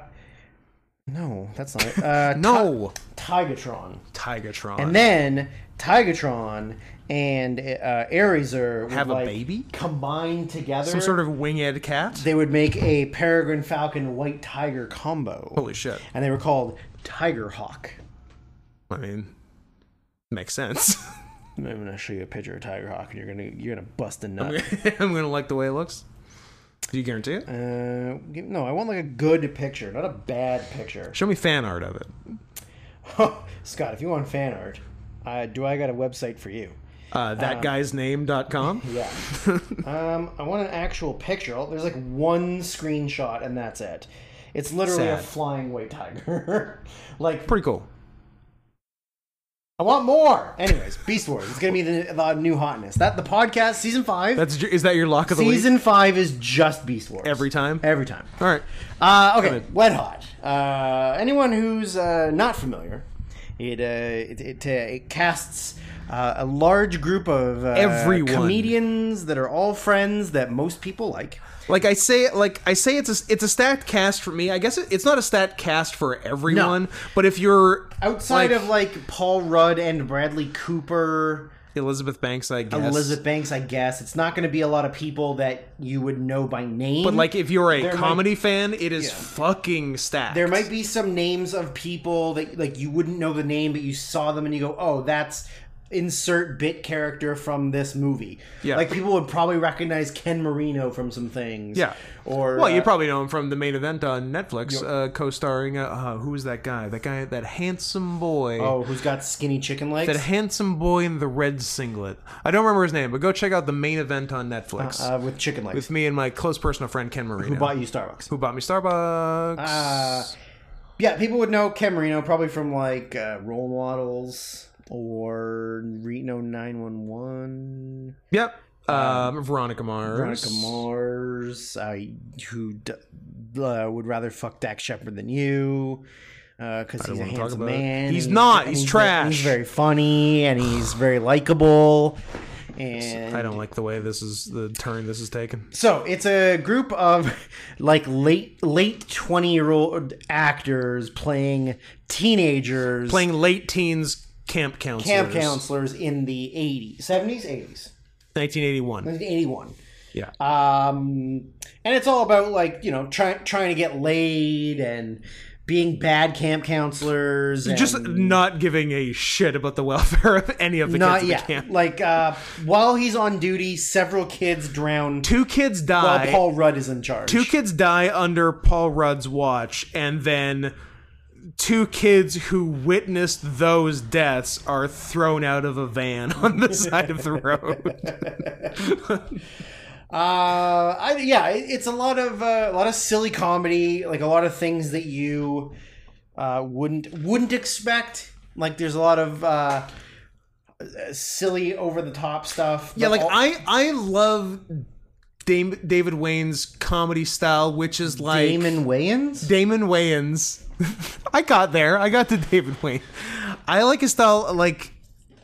Speaker 1: no, that's not it. Uh,
Speaker 2: No.
Speaker 1: Tigatron.
Speaker 2: Tigatron.
Speaker 1: And then Tigatron and uh, Arizer would,
Speaker 2: Have a
Speaker 1: like,
Speaker 2: baby?
Speaker 1: combined together.
Speaker 2: some sort of winged cat.
Speaker 1: they would make a peregrine falcon white tiger combo,
Speaker 2: Holy shit.
Speaker 1: and they were called Tiger Hawk.
Speaker 2: I mean, makes sense.
Speaker 1: I'm gonna show you a picture of Tiger Hawk, and you're gonna you're gonna bust a nut.
Speaker 2: I'm gonna like the way it looks. Do you guarantee it?
Speaker 1: Uh, give- no, I want like a good picture, not a bad picture.
Speaker 2: Show me fan art of it.
Speaker 1: Scott, if you want fan art, uh, do I got a website for you?
Speaker 2: Uh, thatguysname.com.
Speaker 1: Yeah. um, I want an actual picture. Oh, There's like one screenshot, and that's it. It's literally a
Speaker 2: Sad.
Speaker 1: flying white tiger. like,
Speaker 2: Pretty cool.
Speaker 1: I want more. Anyways, Beast Wars. It's gonna be the, the new hotness. That the podcast season five.
Speaker 2: That's is that your lock of the week?
Speaker 1: season five is just Beast Wars
Speaker 2: Every time.
Speaker 1: Every time.
Speaker 2: All right.
Speaker 1: Uh, okay,
Speaker 2: ahead.
Speaker 1: Wet Hot. Uh, anyone who's uh, not familiar, it uh, it, it, uh, it casts uh, a large group of uh,
Speaker 2: Everyone.
Speaker 1: comedians that are all friends that most people like.
Speaker 2: Like I say, like I say, it's a it's a stat cast for me. I guess it, it's not a stat cast for everyone, but if you're
Speaker 1: Outside
Speaker 2: like,
Speaker 1: of like Paul Rudd and Bradley Cooper,
Speaker 2: Elizabeth Banks, I guess.
Speaker 1: Elizabeth Banks, I guess it's not going to be a lot of people that you would know by name.
Speaker 2: But like, if you're a
Speaker 1: There might-
Speaker 2: comedy fan, it is fucking stacked.
Speaker 1: There might be some names of people that like you wouldn't know the name, but you saw them and you go, "Oh, that's insert bit character from this movie."
Speaker 2: Yeah.
Speaker 1: like people would probably recognize Ken Marino from some things.
Speaker 2: Yeah.
Speaker 1: or
Speaker 2: Well, you
Speaker 1: uh,
Speaker 2: probably know him from the main event on Netflix, uh, co-starring uh, uh, who was that guy? That guy, that handsome boy,
Speaker 1: oh, who's got skinny chicken legs?
Speaker 2: that handsome boy in the red singlet. I don't remember his name, but go check out the main event on Netflix
Speaker 1: uh, with chicken legs.
Speaker 2: with me and my close personal friend Ken Marino,
Speaker 1: who bought you Starbucks?
Speaker 2: who bought me Starbucks.
Speaker 1: Uh, yeah, people would know Ken Marino probably from like uh, Role Models or Reno 911,
Speaker 2: yep, um, Veronica Mars.
Speaker 1: uh, Veronica Mars, uh, who d- uh, would rather fuck Dak Shepard than you. Because he's a
Speaker 2: wanna talk
Speaker 1: handsome
Speaker 2: about it.
Speaker 1: man.
Speaker 2: He's
Speaker 1: and
Speaker 2: not,
Speaker 1: and
Speaker 2: he's
Speaker 1: ve-
Speaker 2: trash.
Speaker 1: He's very funny and he's very likable. And
Speaker 2: I don't like the way this is the turn this is taken.
Speaker 1: so it's a group of like late late twenty year old actors playing teenagers,
Speaker 2: Playing late teens camp counselors.
Speaker 1: camp counselors in the 80s, 70s, 80s, Uh,
Speaker 2: 1981.
Speaker 1: 81.
Speaker 2: Yeah.
Speaker 1: Um, and it's all about like you know trying trying to get laid and being bad camp counselors. And
Speaker 2: just not giving a shit about the welfare of any of the
Speaker 1: not
Speaker 2: kids at
Speaker 1: yeah.
Speaker 2: the camp.
Speaker 1: Like uh, while he's on duty, several kids drown.
Speaker 2: Two kids
Speaker 1: while
Speaker 2: die.
Speaker 1: Paul Rudd is in charge.
Speaker 2: two kids die under Paul Rudd's watch, and then two kids who witnessed those deaths are thrown out of a van on the side of the road.
Speaker 1: Uh, I, yeah, it, it's a lot of uh, a lot of silly comedy, like a lot of things that you uh, wouldn't wouldn't expect. Like there's a lot of uh, silly, over the top stuff.
Speaker 2: yeah,
Speaker 1: but
Speaker 2: like
Speaker 1: all-
Speaker 2: I I love Dame, David Wayne's comedy style, which is like
Speaker 1: Damon Wayans.
Speaker 2: Damon Wayans. I got there. I got to David Wayne. I like his style. Like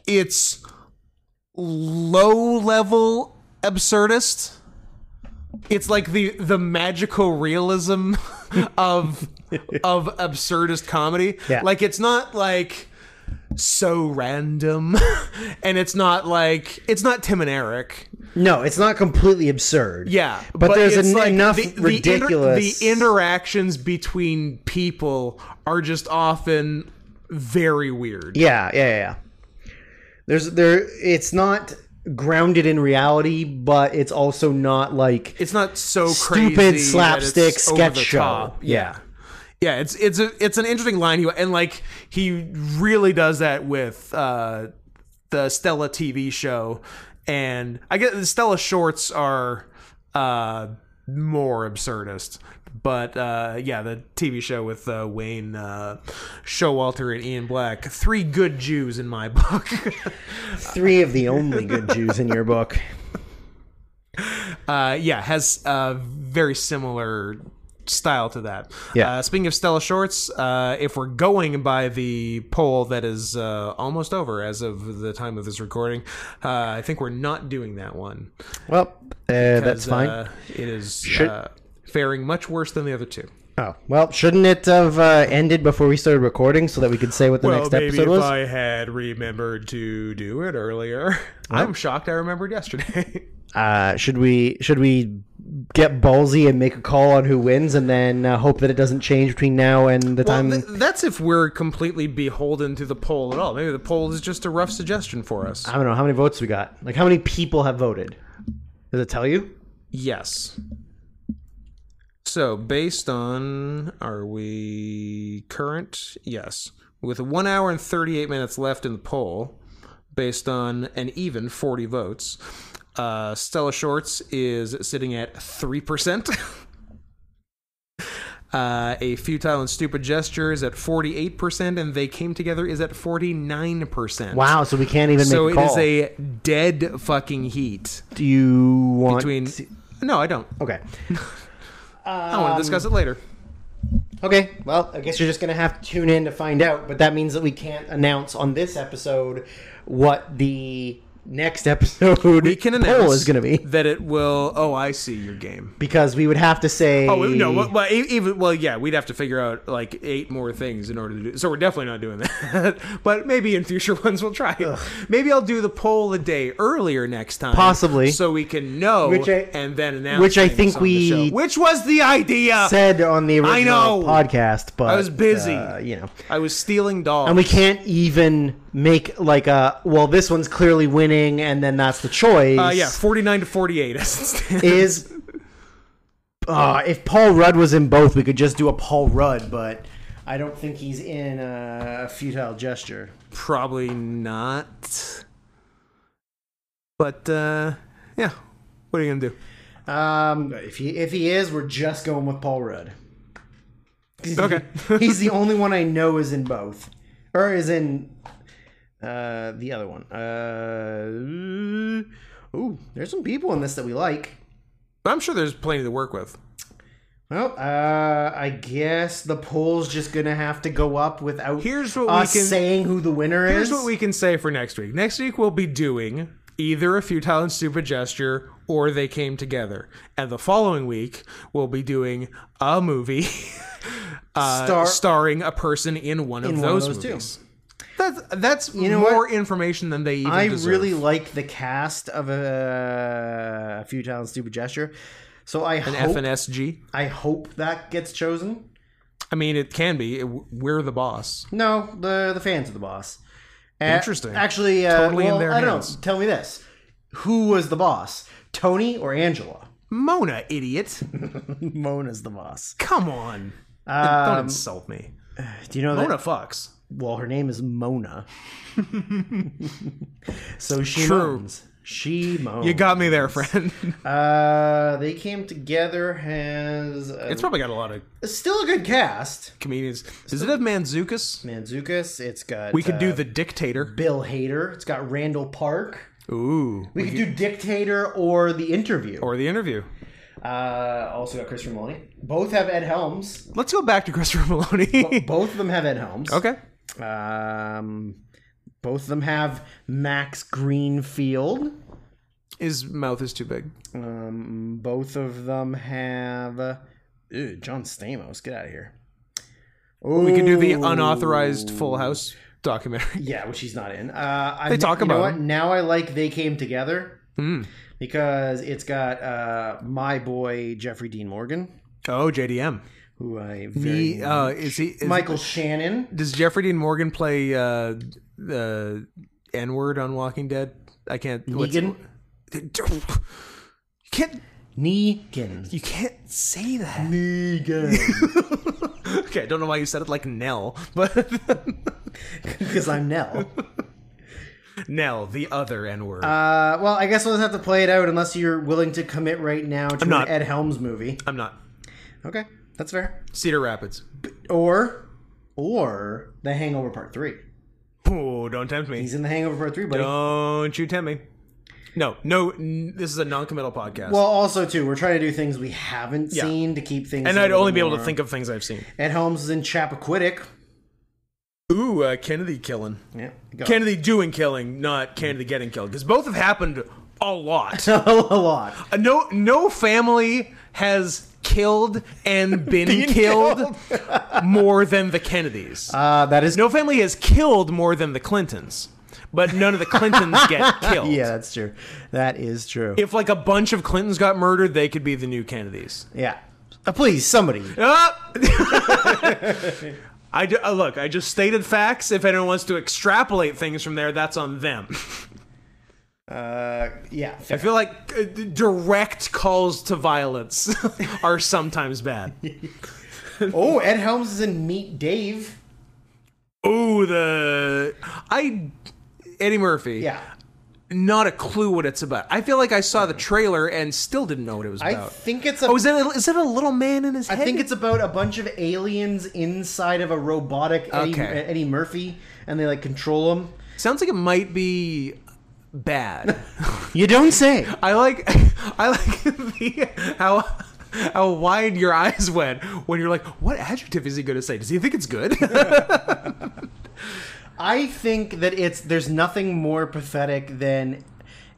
Speaker 2: it's low level absurdist. It's like the the magical realism of of absurdist comedy.
Speaker 1: Yeah.
Speaker 2: Like it's not like so random, and it's not like it's not Tim and Eric.
Speaker 1: No, it's not completely absurd.
Speaker 2: Yeah,
Speaker 1: But there's
Speaker 2: it's
Speaker 1: en- enough
Speaker 2: inter-
Speaker 1: ridiculous-
Speaker 2: the interactions between people are just often very weird.
Speaker 1: yeah, yeah, yeah, yeah. There's there. It's not grounded in reality, but it's also not like
Speaker 2: It's not so
Speaker 1: stupid
Speaker 2: crazy that it's
Speaker 1: slapstick
Speaker 2: over
Speaker 1: sketch
Speaker 2: the
Speaker 1: show.
Speaker 2: top.
Speaker 1: Yeah.
Speaker 2: yeah, it's it's a, it's an interesting line. He and like he really does that with uh, the Stella TV show, and I guess the Stella shorts are uh, more absurdist. But uh, yeah, the TV show with uh, Wayne uh, Showalter and Ian Black, three good Jews in my book.
Speaker 1: Three of the only good Jews in your book.
Speaker 2: uh, yeah, has a very similar style to that.
Speaker 1: Yeah.
Speaker 2: Uh, speaking of Stella Shorts, uh, if we're going by the poll that is uh, almost over as of the time of this recording, uh, I think we're not doing that one.
Speaker 1: Well, uh, that's
Speaker 2: 'Cause,
Speaker 1: fine.
Speaker 2: Uh, it is
Speaker 1: Should-
Speaker 2: uh, faring much worse than the other two.
Speaker 1: oh well, shouldn't it have uh, ended before we started recording so that we could say what the next episode was?
Speaker 2: Oh, I had remembered to do it earlier. I'm shocked I remembered yesterday.
Speaker 1: Uh, should we should we get ballsy and make a call on who wins and then uh, hope that it doesn't change between now and the time?
Speaker 2: Th- that's if we're completely beholden to the poll at all. Maybe the poll is just a rough suggestion for us.
Speaker 1: I don't know how many votes we got. Like how many people have voted? Does it tell you?
Speaker 2: Yes. So, based on are we current? Yes. With 1 hour and 38 minutes left in the poll, based on an even 40 votes, uh, Stella Shorts is sitting at 3%. Uh, a futile and stupid gesture is at 48%, and they came together is at 49%.
Speaker 1: Wow, so we can't even
Speaker 2: So
Speaker 1: make
Speaker 2: it
Speaker 1: a
Speaker 2: is
Speaker 1: call.
Speaker 2: a dead fucking heat
Speaker 1: Do you want
Speaker 2: between.
Speaker 1: to-
Speaker 2: No, I don't.
Speaker 1: Okay.
Speaker 2: I want to discuss it later.
Speaker 1: Okay. Well, I guess you're just gonna have to tune in to find out. But that means that we can't announce on this episode what the next episode
Speaker 2: We can announce
Speaker 1: poll is gonna be
Speaker 2: that it will. Oh, I see your game.
Speaker 1: because we would have to say.
Speaker 2: Oh no, well, well, e- even well, yeah, we'd have to figure out like eight more things in order to do. So we're definitely not doing that. but maybe in future ones we'll try. it. Maybe I'll do the poll a day earlier next time,
Speaker 1: Possibly.
Speaker 2: so we can know
Speaker 1: Which I-
Speaker 2: and then announce.
Speaker 1: which I
Speaker 2: things
Speaker 1: think
Speaker 2: on the show.
Speaker 1: we-
Speaker 2: which was the idea.
Speaker 1: said on the original
Speaker 2: I know.
Speaker 1: podcast, but I
Speaker 2: was busy.
Speaker 1: you know.
Speaker 2: I was stealing dogs.
Speaker 1: And we can't even make like a well, this one's clearly winning, and then that's the choice.
Speaker 2: uh, yeah, forty-nine to forty-eight. as it stands.
Speaker 1: Is uh, if Paul Rudd was in both, we could just do a Paul Rudd, but I don't think he's in a futile gesture.
Speaker 2: Probably not. But uh, yeah, what are you gonna do?
Speaker 1: Um, if he if he is, we're just going with Paul Rudd.
Speaker 2: Okay.
Speaker 1: he's the only one I know is in both, or is in uh, the other one. Uh, ooh, there's some people in this that we like.
Speaker 2: But I'm sure there's plenty to work with.
Speaker 1: Well, uh, I guess the poll's just gonna have to go up without
Speaker 2: Here's what we
Speaker 1: us
Speaker 2: can-
Speaker 1: saying who the winner is.
Speaker 2: Here's what we can say for next week. Next week we'll be doing either a futile and stupid gesture or they came together. And the following week we'll be doing a movie uh,
Speaker 1: Star-
Speaker 2: starring a person in one of
Speaker 1: in one of
Speaker 2: those,
Speaker 1: those two.
Speaker 2: movies. That's that's
Speaker 1: know
Speaker 2: more
Speaker 1: what?
Speaker 2: information than they even
Speaker 1: I
Speaker 2: deserve.
Speaker 1: really like the cast of uh, a, a futile and stupid gesture, so I
Speaker 2: F
Speaker 1: hope
Speaker 2: and S G.
Speaker 1: I hope that gets chosen.
Speaker 2: I mean, it can be. It- We're the boss.
Speaker 1: No, the the fans of the boss. A-
Speaker 2: Interesting.
Speaker 1: Actually, uh,
Speaker 2: Totally in
Speaker 1: well,
Speaker 2: their
Speaker 1: I don't
Speaker 2: hands.
Speaker 1: know. Tell me this: Who was the boss? Tony or Angela?
Speaker 2: Mona, idiot.
Speaker 1: Mona's the boss.
Speaker 2: Come on. don't insult me.
Speaker 1: Do you know that?
Speaker 2: Mona fucks.
Speaker 1: Well, her name is Mona. so she
Speaker 2: True.
Speaker 1: moans. She moans.
Speaker 2: You got me there, friend.
Speaker 1: Uh, they came together as a,
Speaker 2: it's probably got a lot of
Speaker 1: still a good cast.
Speaker 2: comedians. Does it have Manzukis?
Speaker 1: Manzukis. It's got
Speaker 2: We could
Speaker 1: uh,
Speaker 2: do the dictator.
Speaker 1: Bill Hader. It's got Randall Park.
Speaker 2: Ooh.
Speaker 1: We could do Dictator or The Interview.
Speaker 2: Or the interview.
Speaker 1: Uh, also got Christopher Maloney. Both have Ed Helms.
Speaker 2: Let's go back to Christopher Maloney.
Speaker 1: Both of them have Ed Helms.
Speaker 2: okay.
Speaker 1: Um, both of them have Max Greenfield.
Speaker 2: His mouth is too big.
Speaker 1: Um, both of them have uh, ew, John Stamos. Get out of here.
Speaker 2: We could do the unauthorized Full House documentary.
Speaker 1: Yeah, which he's not in. Uh, I, they
Speaker 2: talk
Speaker 1: you know
Speaker 2: about
Speaker 1: what?
Speaker 2: him. Hmm.
Speaker 1: Now I like they came together because it's got uh, my boy Jeffrey Dean Morgan,
Speaker 2: Oh, JDM.
Speaker 1: who I very
Speaker 2: He, uh, is he? Is,
Speaker 1: Michael Shannon.
Speaker 2: Does Jeffrey Dean Morgan play uh, the N word on Walking Dead? I can't. what's-
Speaker 1: Negan?
Speaker 2: You can't.
Speaker 1: Negan.
Speaker 2: You can't say that.
Speaker 1: Negan.
Speaker 2: Okay, I don't know why you said it like Nell, but
Speaker 1: because I'm Nell.
Speaker 2: Nell, the other N word.
Speaker 1: Uh, well, I guess we'll just have to play it out unless you're willing to commit right now to an
Speaker 2: not.
Speaker 1: Ed Helms movie.
Speaker 2: I'm not.
Speaker 1: Okay, that's fair.
Speaker 2: Cedar Rapids.
Speaker 1: Or, or The Hangover Part Three.
Speaker 2: Oh, don't tempt me.
Speaker 1: He's in The Hangover Part Three, buddy.
Speaker 2: Don't you tempt me. No, no, n- this is a non committal podcast.
Speaker 1: Well, also too, we're trying to do things we haven't
Speaker 2: Yeah.
Speaker 1: seen to keep things.
Speaker 2: and
Speaker 1: a
Speaker 2: I'd
Speaker 1: little
Speaker 2: only be able to
Speaker 1: more-
Speaker 2: think of things I've seen.
Speaker 1: Ed Helms is in Chappaquiddick.
Speaker 2: Ooh, uh, Kennedy killing.
Speaker 1: Yeah, go.
Speaker 2: Kennedy doing killing, not Kennedy getting killed, because both have happened a lot.
Speaker 1: a lot.
Speaker 2: Uh, no, no family has killed and been killed, more than the Kennedys.
Speaker 1: Uh, that is
Speaker 2: no family has killed more than the Clintons, but none of the Clintons get killed.
Speaker 1: Yeah, that's true. That is true.
Speaker 2: If like a bunch of Clintons got murdered, they could be the new Kennedys.
Speaker 1: yeah. Uh, please, somebody.
Speaker 2: Ah! I ju- uh, look. I just stated facts. If anyone wants to extrapolate things from there, that's on them.
Speaker 1: Uh, yeah.
Speaker 2: I feel like uh, d- direct calls to violence are sometimes bad.
Speaker 1: Oh, Ed Helms is in Meet Dave.
Speaker 2: Oh, the I Eddie Murphy.
Speaker 1: Yeah.
Speaker 2: Not a clue what it's about. I feel like I saw the trailer and still didn't know what it was
Speaker 1: I
Speaker 2: about.
Speaker 1: think it's a.
Speaker 2: oh, is that a, is that a little man in his
Speaker 1: I
Speaker 2: head?
Speaker 1: think it's about a bunch of aliens inside of a robotic Eddie,
Speaker 2: Okay.
Speaker 1: Eddie Murphy, and they like control him.
Speaker 2: sounds like it might be bad.
Speaker 1: You don't say.
Speaker 2: I like I like the how how wide your eyes went when you're like, what adjective is he going to say? Does he think it's good?
Speaker 1: I think that it's there's nothing more pathetic than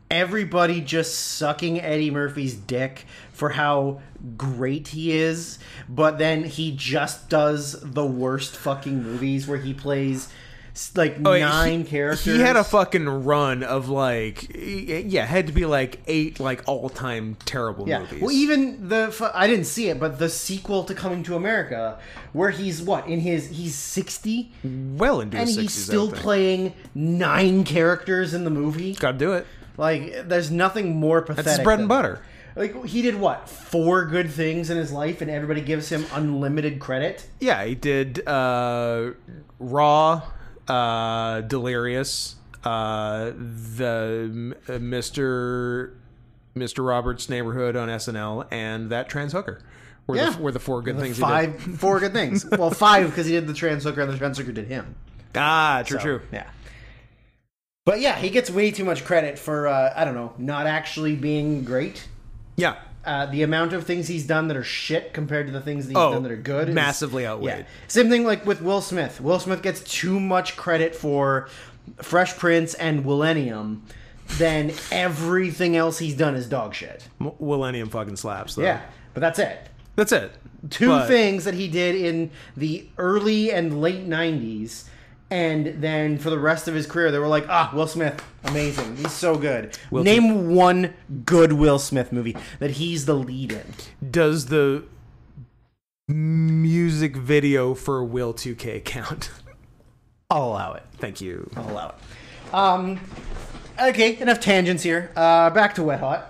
Speaker 1: everybody just sucking Eddie Murphy's dick for how great he is, but then he just does the worst fucking movies where he plays s- like
Speaker 2: Wait,
Speaker 1: nine
Speaker 2: Oh, he,
Speaker 1: characters.
Speaker 2: He had a fucking run of like, y- yeah, had to be like eight like all time terrible
Speaker 1: yeah.
Speaker 2: movies.
Speaker 1: Well, even the fu- I didn't see it, but the sequel to Coming to America, where he's what in his he's sixty
Speaker 2: well into
Speaker 1: and
Speaker 2: his
Speaker 1: he's
Speaker 2: 60s, I
Speaker 1: still
Speaker 2: think.
Speaker 1: playing nine characters in the movie.
Speaker 2: Gotta do it.
Speaker 1: Like, there's nothing more pathetic.
Speaker 2: That's his bread and
Speaker 1: than-
Speaker 2: butter.
Speaker 1: Like he did what four good things in his life, and everybody gives him unlimited credit.
Speaker 2: Yeah, he did uh, Raw, uh, Delirious, uh, the uh, Mister Mister Roberts' Neighborhood on SNL, and that trans hooker. Were,
Speaker 1: Yeah.
Speaker 2: the, were the four good things he
Speaker 1: Five, four good things. well, five because he did the trans hooker, and the trans hooker did him.
Speaker 2: did. Ah, true,
Speaker 1: So,
Speaker 2: true.
Speaker 1: Yeah. But yeah, he gets way too much credit for uh, I don't know, not actually being great.
Speaker 2: Yeah,
Speaker 1: Uh, the amount of things he's done that are shit compared to the things that he's
Speaker 2: Oh,
Speaker 1: done that are good is-
Speaker 2: massively outweighed.
Speaker 1: Yeah. Same thing like with Will Smith. Will Smith gets too much credit for Fresh Prince and Millennium than everything else he's done is dog shit.
Speaker 2: M- Millennium fucking slaps. Though.
Speaker 1: Yeah, but that's it.
Speaker 2: that's it.
Speaker 1: Two
Speaker 2: But-
Speaker 1: things that he did in the early and late 90s and then for the rest of his career they were like, "Ah, Will Smith, amazing. He's so good." Name one good Will Smith movie that he's the lead in.
Speaker 2: does the music video for Will 2K count?
Speaker 1: I'll allow it.
Speaker 2: Thank you.
Speaker 1: I'll allow it. Um, okay, enough tangents here. Uh, back to Wet Hot.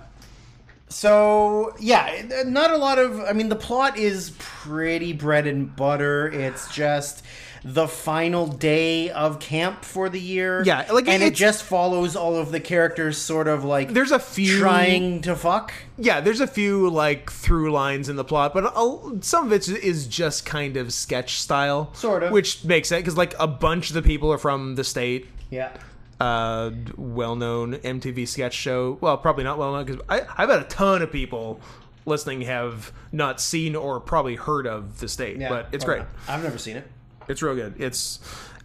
Speaker 1: So yeah, not a lot of. I mean, the plot is pretty bread and butter. It's just the final day of camp for the year.
Speaker 2: Yeah, like,
Speaker 1: and it
Speaker 2: it's-
Speaker 1: just follows all of the characters, sort of like
Speaker 2: There's a few
Speaker 1: trying to fuck.
Speaker 2: Yeah, there's a few like through lines in the plot, but a, some of it is just kind of sketch style,
Speaker 1: Sort of.
Speaker 2: which makes sense because like a bunch of the people are from the state.
Speaker 1: Yeah.
Speaker 2: Uh, well-known MTV sketch show. Well, probably not well-known because I, I bet a ton of people listening have not seen or probably heard of the state,
Speaker 1: yeah.
Speaker 2: but it's
Speaker 1: Or
Speaker 2: great.
Speaker 1: not. I've never seen it.
Speaker 2: It's real good. It's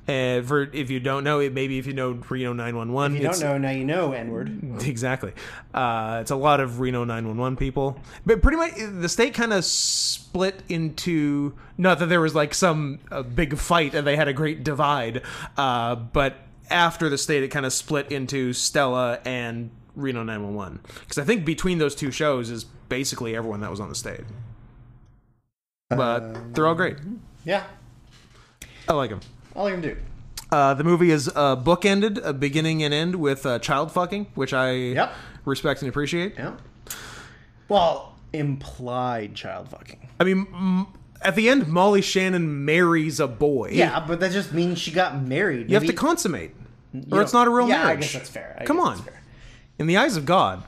Speaker 2: uh, for if you don't know it, maybe if you know Reno nine one one,
Speaker 1: You don't know now. You know N word.
Speaker 2: exactly. Uh, it's a lot of Reno nine one one people, but pretty much the state kind of split into not that there was like some uh, big fight and they had a great divide, uh, but after the state it kind of split into Stella and Reno nine one one because I think between those two shows is basically everyone that was on the state. But they're all great.
Speaker 1: Yeah,
Speaker 2: I like them.
Speaker 1: all I can do.
Speaker 2: Uh, the movie is uh, bookended, a beginning and end with uh, child fucking, which I
Speaker 1: Yep.
Speaker 2: respect and appreciate.
Speaker 1: Yeah. Well, implied child fucking.
Speaker 2: I mean, m- At the end, Molly Shannon marries a boy.
Speaker 1: Yeah, but that just means she got married.
Speaker 2: You have to
Speaker 1: Maybe-
Speaker 2: consummate,
Speaker 1: you
Speaker 2: or it's
Speaker 1: know-
Speaker 2: not a real
Speaker 1: yeah,
Speaker 2: marriage.
Speaker 1: I guess that's fair. I
Speaker 2: Come
Speaker 1: guess that's
Speaker 2: on.
Speaker 1: fair.
Speaker 2: In the eyes of God.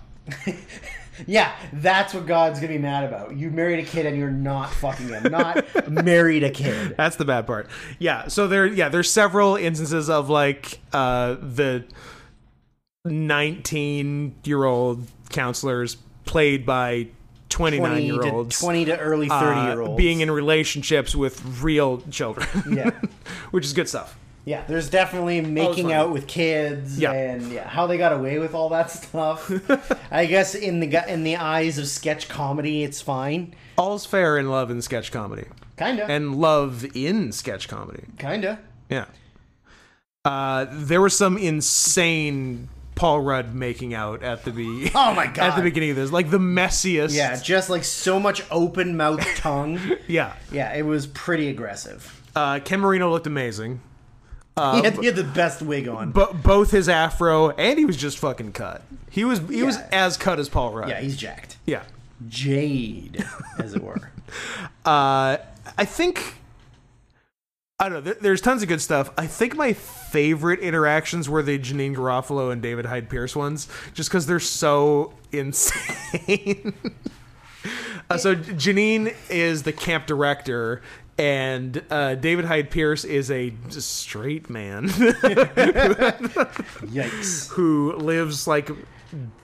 Speaker 1: Yeah, that's what God's gonna be mad about. You married a kid and you're not fucking him. Not married a kid.
Speaker 2: That's the bad part. Yeah. So there, yeah, there's several instances of like uh, the 19 year old counselors played by 29
Speaker 1: Twenty
Speaker 2: year
Speaker 1: to
Speaker 2: olds.
Speaker 1: twenty to early thirty year olds
Speaker 2: Uh, being in relationships with real children,
Speaker 1: Yeah.
Speaker 2: which is good stuff.
Speaker 1: Yeah, there's definitely making
Speaker 2: funny.
Speaker 1: out with kids
Speaker 2: Yeah.
Speaker 1: and yeah, how they got away with all that stuff. I guess in the gu- in the eyes of sketch comedy, it's fine.
Speaker 2: All's fair in love and sketch comedy,
Speaker 1: Kinda,
Speaker 2: and love in sketch comedy.
Speaker 1: kinda.
Speaker 2: Yeah. Uh, there was some insane Paul Rudd making out at the be-
Speaker 1: Oh my
Speaker 2: at
Speaker 1: god!
Speaker 2: the beginning of this, like the messiest.
Speaker 1: yeah, just like so much open mouth tongue.
Speaker 2: Yeah.
Speaker 1: Yeah, it was pretty aggressive.
Speaker 2: Uh, Ken Marino looked amazing,
Speaker 1: he, had, he had the best wig on.
Speaker 2: but both his afro and he was just fucking cut. He was he was
Speaker 1: Yeah.
Speaker 2: as cut as Paul Rudd.
Speaker 1: yeah, he's jacked,
Speaker 2: yeah.
Speaker 1: jade, as it were.
Speaker 2: Uh, I think I don't know. There, there's tons of good stuff. I think my favorite interactions were the Janine Garofalo and David Hyde Pierce ones, just because they're so insane. uh, so Janine is the camp director. And uh, David Hyde Pierce is a straight man
Speaker 1: Yikes!
Speaker 2: who lives like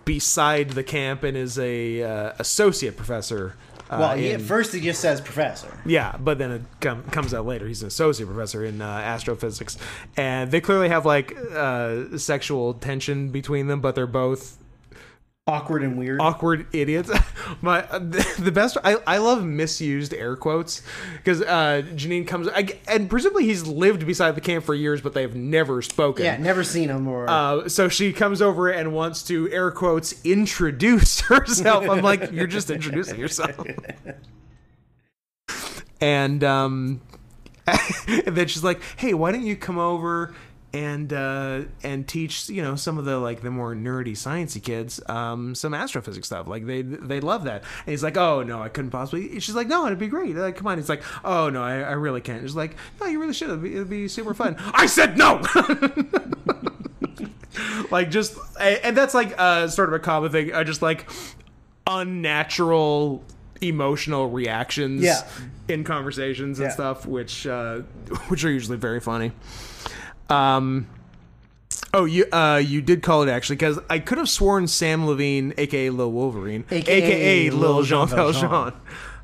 Speaker 2: beside the camp and is a uh, associate professor. Uh,
Speaker 1: Well, he,
Speaker 2: in-
Speaker 1: at first he just says professor.
Speaker 2: Yeah, but then it com- comes out later. He's an associate professor in uh, astrophysics, and they clearly have like uh, sexual tension between them, but they're both
Speaker 1: Awkward and weird.
Speaker 2: awkward idiots. My the best. I, I love misused air quotes because uh, Janine comes I, and presumably he's lived beside the camp for years, but they have never spoken.
Speaker 1: yeah, never seen him or.
Speaker 2: Uh, so she comes over and wants to air quotes introduce herself. I'm like, you're just introducing yourself. and um, and then she's like, hey, why don't you come over and uh, and teach you know some of the like the more nerdy sciencey kids um, some astrophysics stuff. Like they they love that. And he's like, oh no, I couldn't possibly. She's like, no, it'd be great. Like, come on. He's like, oh no, I, I really can't. She's like, no, you really should. It'd be, it'd be super fun. I said no. like just a- and that's like uh sort of a common thing uh, just like unnatural emotional reactions
Speaker 1: Yeah.
Speaker 2: in conversations and
Speaker 1: Yeah.
Speaker 2: stuff which uh which are usually very funny um Oh, you uh, you did call it actually because I could have sworn Sam Levine, aka Lil Wolverine,
Speaker 1: AKA
Speaker 2: aka,
Speaker 1: Lil
Speaker 2: Lil Jean
Speaker 1: Jean
Speaker 2: Valjean,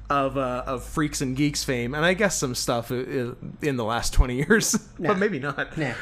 Speaker 2: of uh, of Freaks and Geeks fame, and I guess some stuff i- i- in the last twenty years, but maybe not
Speaker 1: nah.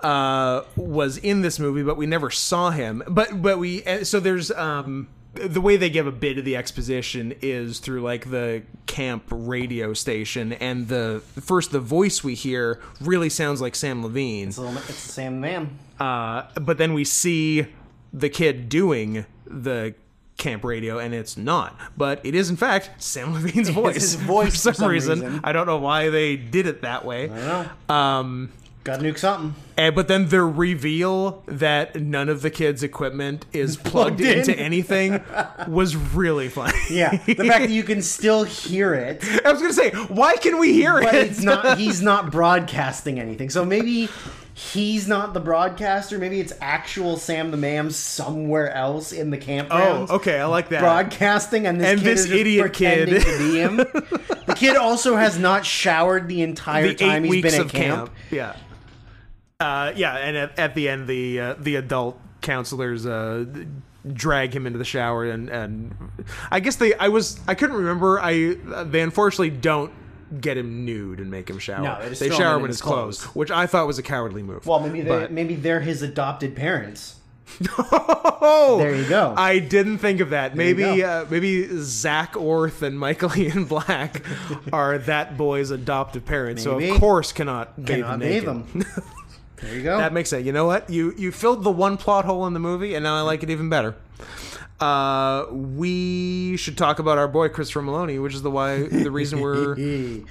Speaker 2: uh, was in this movie, but we never saw him. But but we uh, so there's um, the way they give a bit of the exposition is through like the camp radio station, and the first the voice we hear really sounds like Sam Levine,
Speaker 1: It's, a little, it's the same man.
Speaker 2: uh, but then we see the kid doing the camp radio and it's not but it is in fact sam levine's voice,
Speaker 1: his voice for some reason.
Speaker 2: i don't know why they did it that way
Speaker 1: don't
Speaker 2: um
Speaker 1: Gotta nuke something.
Speaker 2: and, Eh, but then the reveal that none of the kids' equipment is plugged,
Speaker 1: plugged in.
Speaker 2: into anything was really funny.
Speaker 1: Yeah, the fact that you can still hear it,
Speaker 2: I was gonna say, why can we hear
Speaker 1: but
Speaker 2: it?
Speaker 1: it's not. He's not broadcasting anything. So maybe he's not the broadcaster. Maybe it's actual Sam the Man somewhere else in the
Speaker 2: Oh,
Speaker 1: campground.
Speaker 2: okay, I like that.
Speaker 1: Broadcasting and this
Speaker 2: And
Speaker 1: kid
Speaker 2: this
Speaker 1: is just
Speaker 2: idiot kid.
Speaker 1: pretending to be him. The kid also has not showered the entire
Speaker 2: the
Speaker 1: time
Speaker 2: eight
Speaker 1: he's
Speaker 2: weeks
Speaker 1: been at
Speaker 2: of camp. Yeah, uh, yeah, and at, at the end, the uh, the adult counselors uh, drag him into the shower, and and I guess they. I was I couldn't remember. I they unfortunately don't get him nude and make him shower.
Speaker 1: No, they just
Speaker 2: they
Speaker 1: throw him
Speaker 2: shower
Speaker 1: in
Speaker 2: him in
Speaker 1: his
Speaker 2: his clothes, which I thought was a cowardly move.
Speaker 1: Well, maybe they're,
Speaker 2: But-
Speaker 1: maybe they're his adopted parents.
Speaker 2: Oh,
Speaker 1: There you go.
Speaker 2: I didn't think of that.
Speaker 1: you
Speaker 2: Maybe
Speaker 1: go.
Speaker 2: uh, maybe Zach Orth and Michael Ian Black are that boy's adoptive parents, so
Speaker 1: Maybe.
Speaker 2: of course cannot bathe
Speaker 1: Not
Speaker 2: him.
Speaker 1: they
Speaker 2: naked.
Speaker 1: them. There you go.
Speaker 2: That makes sense. You know what? You you filled the one plot hole in the movie, and now I like it even better. Uh, we should talk about our boy Christopher Maloney, which is the why the reason we're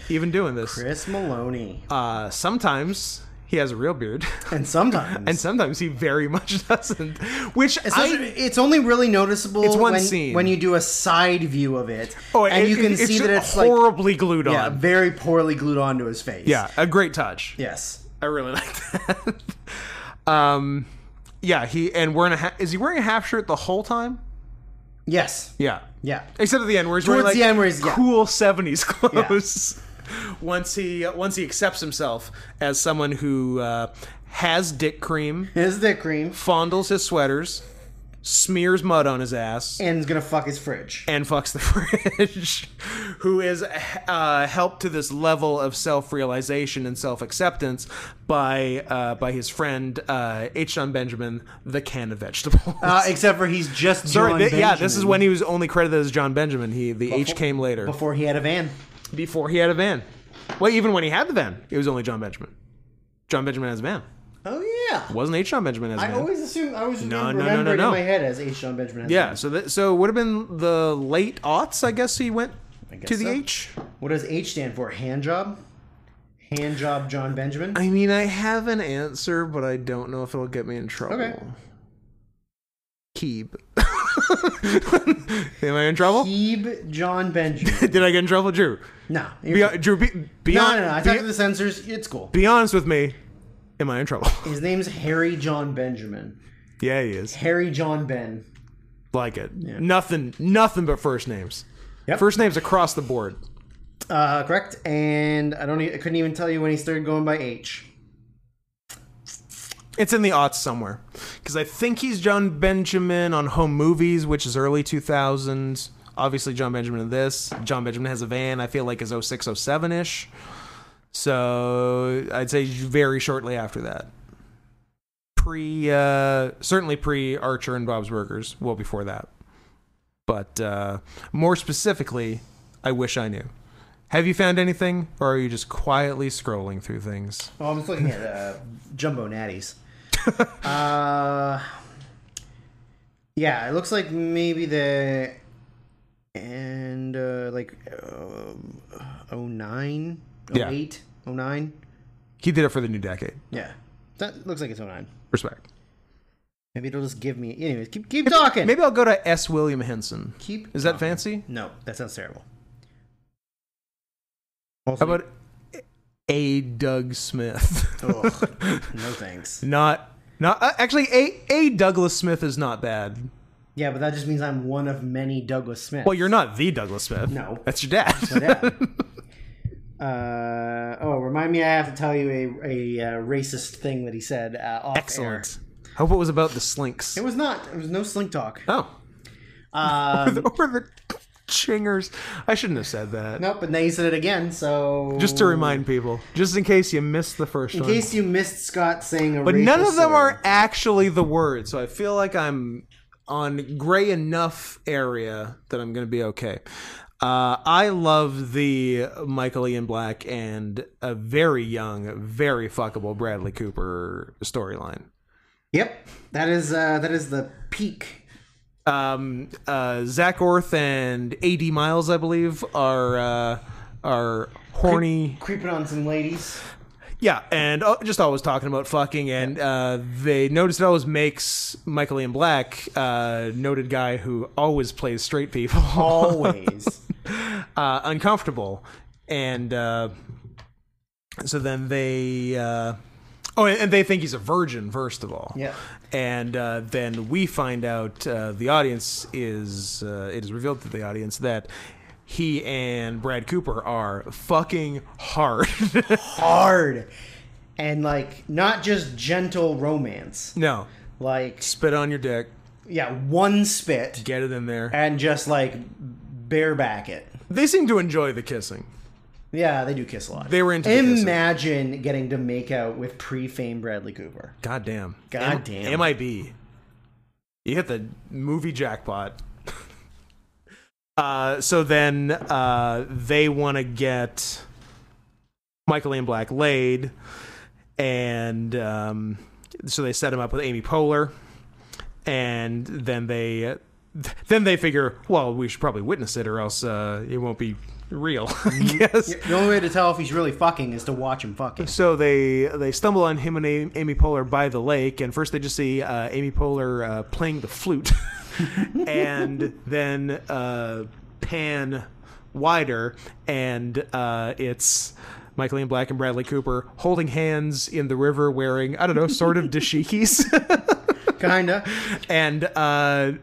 Speaker 2: even doing this.
Speaker 1: Chris Maloney.
Speaker 2: Uh, sometimes He has a real beard.
Speaker 1: and sometimes
Speaker 2: And sometimes he very much doesn't, which
Speaker 1: Especially-
Speaker 2: I
Speaker 1: it's only really noticeable
Speaker 2: It's one
Speaker 1: when,
Speaker 2: scene.
Speaker 1: when you do a side view of it,
Speaker 2: oh,
Speaker 1: and
Speaker 2: it-
Speaker 1: you can
Speaker 2: it's
Speaker 1: see
Speaker 2: just
Speaker 1: that it's like
Speaker 2: horribly glued
Speaker 1: yeah,
Speaker 2: on.
Speaker 1: very poorly glued onto his face.
Speaker 2: Yeah, a great touch.
Speaker 1: Yes.
Speaker 2: I really like that. um, yeah, he and wearing a ha- is he wearing a half shirt the whole time?
Speaker 1: Yes.
Speaker 2: Yeah,
Speaker 1: Yeah.
Speaker 2: except at the end where he's
Speaker 1: Towards
Speaker 2: wearing
Speaker 1: the
Speaker 2: like
Speaker 1: end where he's- yeah.
Speaker 2: cool seventies clothes. once he uh, once he accepts himself as someone who uh, has dick cream,
Speaker 1: His dick cream
Speaker 2: fondles his sweaters, smears mud on his ass,
Speaker 1: and is gonna fuck his fridge.
Speaker 2: and fucks the fridge, who is uh, helped to this level of self-realization and self-acceptance by uh, by his friend uh, H. John Benjamin, the can of vegetables.
Speaker 1: Uh, except for he's just
Speaker 2: Sorry,
Speaker 1: John
Speaker 2: th- yeah, this
Speaker 1: Benjamin
Speaker 2: is when he was only credited as John Benjamin. He the H came later
Speaker 1: before he had a van.
Speaker 2: before he had a van. Well, even when he had the van, it was only John Benjamin. John Benjamin has a van.
Speaker 1: Oh yeah.
Speaker 2: Wasn't H. John Benjamin has a
Speaker 1: I
Speaker 2: van?
Speaker 1: always assume I always
Speaker 2: No,
Speaker 1: remember
Speaker 2: no, no, no,
Speaker 1: remember it
Speaker 2: no.
Speaker 1: in my head as H. John Benjamin. Has a
Speaker 2: yeah, so that so it would have been the late aughts, I guess. He went
Speaker 1: guess
Speaker 2: to the
Speaker 1: so.
Speaker 2: H.
Speaker 1: van. What does H stand for? Hand job. Hand job, John Benjamin.
Speaker 2: I mean, I have an answer, but I don't know if it'll get me in trouble.
Speaker 1: Okay.
Speaker 2: Keeb. Am I in trouble?
Speaker 1: Hebe John Benjamin.
Speaker 2: Did I get in trouble, Drew?
Speaker 1: no, you're
Speaker 2: Be, Drew, be, be,
Speaker 1: No,
Speaker 2: hon-
Speaker 1: no, no. I
Speaker 2: be-
Speaker 1: talked to the censors. It's cool.
Speaker 2: be honest with me. Am I in trouble?
Speaker 1: His name's Harry John Benjamin.
Speaker 2: yeah, he is.
Speaker 1: Harry John Ben.
Speaker 2: Like it. Nothing, nothing but first names.
Speaker 1: Yep.
Speaker 2: First names across the board.
Speaker 1: Uh, correct. And I don't. e- I couldn't even tell you when he started going by H.
Speaker 2: It's in the aughts somewhere. Because I think he's John Benjamin on Home Movies, which is early 2000s. Obviously, John Benjamin in this. John Benjamin has a van, I feel like is 06, 07 ish. So I'd say very shortly after that. Pre, uh, certainly pre Archer and Bob's Burgers, well before that. But uh, more specifically, I wish I knew. Have you found anything, or are you just quietly scrolling through things?
Speaker 1: Oh, I'm just looking at uh, Jumbo Natties. uh, yeah, it looks like maybe the and uh, oh like um, 09,
Speaker 2: Yeah.
Speaker 1: 08, 09.
Speaker 2: He did it for the new decade.
Speaker 1: Yeah, that looks like it's 09.
Speaker 2: Respect.
Speaker 1: Maybe it'll just give me. Anyways, keep keep talking.
Speaker 2: Maybe I'll go to S. William Henson.
Speaker 1: keep.
Speaker 2: Is that fancy?
Speaker 1: No, that sounds terrible.
Speaker 2: How about A. Doug Smith?
Speaker 1: Ugh, no thanks.
Speaker 2: not, not uh, actually. A. A. Douglas Smith is not bad.
Speaker 1: Yeah, but that just means I'm one of many Douglas Smiths.
Speaker 2: Well, you're not the Douglas Smith.
Speaker 1: No.
Speaker 2: that's your dad.
Speaker 1: Yeah. Uh, oh, remind me, I have to tell you a, a uh, racist thing that he said uh, off
Speaker 2: Excellent. Hope it was about the slinks.
Speaker 1: air. It was not. It was no slink talk.
Speaker 2: oh,
Speaker 1: Um,
Speaker 2: over the chingers. I shouldn't have said that.
Speaker 1: nope, but now you said it again. So
Speaker 2: Just to remind people, just in case you missed the first
Speaker 1: in
Speaker 2: one.
Speaker 1: case you missed Scott saying a,
Speaker 2: but
Speaker 1: racial
Speaker 2: none of them
Speaker 1: slur.
Speaker 2: are actually the word so i feel like i'm on gray enough area that i'm gonna be okay uh, i love the michael ian black and a very young very fuckable bradley cooper storyline
Speaker 1: Yep, that is uh, that is the peak.
Speaker 2: um, uh, zach orth and ad miles i believe are uh, are horny
Speaker 1: Creeping on some ladies.
Speaker 2: Yeah, and uh, just always talking about fucking, and uh, they noticed it always makes Michael Ian Black, uh, noted guy who always plays straight people,
Speaker 1: Always.
Speaker 2: uh, uncomfortable, and uh, so then they, uh, oh, and and they think he's a virgin first of all,
Speaker 1: Yeah.
Speaker 2: and uh, then we find out uh, the audience is uh, it is revealed to the audience that. He and Brad Cooper are fucking hard.
Speaker 1: hard and like not just gentle romance
Speaker 2: no,
Speaker 1: like
Speaker 2: spit on your dick.
Speaker 1: yeah one spit
Speaker 2: get it in there.
Speaker 1: and just like bareback it
Speaker 2: They seem to enjoy the kissing.
Speaker 1: yeah they do kiss a lot
Speaker 2: They were into the kissing.
Speaker 1: imagine getting to make out with pre-fame bradley cooper
Speaker 2: God damn.
Speaker 1: God
Speaker 2: M-
Speaker 1: damn.
Speaker 2: MIB. You hit the movie jackpot. uh, so then uh, they want to get Michael Ian Black laid. And um, so they set him up with Amy Poehler. And then they. Then they figure, well, we should probably witness it, or else uh, it won't be real, I guess.
Speaker 1: The only way to tell if he's really fucking is to watch him fucking.
Speaker 2: So they they stumble on him and A- Amy Poehler by the lake, and first they just see uh, Amy Poehler uh, playing the flute, and then uh, pan wider, and uh, it's Michael Ian Black and Bradley Cooper holding hands in the river, wearing I don't know, sort of dashikis.
Speaker 1: Kinda.
Speaker 2: and uh,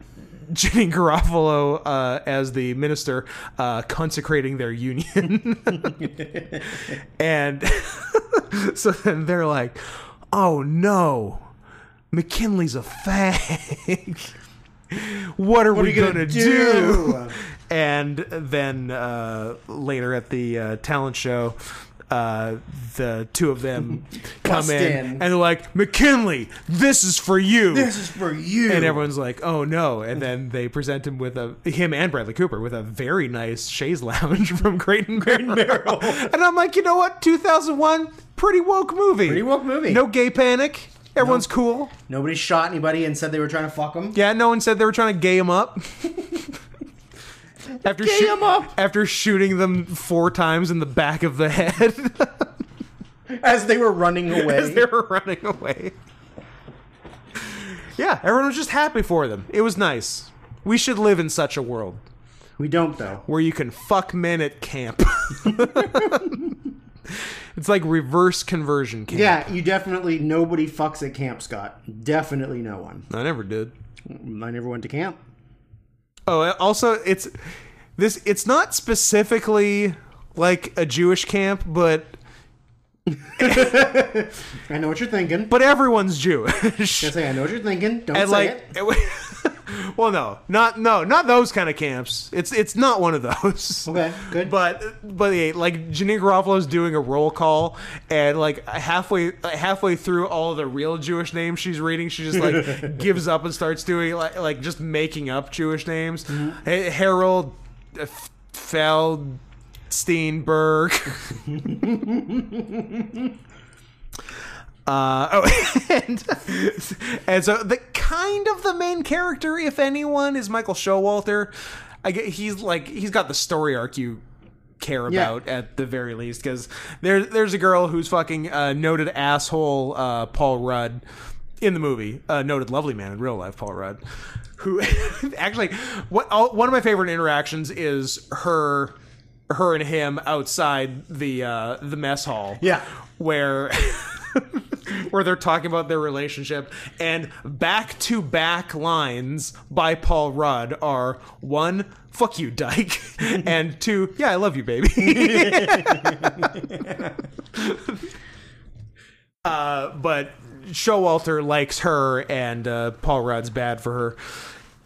Speaker 2: Jenny Garofalo uh, as the minister uh, consecrating their union. and so then they're like, oh no, McKinley's a fag. what are we
Speaker 1: you gonna
Speaker 2: going to
Speaker 1: do?
Speaker 2: do? And then uh, later at the uh, talent show, uh, the two of them come
Speaker 1: Bust
Speaker 2: in,
Speaker 1: in.
Speaker 2: and they're like, McKinley, this is for you.
Speaker 1: This is for you.
Speaker 2: And everyone's like, "Oh no!" And then they present him with a him and Bradley Cooper with a very nice chaise lounge from Creighton Crane Merrill. and I'm like, you know what? 2001, pretty woke movie.
Speaker 1: Pretty woke movie.
Speaker 2: No gay panic. Everyone's cool.
Speaker 1: Nobody shot anybody and said they were trying to fuck him.
Speaker 2: Yeah, no one said they were trying to gay him up. after
Speaker 1: Gay 'em up.
Speaker 2: after shooting them four times in the back of the head
Speaker 1: As they were running away.
Speaker 2: as they were running away. Yeah, everyone was just happy for them. It was nice. We should live in such a world.
Speaker 1: we don't, though.
Speaker 2: where you can fuck men at camp. it's like reverse conversion camp.
Speaker 1: Yeah, you definitely. Nobody fucks at camp, Scott. Definitely no one.
Speaker 2: I never did.
Speaker 1: I never went to camp.
Speaker 2: Oh, and also it's this it's not specifically like a Jewish camp, but
Speaker 1: I know what you're thinking.
Speaker 2: but everyone's Jewish.
Speaker 1: I say, I know what you're thinking. Don't
Speaker 2: and
Speaker 1: say
Speaker 2: like
Speaker 1: it.
Speaker 2: Well, no. Not no, not those kind of camps. It's it's not one of those.
Speaker 1: Okay, good.
Speaker 2: But but yeah, like Janine Garofalo's doing a roll call, and like halfway halfway through all the real Jewish names she's reading, she just like gives up and starts doing like like just making up Jewish names.
Speaker 1: Mm-hmm.
Speaker 2: Ha- Harold uh, Feldsteinberg. Uh, oh, and, and so the kind of the main character, if anyone, is Michael Showalter. I get, he's like he's got the story arc you care
Speaker 1: Yeah.
Speaker 2: about at the very least because there's there's a girl who's fucking uh, noted asshole uh, Paul Rudd in the movie, uh, noted lovely man in real life Paul Rudd, who actually what all, one of my favorite interactions is her her and him outside the uh, the mess hall
Speaker 1: Yeah.
Speaker 2: where where they're talking about their relationship and back to back lines by Paul Rudd are one fuck you dyke and two yeah I love you baby uh, but Showalter likes her and uh, Paul Rudd's bad for her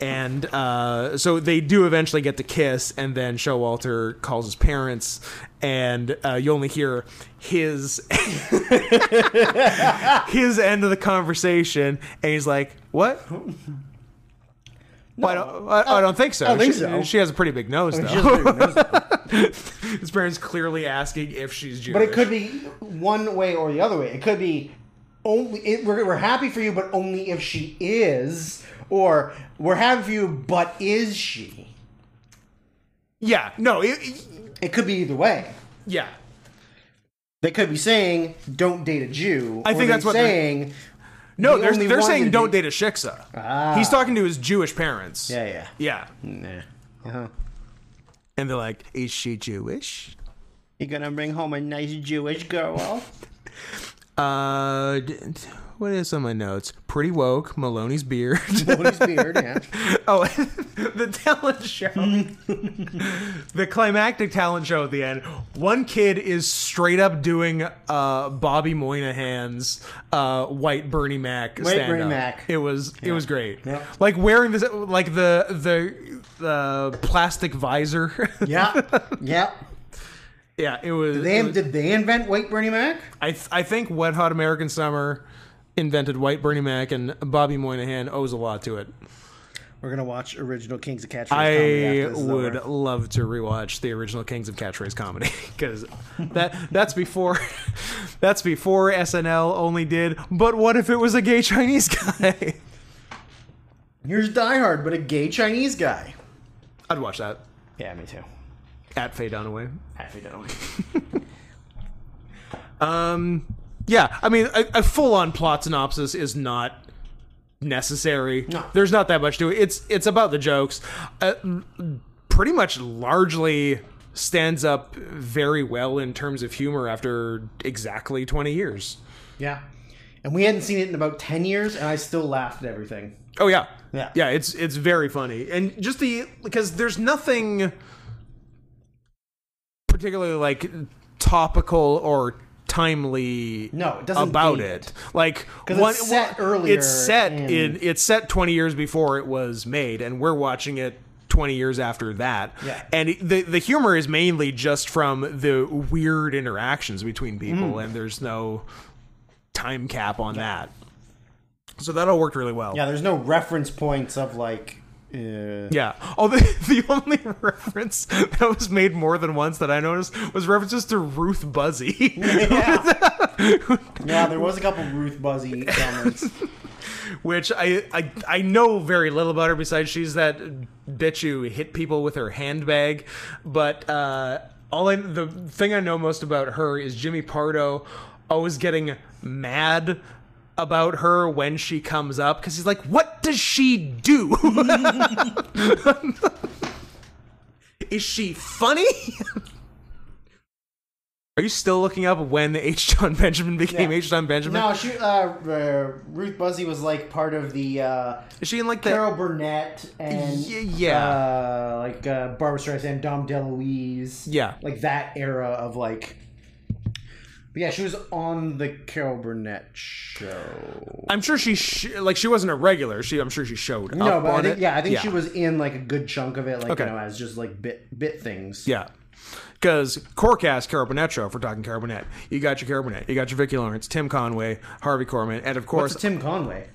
Speaker 2: and uh, so they do eventually get to kiss, and then Showalter calls his parents, and uh, you only hear his his end of the conversation, and he's like, "What? Well, I, don't, I, I don't think so.
Speaker 1: I don't think
Speaker 2: she,
Speaker 1: so.
Speaker 2: she has a pretty big nose,
Speaker 1: She
Speaker 2: though.
Speaker 1: doesn't even know that.
Speaker 2: his parents clearly asking if she's Jewish,
Speaker 1: but it could be one way or the other way. It could be only it, we're, we're happy for you, but only if she is, or we're happy for you, but is she?
Speaker 2: yeah, no, it,
Speaker 1: It could be either way.
Speaker 2: yeah,
Speaker 1: They could be saying "Don't date a Jew."
Speaker 2: I
Speaker 1: or
Speaker 2: think
Speaker 1: they're
Speaker 2: that's what they're-
Speaker 1: saying.
Speaker 2: no,
Speaker 1: the
Speaker 2: they're,
Speaker 1: only
Speaker 2: they're
Speaker 1: one
Speaker 2: saying
Speaker 1: to
Speaker 2: don't date a shiksa.
Speaker 1: Ah.
Speaker 2: He's talking to his Jewish parents.
Speaker 1: Yeah, yeah,
Speaker 2: yeah.
Speaker 1: yeah. Uh-huh.
Speaker 2: And they're like, is she Jewish?
Speaker 1: You're gonna bring home a nice Jewish girl.
Speaker 2: Uh, d- d- what is on my notes? Pretty woke, Maloney's beard.
Speaker 1: Tony's beard, yeah.
Speaker 2: oh, the talent show. the climactic talent show at the end. One kid is straight up doing uh, Bobby Moynihan's uh, white Bernie Mac White
Speaker 1: Bernie Mac.
Speaker 2: It was it was great.
Speaker 1: Yeah.
Speaker 2: Like wearing this like the the the plastic visor.
Speaker 1: Yeah, yeah.
Speaker 2: yeah, it was
Speaker 1: They
Speaker 2: it was-
Speaker 1: did they invent white Bernie Mac?
Speaker 2: I th- I think Wet Hot American Summer invented White Bernie Mac and Bobby Moynihan owes a lot to it.
Speaker 1: We're gonna watch original Kings of Catchphrase. comedy
Speaker 2: I
Speaker 1: after this is
Speaker 2: would
Speaker 1: over.
Speaker 2: love to rewatch the original Kings of Catchphrase comedy because that that's before that's before SNL only did. But what if it was a gay Chinese guy?
Speaker 1: Here's Die Hard, but a gay Chinese guy.
Speaker 2: I'd watch that.
Speaker 1: Yeah, me too.
Speaker 2: At Faye Dunaway.
Speaker 1: Happy Dunaway.
Speaker 2: Um, yeah, I mean, a, a full-on plot synopsis is not necessary.
Speaker 1: No.
Speaker 2: There's not that much to it. It's it's about the jokes. Uh, pretty much largely stands up very well in terms of humor after exactly 20 years.
Speaker 1: Yeah. And we hadn't seen it in about 10 years, and I still laughed at everything.
Speaker 2: Oh yeah.
Speaker 1: Yeah.
Speaker 2: Yeah, it's it's very funny. And just the because there's nothing particularly like topical or timely
Speaker 1: No, it doesn't
Speaker 2: about
Speaker 1: need
Speaker 2: it. Like
Speaker 1: 'Cause it's set earlier
Speaker 2: It's set
Speaker 1: and-
Speaker 2: in it's set 20 years before it was made and we're watching it 20 years after that.
Speaker 1: Yeah.
Speaker 2: And it- the the humor is mainly just from the weird interactions between people
Speaker 1: Mm.
Speaker 2: and there's no time cap on that. So that all worked really well.
Speaker 1: Yeah, there's no reference points of like. Uh,
Speaker 2: Yeah. Oh, the, the only reference that was made more than once that I noticed was references to Ruth Buzzy,
Speaker 1: yeah. yeah, there was a couple Ruth Buzzy comments.
Speaker 2: which I, I I know very little about her besides she's that bitch who hit people with her handbag. But uh, all I, the thing I know most about her is Jimmy Pardo always getting mad about her when she comes up because he's like, "What does she do? Is she funny?" Are you still looking up when H. John Benjamin became
Speaker 1: Yeah.
Speaker 2: H. John Benjamin?
Speaker 1: No, she, uh, uh, Ruth Buzzy was like part of the uh,
Speaker 2: Is she in like the
Speaker 1: Carol Burnett and
Speaker 2: Y- yeah.
Speaker 1: uh, like uh, Barbara Streisand, Dom DeLuise,
Speaker 2: Yeah.
Speaker 1: like that era of like. But yeah, she was on the Carol Burnett show.
Speaker 2: I'm sure she sh- like she wasn't a regular. She I'm sure she showed
Speaker 1: No,
Speaker 2: up
Speaker 1: but I
Speaker 2: on
Speaker 1: think,
Speaker 2: it.
Speaker 1: yeah, I think she was in like a good chunk of it, like
Speaker 2: Okay.
Speaker 1: you know, as just like bit bit things.
Speaker 2: Yeah. Because Corcast, Carbonet show, if we're talking Carbonet, you got your Carbonet, you got your Vicky Lawrence, Tim Conway, Harvey Korman, and of course,
Speaker 1: It's Tim Conway.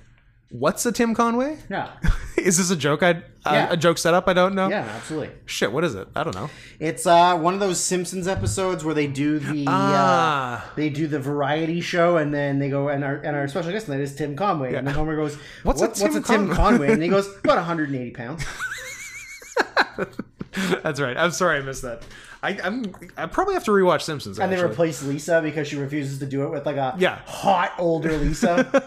Speaker 2: what's a Tim Conway?
Speaker 1: Yeah,
Speaker 2: is this a joke? I uh,
Speaker 1: Yeah.
Speaker 2: a joke setup? I don't know.
Speaker 1: yeah, absolutely.
Speaker 2: Shit, what is it? I don't know.
Speaker 1: It's uh one of those Simpsons episodes where they do the
Speaker 2: Ah.
Speaker 1: uh, they do the variety show and then they go and our and our special guest tonight is Tim Conway and then Homer goes
Speaker 2: What's a
Speaker 1: "What- what's
Speaker 2: Tim
Speaker 1: a Tim
Speaker 2: Conway?"
Speaker 1: Conway and he goes about 180 pounds
Speaker 2: That's right. I'm sorry I missed that. I, I'm I probably have to rewatch Simpsons.
Speaker 1: and they
Speaker 2: actually.
Speaker 1: replace Lisa because she refuses to do it with like a
Speaker 2: Yeah.
Speaker 1: hot older Lisa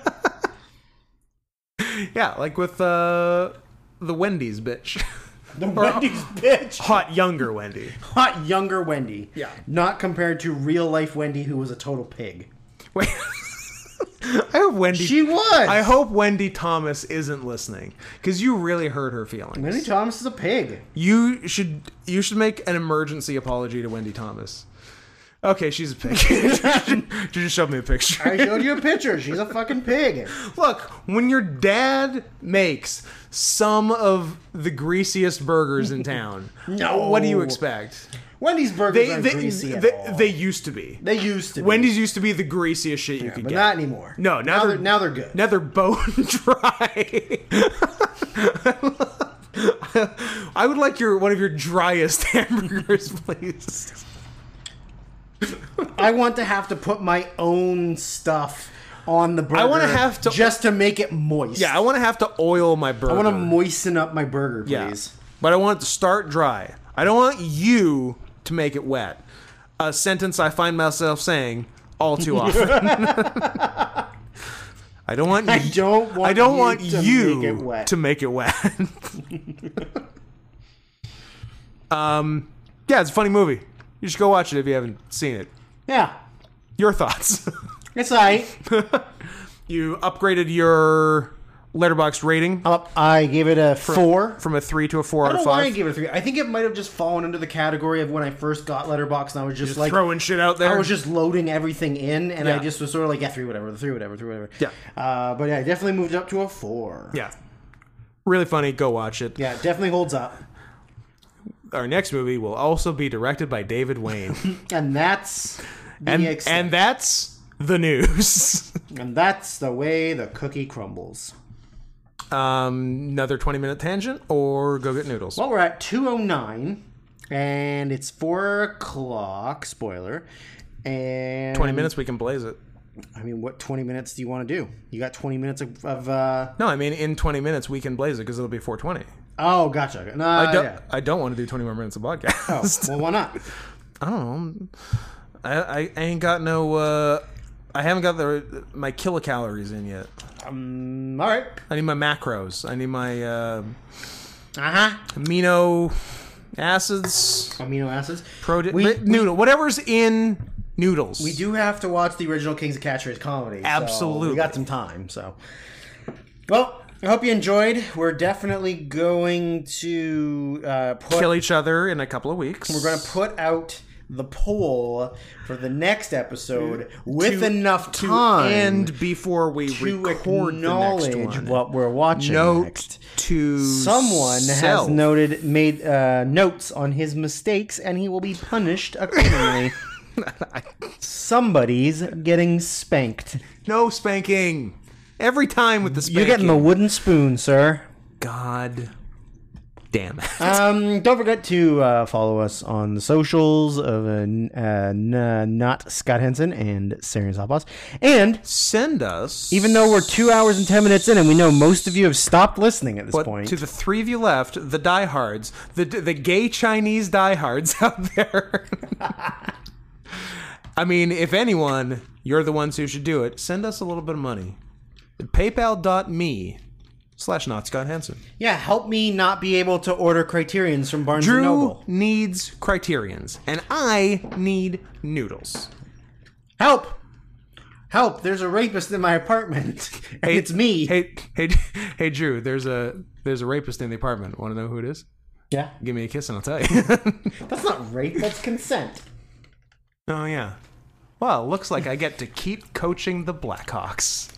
Speaker 2: yeah, like with uh, the Wendy's bitch,
Speaker 1: the Wendy's bitch
Speaker 2: hot younger Wendy.
Speaker 1: hot younger Wendy
Speaker 2: Yeah.
Speaker 1: not compared to real life Wendy who was a total pig
Speaker 2: Wait. I hope Wendy.
Speaker 1: she was
Speaker 2: I hope Wendy Thomas isn't listening because you really hurt her feelings.
Speaker 1: Minnie Thomas is a pig
Speaker 2: You should you should make an emergency apology to Wendy Thomas. Okay, she's a pig. she just showed me a picture.
Speaker 1: I showed you a picture she's a fucking pig
Speaker 2: Look, when your dad makes some of the greasiest burgers in town,
Speaker 1: No.
Speaker 2: what do you expect?
Speaker 1: Wendy's burgers
Speaker 2: They
Speaker 1: aren't
Speaker 2: they,
Speaker 1: greasy at
Speaker 2: they,
Speaker 1: all.
Speaker 2: they used to be.
Speaker 1: They used to. be,
Speaker 2: Wendy's used to be the greasiest shit you could
Speaker 1: but
Speaker 2: get.
Speaker 1: not anymore.
Speaker 2: No,
Speaker 1: now
Speaker 2: now they're-
Speaker 1: they're now they're good.
Speaker 2: Now they're bone dry. I would like your one of your driest hamburgers, please.
Speaker 1: I want to have to put my own stuff on the burger. I
Speaker 2: wanna have to-
Speaker 1: just to make it moist.
Speaker 2: Yeah, I want to have to oil my burger.
Speaker 1: I want to moisten up my burger,
Speaker 2: yeah.
Speaker 1: please.
Speaker 2: but I want it to start dry. I don't want you to make it wet. A sentence I find myself saying all too often. I don't want.
Speaker 1: I don't want.
Speaker 2: I don't
Speaker 1: you
Speaker 2: want
Speaker 1: to
Speaker 2: you
Speaker 1: make it wet.
Speaker 2: to make it wet. um, yeah, it's a funny movie. You should go watch it if you haven't seen it.
Speaker 1: Yeah,
Speaker 2: Your thoughts?
Speaker 1: it's alright.
Speaker 2: you upgraded your letterbox rating
Speaker 1: I'm up- I gave it a four.
Speaker 2: from a three to a four
Speaker 1: I
Speaker 2: out
Speaker 1: don't
Speaker 2: of
Speaker 1: know why I
Speaker 2: five.
Speaker 1: gave it a three. I think it might have just fallen under the category of when I first got Letterbox, and I was just, like
Speaker 2: Throwing shit out there.
Speaker 1: I was just loading everything in, and
Speaker 2: Yeah.
Speaker 1: I just was sort of like, yeah, three, whatever, three, whatever, three, whatever.
Speaker 2: Yeah.
Speaker 1: Uh, but yeah, I definitely moved up to a four.
Speaker 2: yeah, really funny. Go watch it.
Speaker 1: Yeah, it definitely holds up.
Speaker 2: Our next movie will also be directed by David Wayne,
Speaker 1: And that's the
Speaker 2: and
Speaker 1: extent.
Speaker 2: and that's the news.
Speaker 1: And that's the way the cookie crumbles.
Speaker 2: um, another twenty minute tangent, or go get noodles.
Speaker 1: Well, we're at 209, and it's 4 o'clock, spoiler. And
Speaker 2: 20 minutes, we can blaze it.
Speaker 1: I mean, what 20 minutes do you want to do? You got 20 minutes of. of uh...
Speaker 2: No, I mean in 20 minutes we can blaze it because it'll be 420.
Speaker 1: Oh, gotcha. No,
Speaker 2: I don't.
Speaker 1: yeah.
Speaker 2: I don't want to do 20 more minutes of podcast.
Speaker 1: Oh,
Speaker 2: honest.
Speaker 1: well, why not? Oh.
Speaker 2: I don't know. I, I, I ain't got no. Uh, I haven't got the my kilocalories in yet.
Speaker 1: Um, all right.
Speaker 2: I need my macros. I need my uh,
Speaker 1: Uh huh.
Speaker 2: amino acids,
Speaker 1: Amino acids.
Speaker 2: protein,
Speaker 1: We- we-
Speaker 2: noodle, whatever's in noodles.
Speaker 1: We do have to watch the original Kings of Catchers comedy. so
Speaker 2: Absolutely.
Speaker 1: we got some time. So, well, I hope you enjoyed. We're definitely going to uh, put
Speaker 2: kill each other in a couple of weeks.
Speaker 1: We're gonna put out the poll for the next episode with enough time
Speaker 2: and before we
Speaker 1: to
Speaker 2: record the next
Speaker 1: acknowledge
Speaker 2: one.
Speaker 1: what we're watching
Speaker 2: note
Speaker 1: next.
Speaker 2: to
Speaker 1: Someone
Speaker 2: self.
Speaker 1: has noted made uh, notes on his mistakes, and he will be punished accordingly. Somebody's getting spanked.
Speaker 2: no spanking. Every time with the spanking.
Speaker 1: You're getting the wooden spoon, sir.
Speaker 2: God damn it.
Speaker 1: Um, don't forget to uh, follow us on the socials of uh, n- uh, n- not Scott Henson and Sarian Softboss. And
Speaker 2: Send us
Speaker 1: even though we're two hours and ten minutes in, and we know most of you have stopped listening at this
Speaker 2: but
Speaker 1: point,
Speaker 2: to the three of you left, the diehards, the the gay Chinese diehards out there. I mean, if anyone, you're the ones who should do it. Send us a little bit of money. PayPal.me slash not Scott Hansen.
Speaker 1: yeah, help me not be able to order Criterion's from Barnes and
Speaker 2: Drew
Speaker 1: Noble.
Speaker 2: needs criterions, and I need noodles.
Speaker 1: Help! Help! There's a rapist in my apartment, and it's me.
Speaker 2: Hey, hey, hey, Drew. There's a there's a rapist in the apartment. Want to know who it is?
Speaker 1: Yeah,
Speaker 2: Give me a kiss, and I'll tell you.
Speaker 1: that's not rape. That's consent.
Speaker 2: Oh yeah. Well, looks like I get to keep coaching the Blackhawks.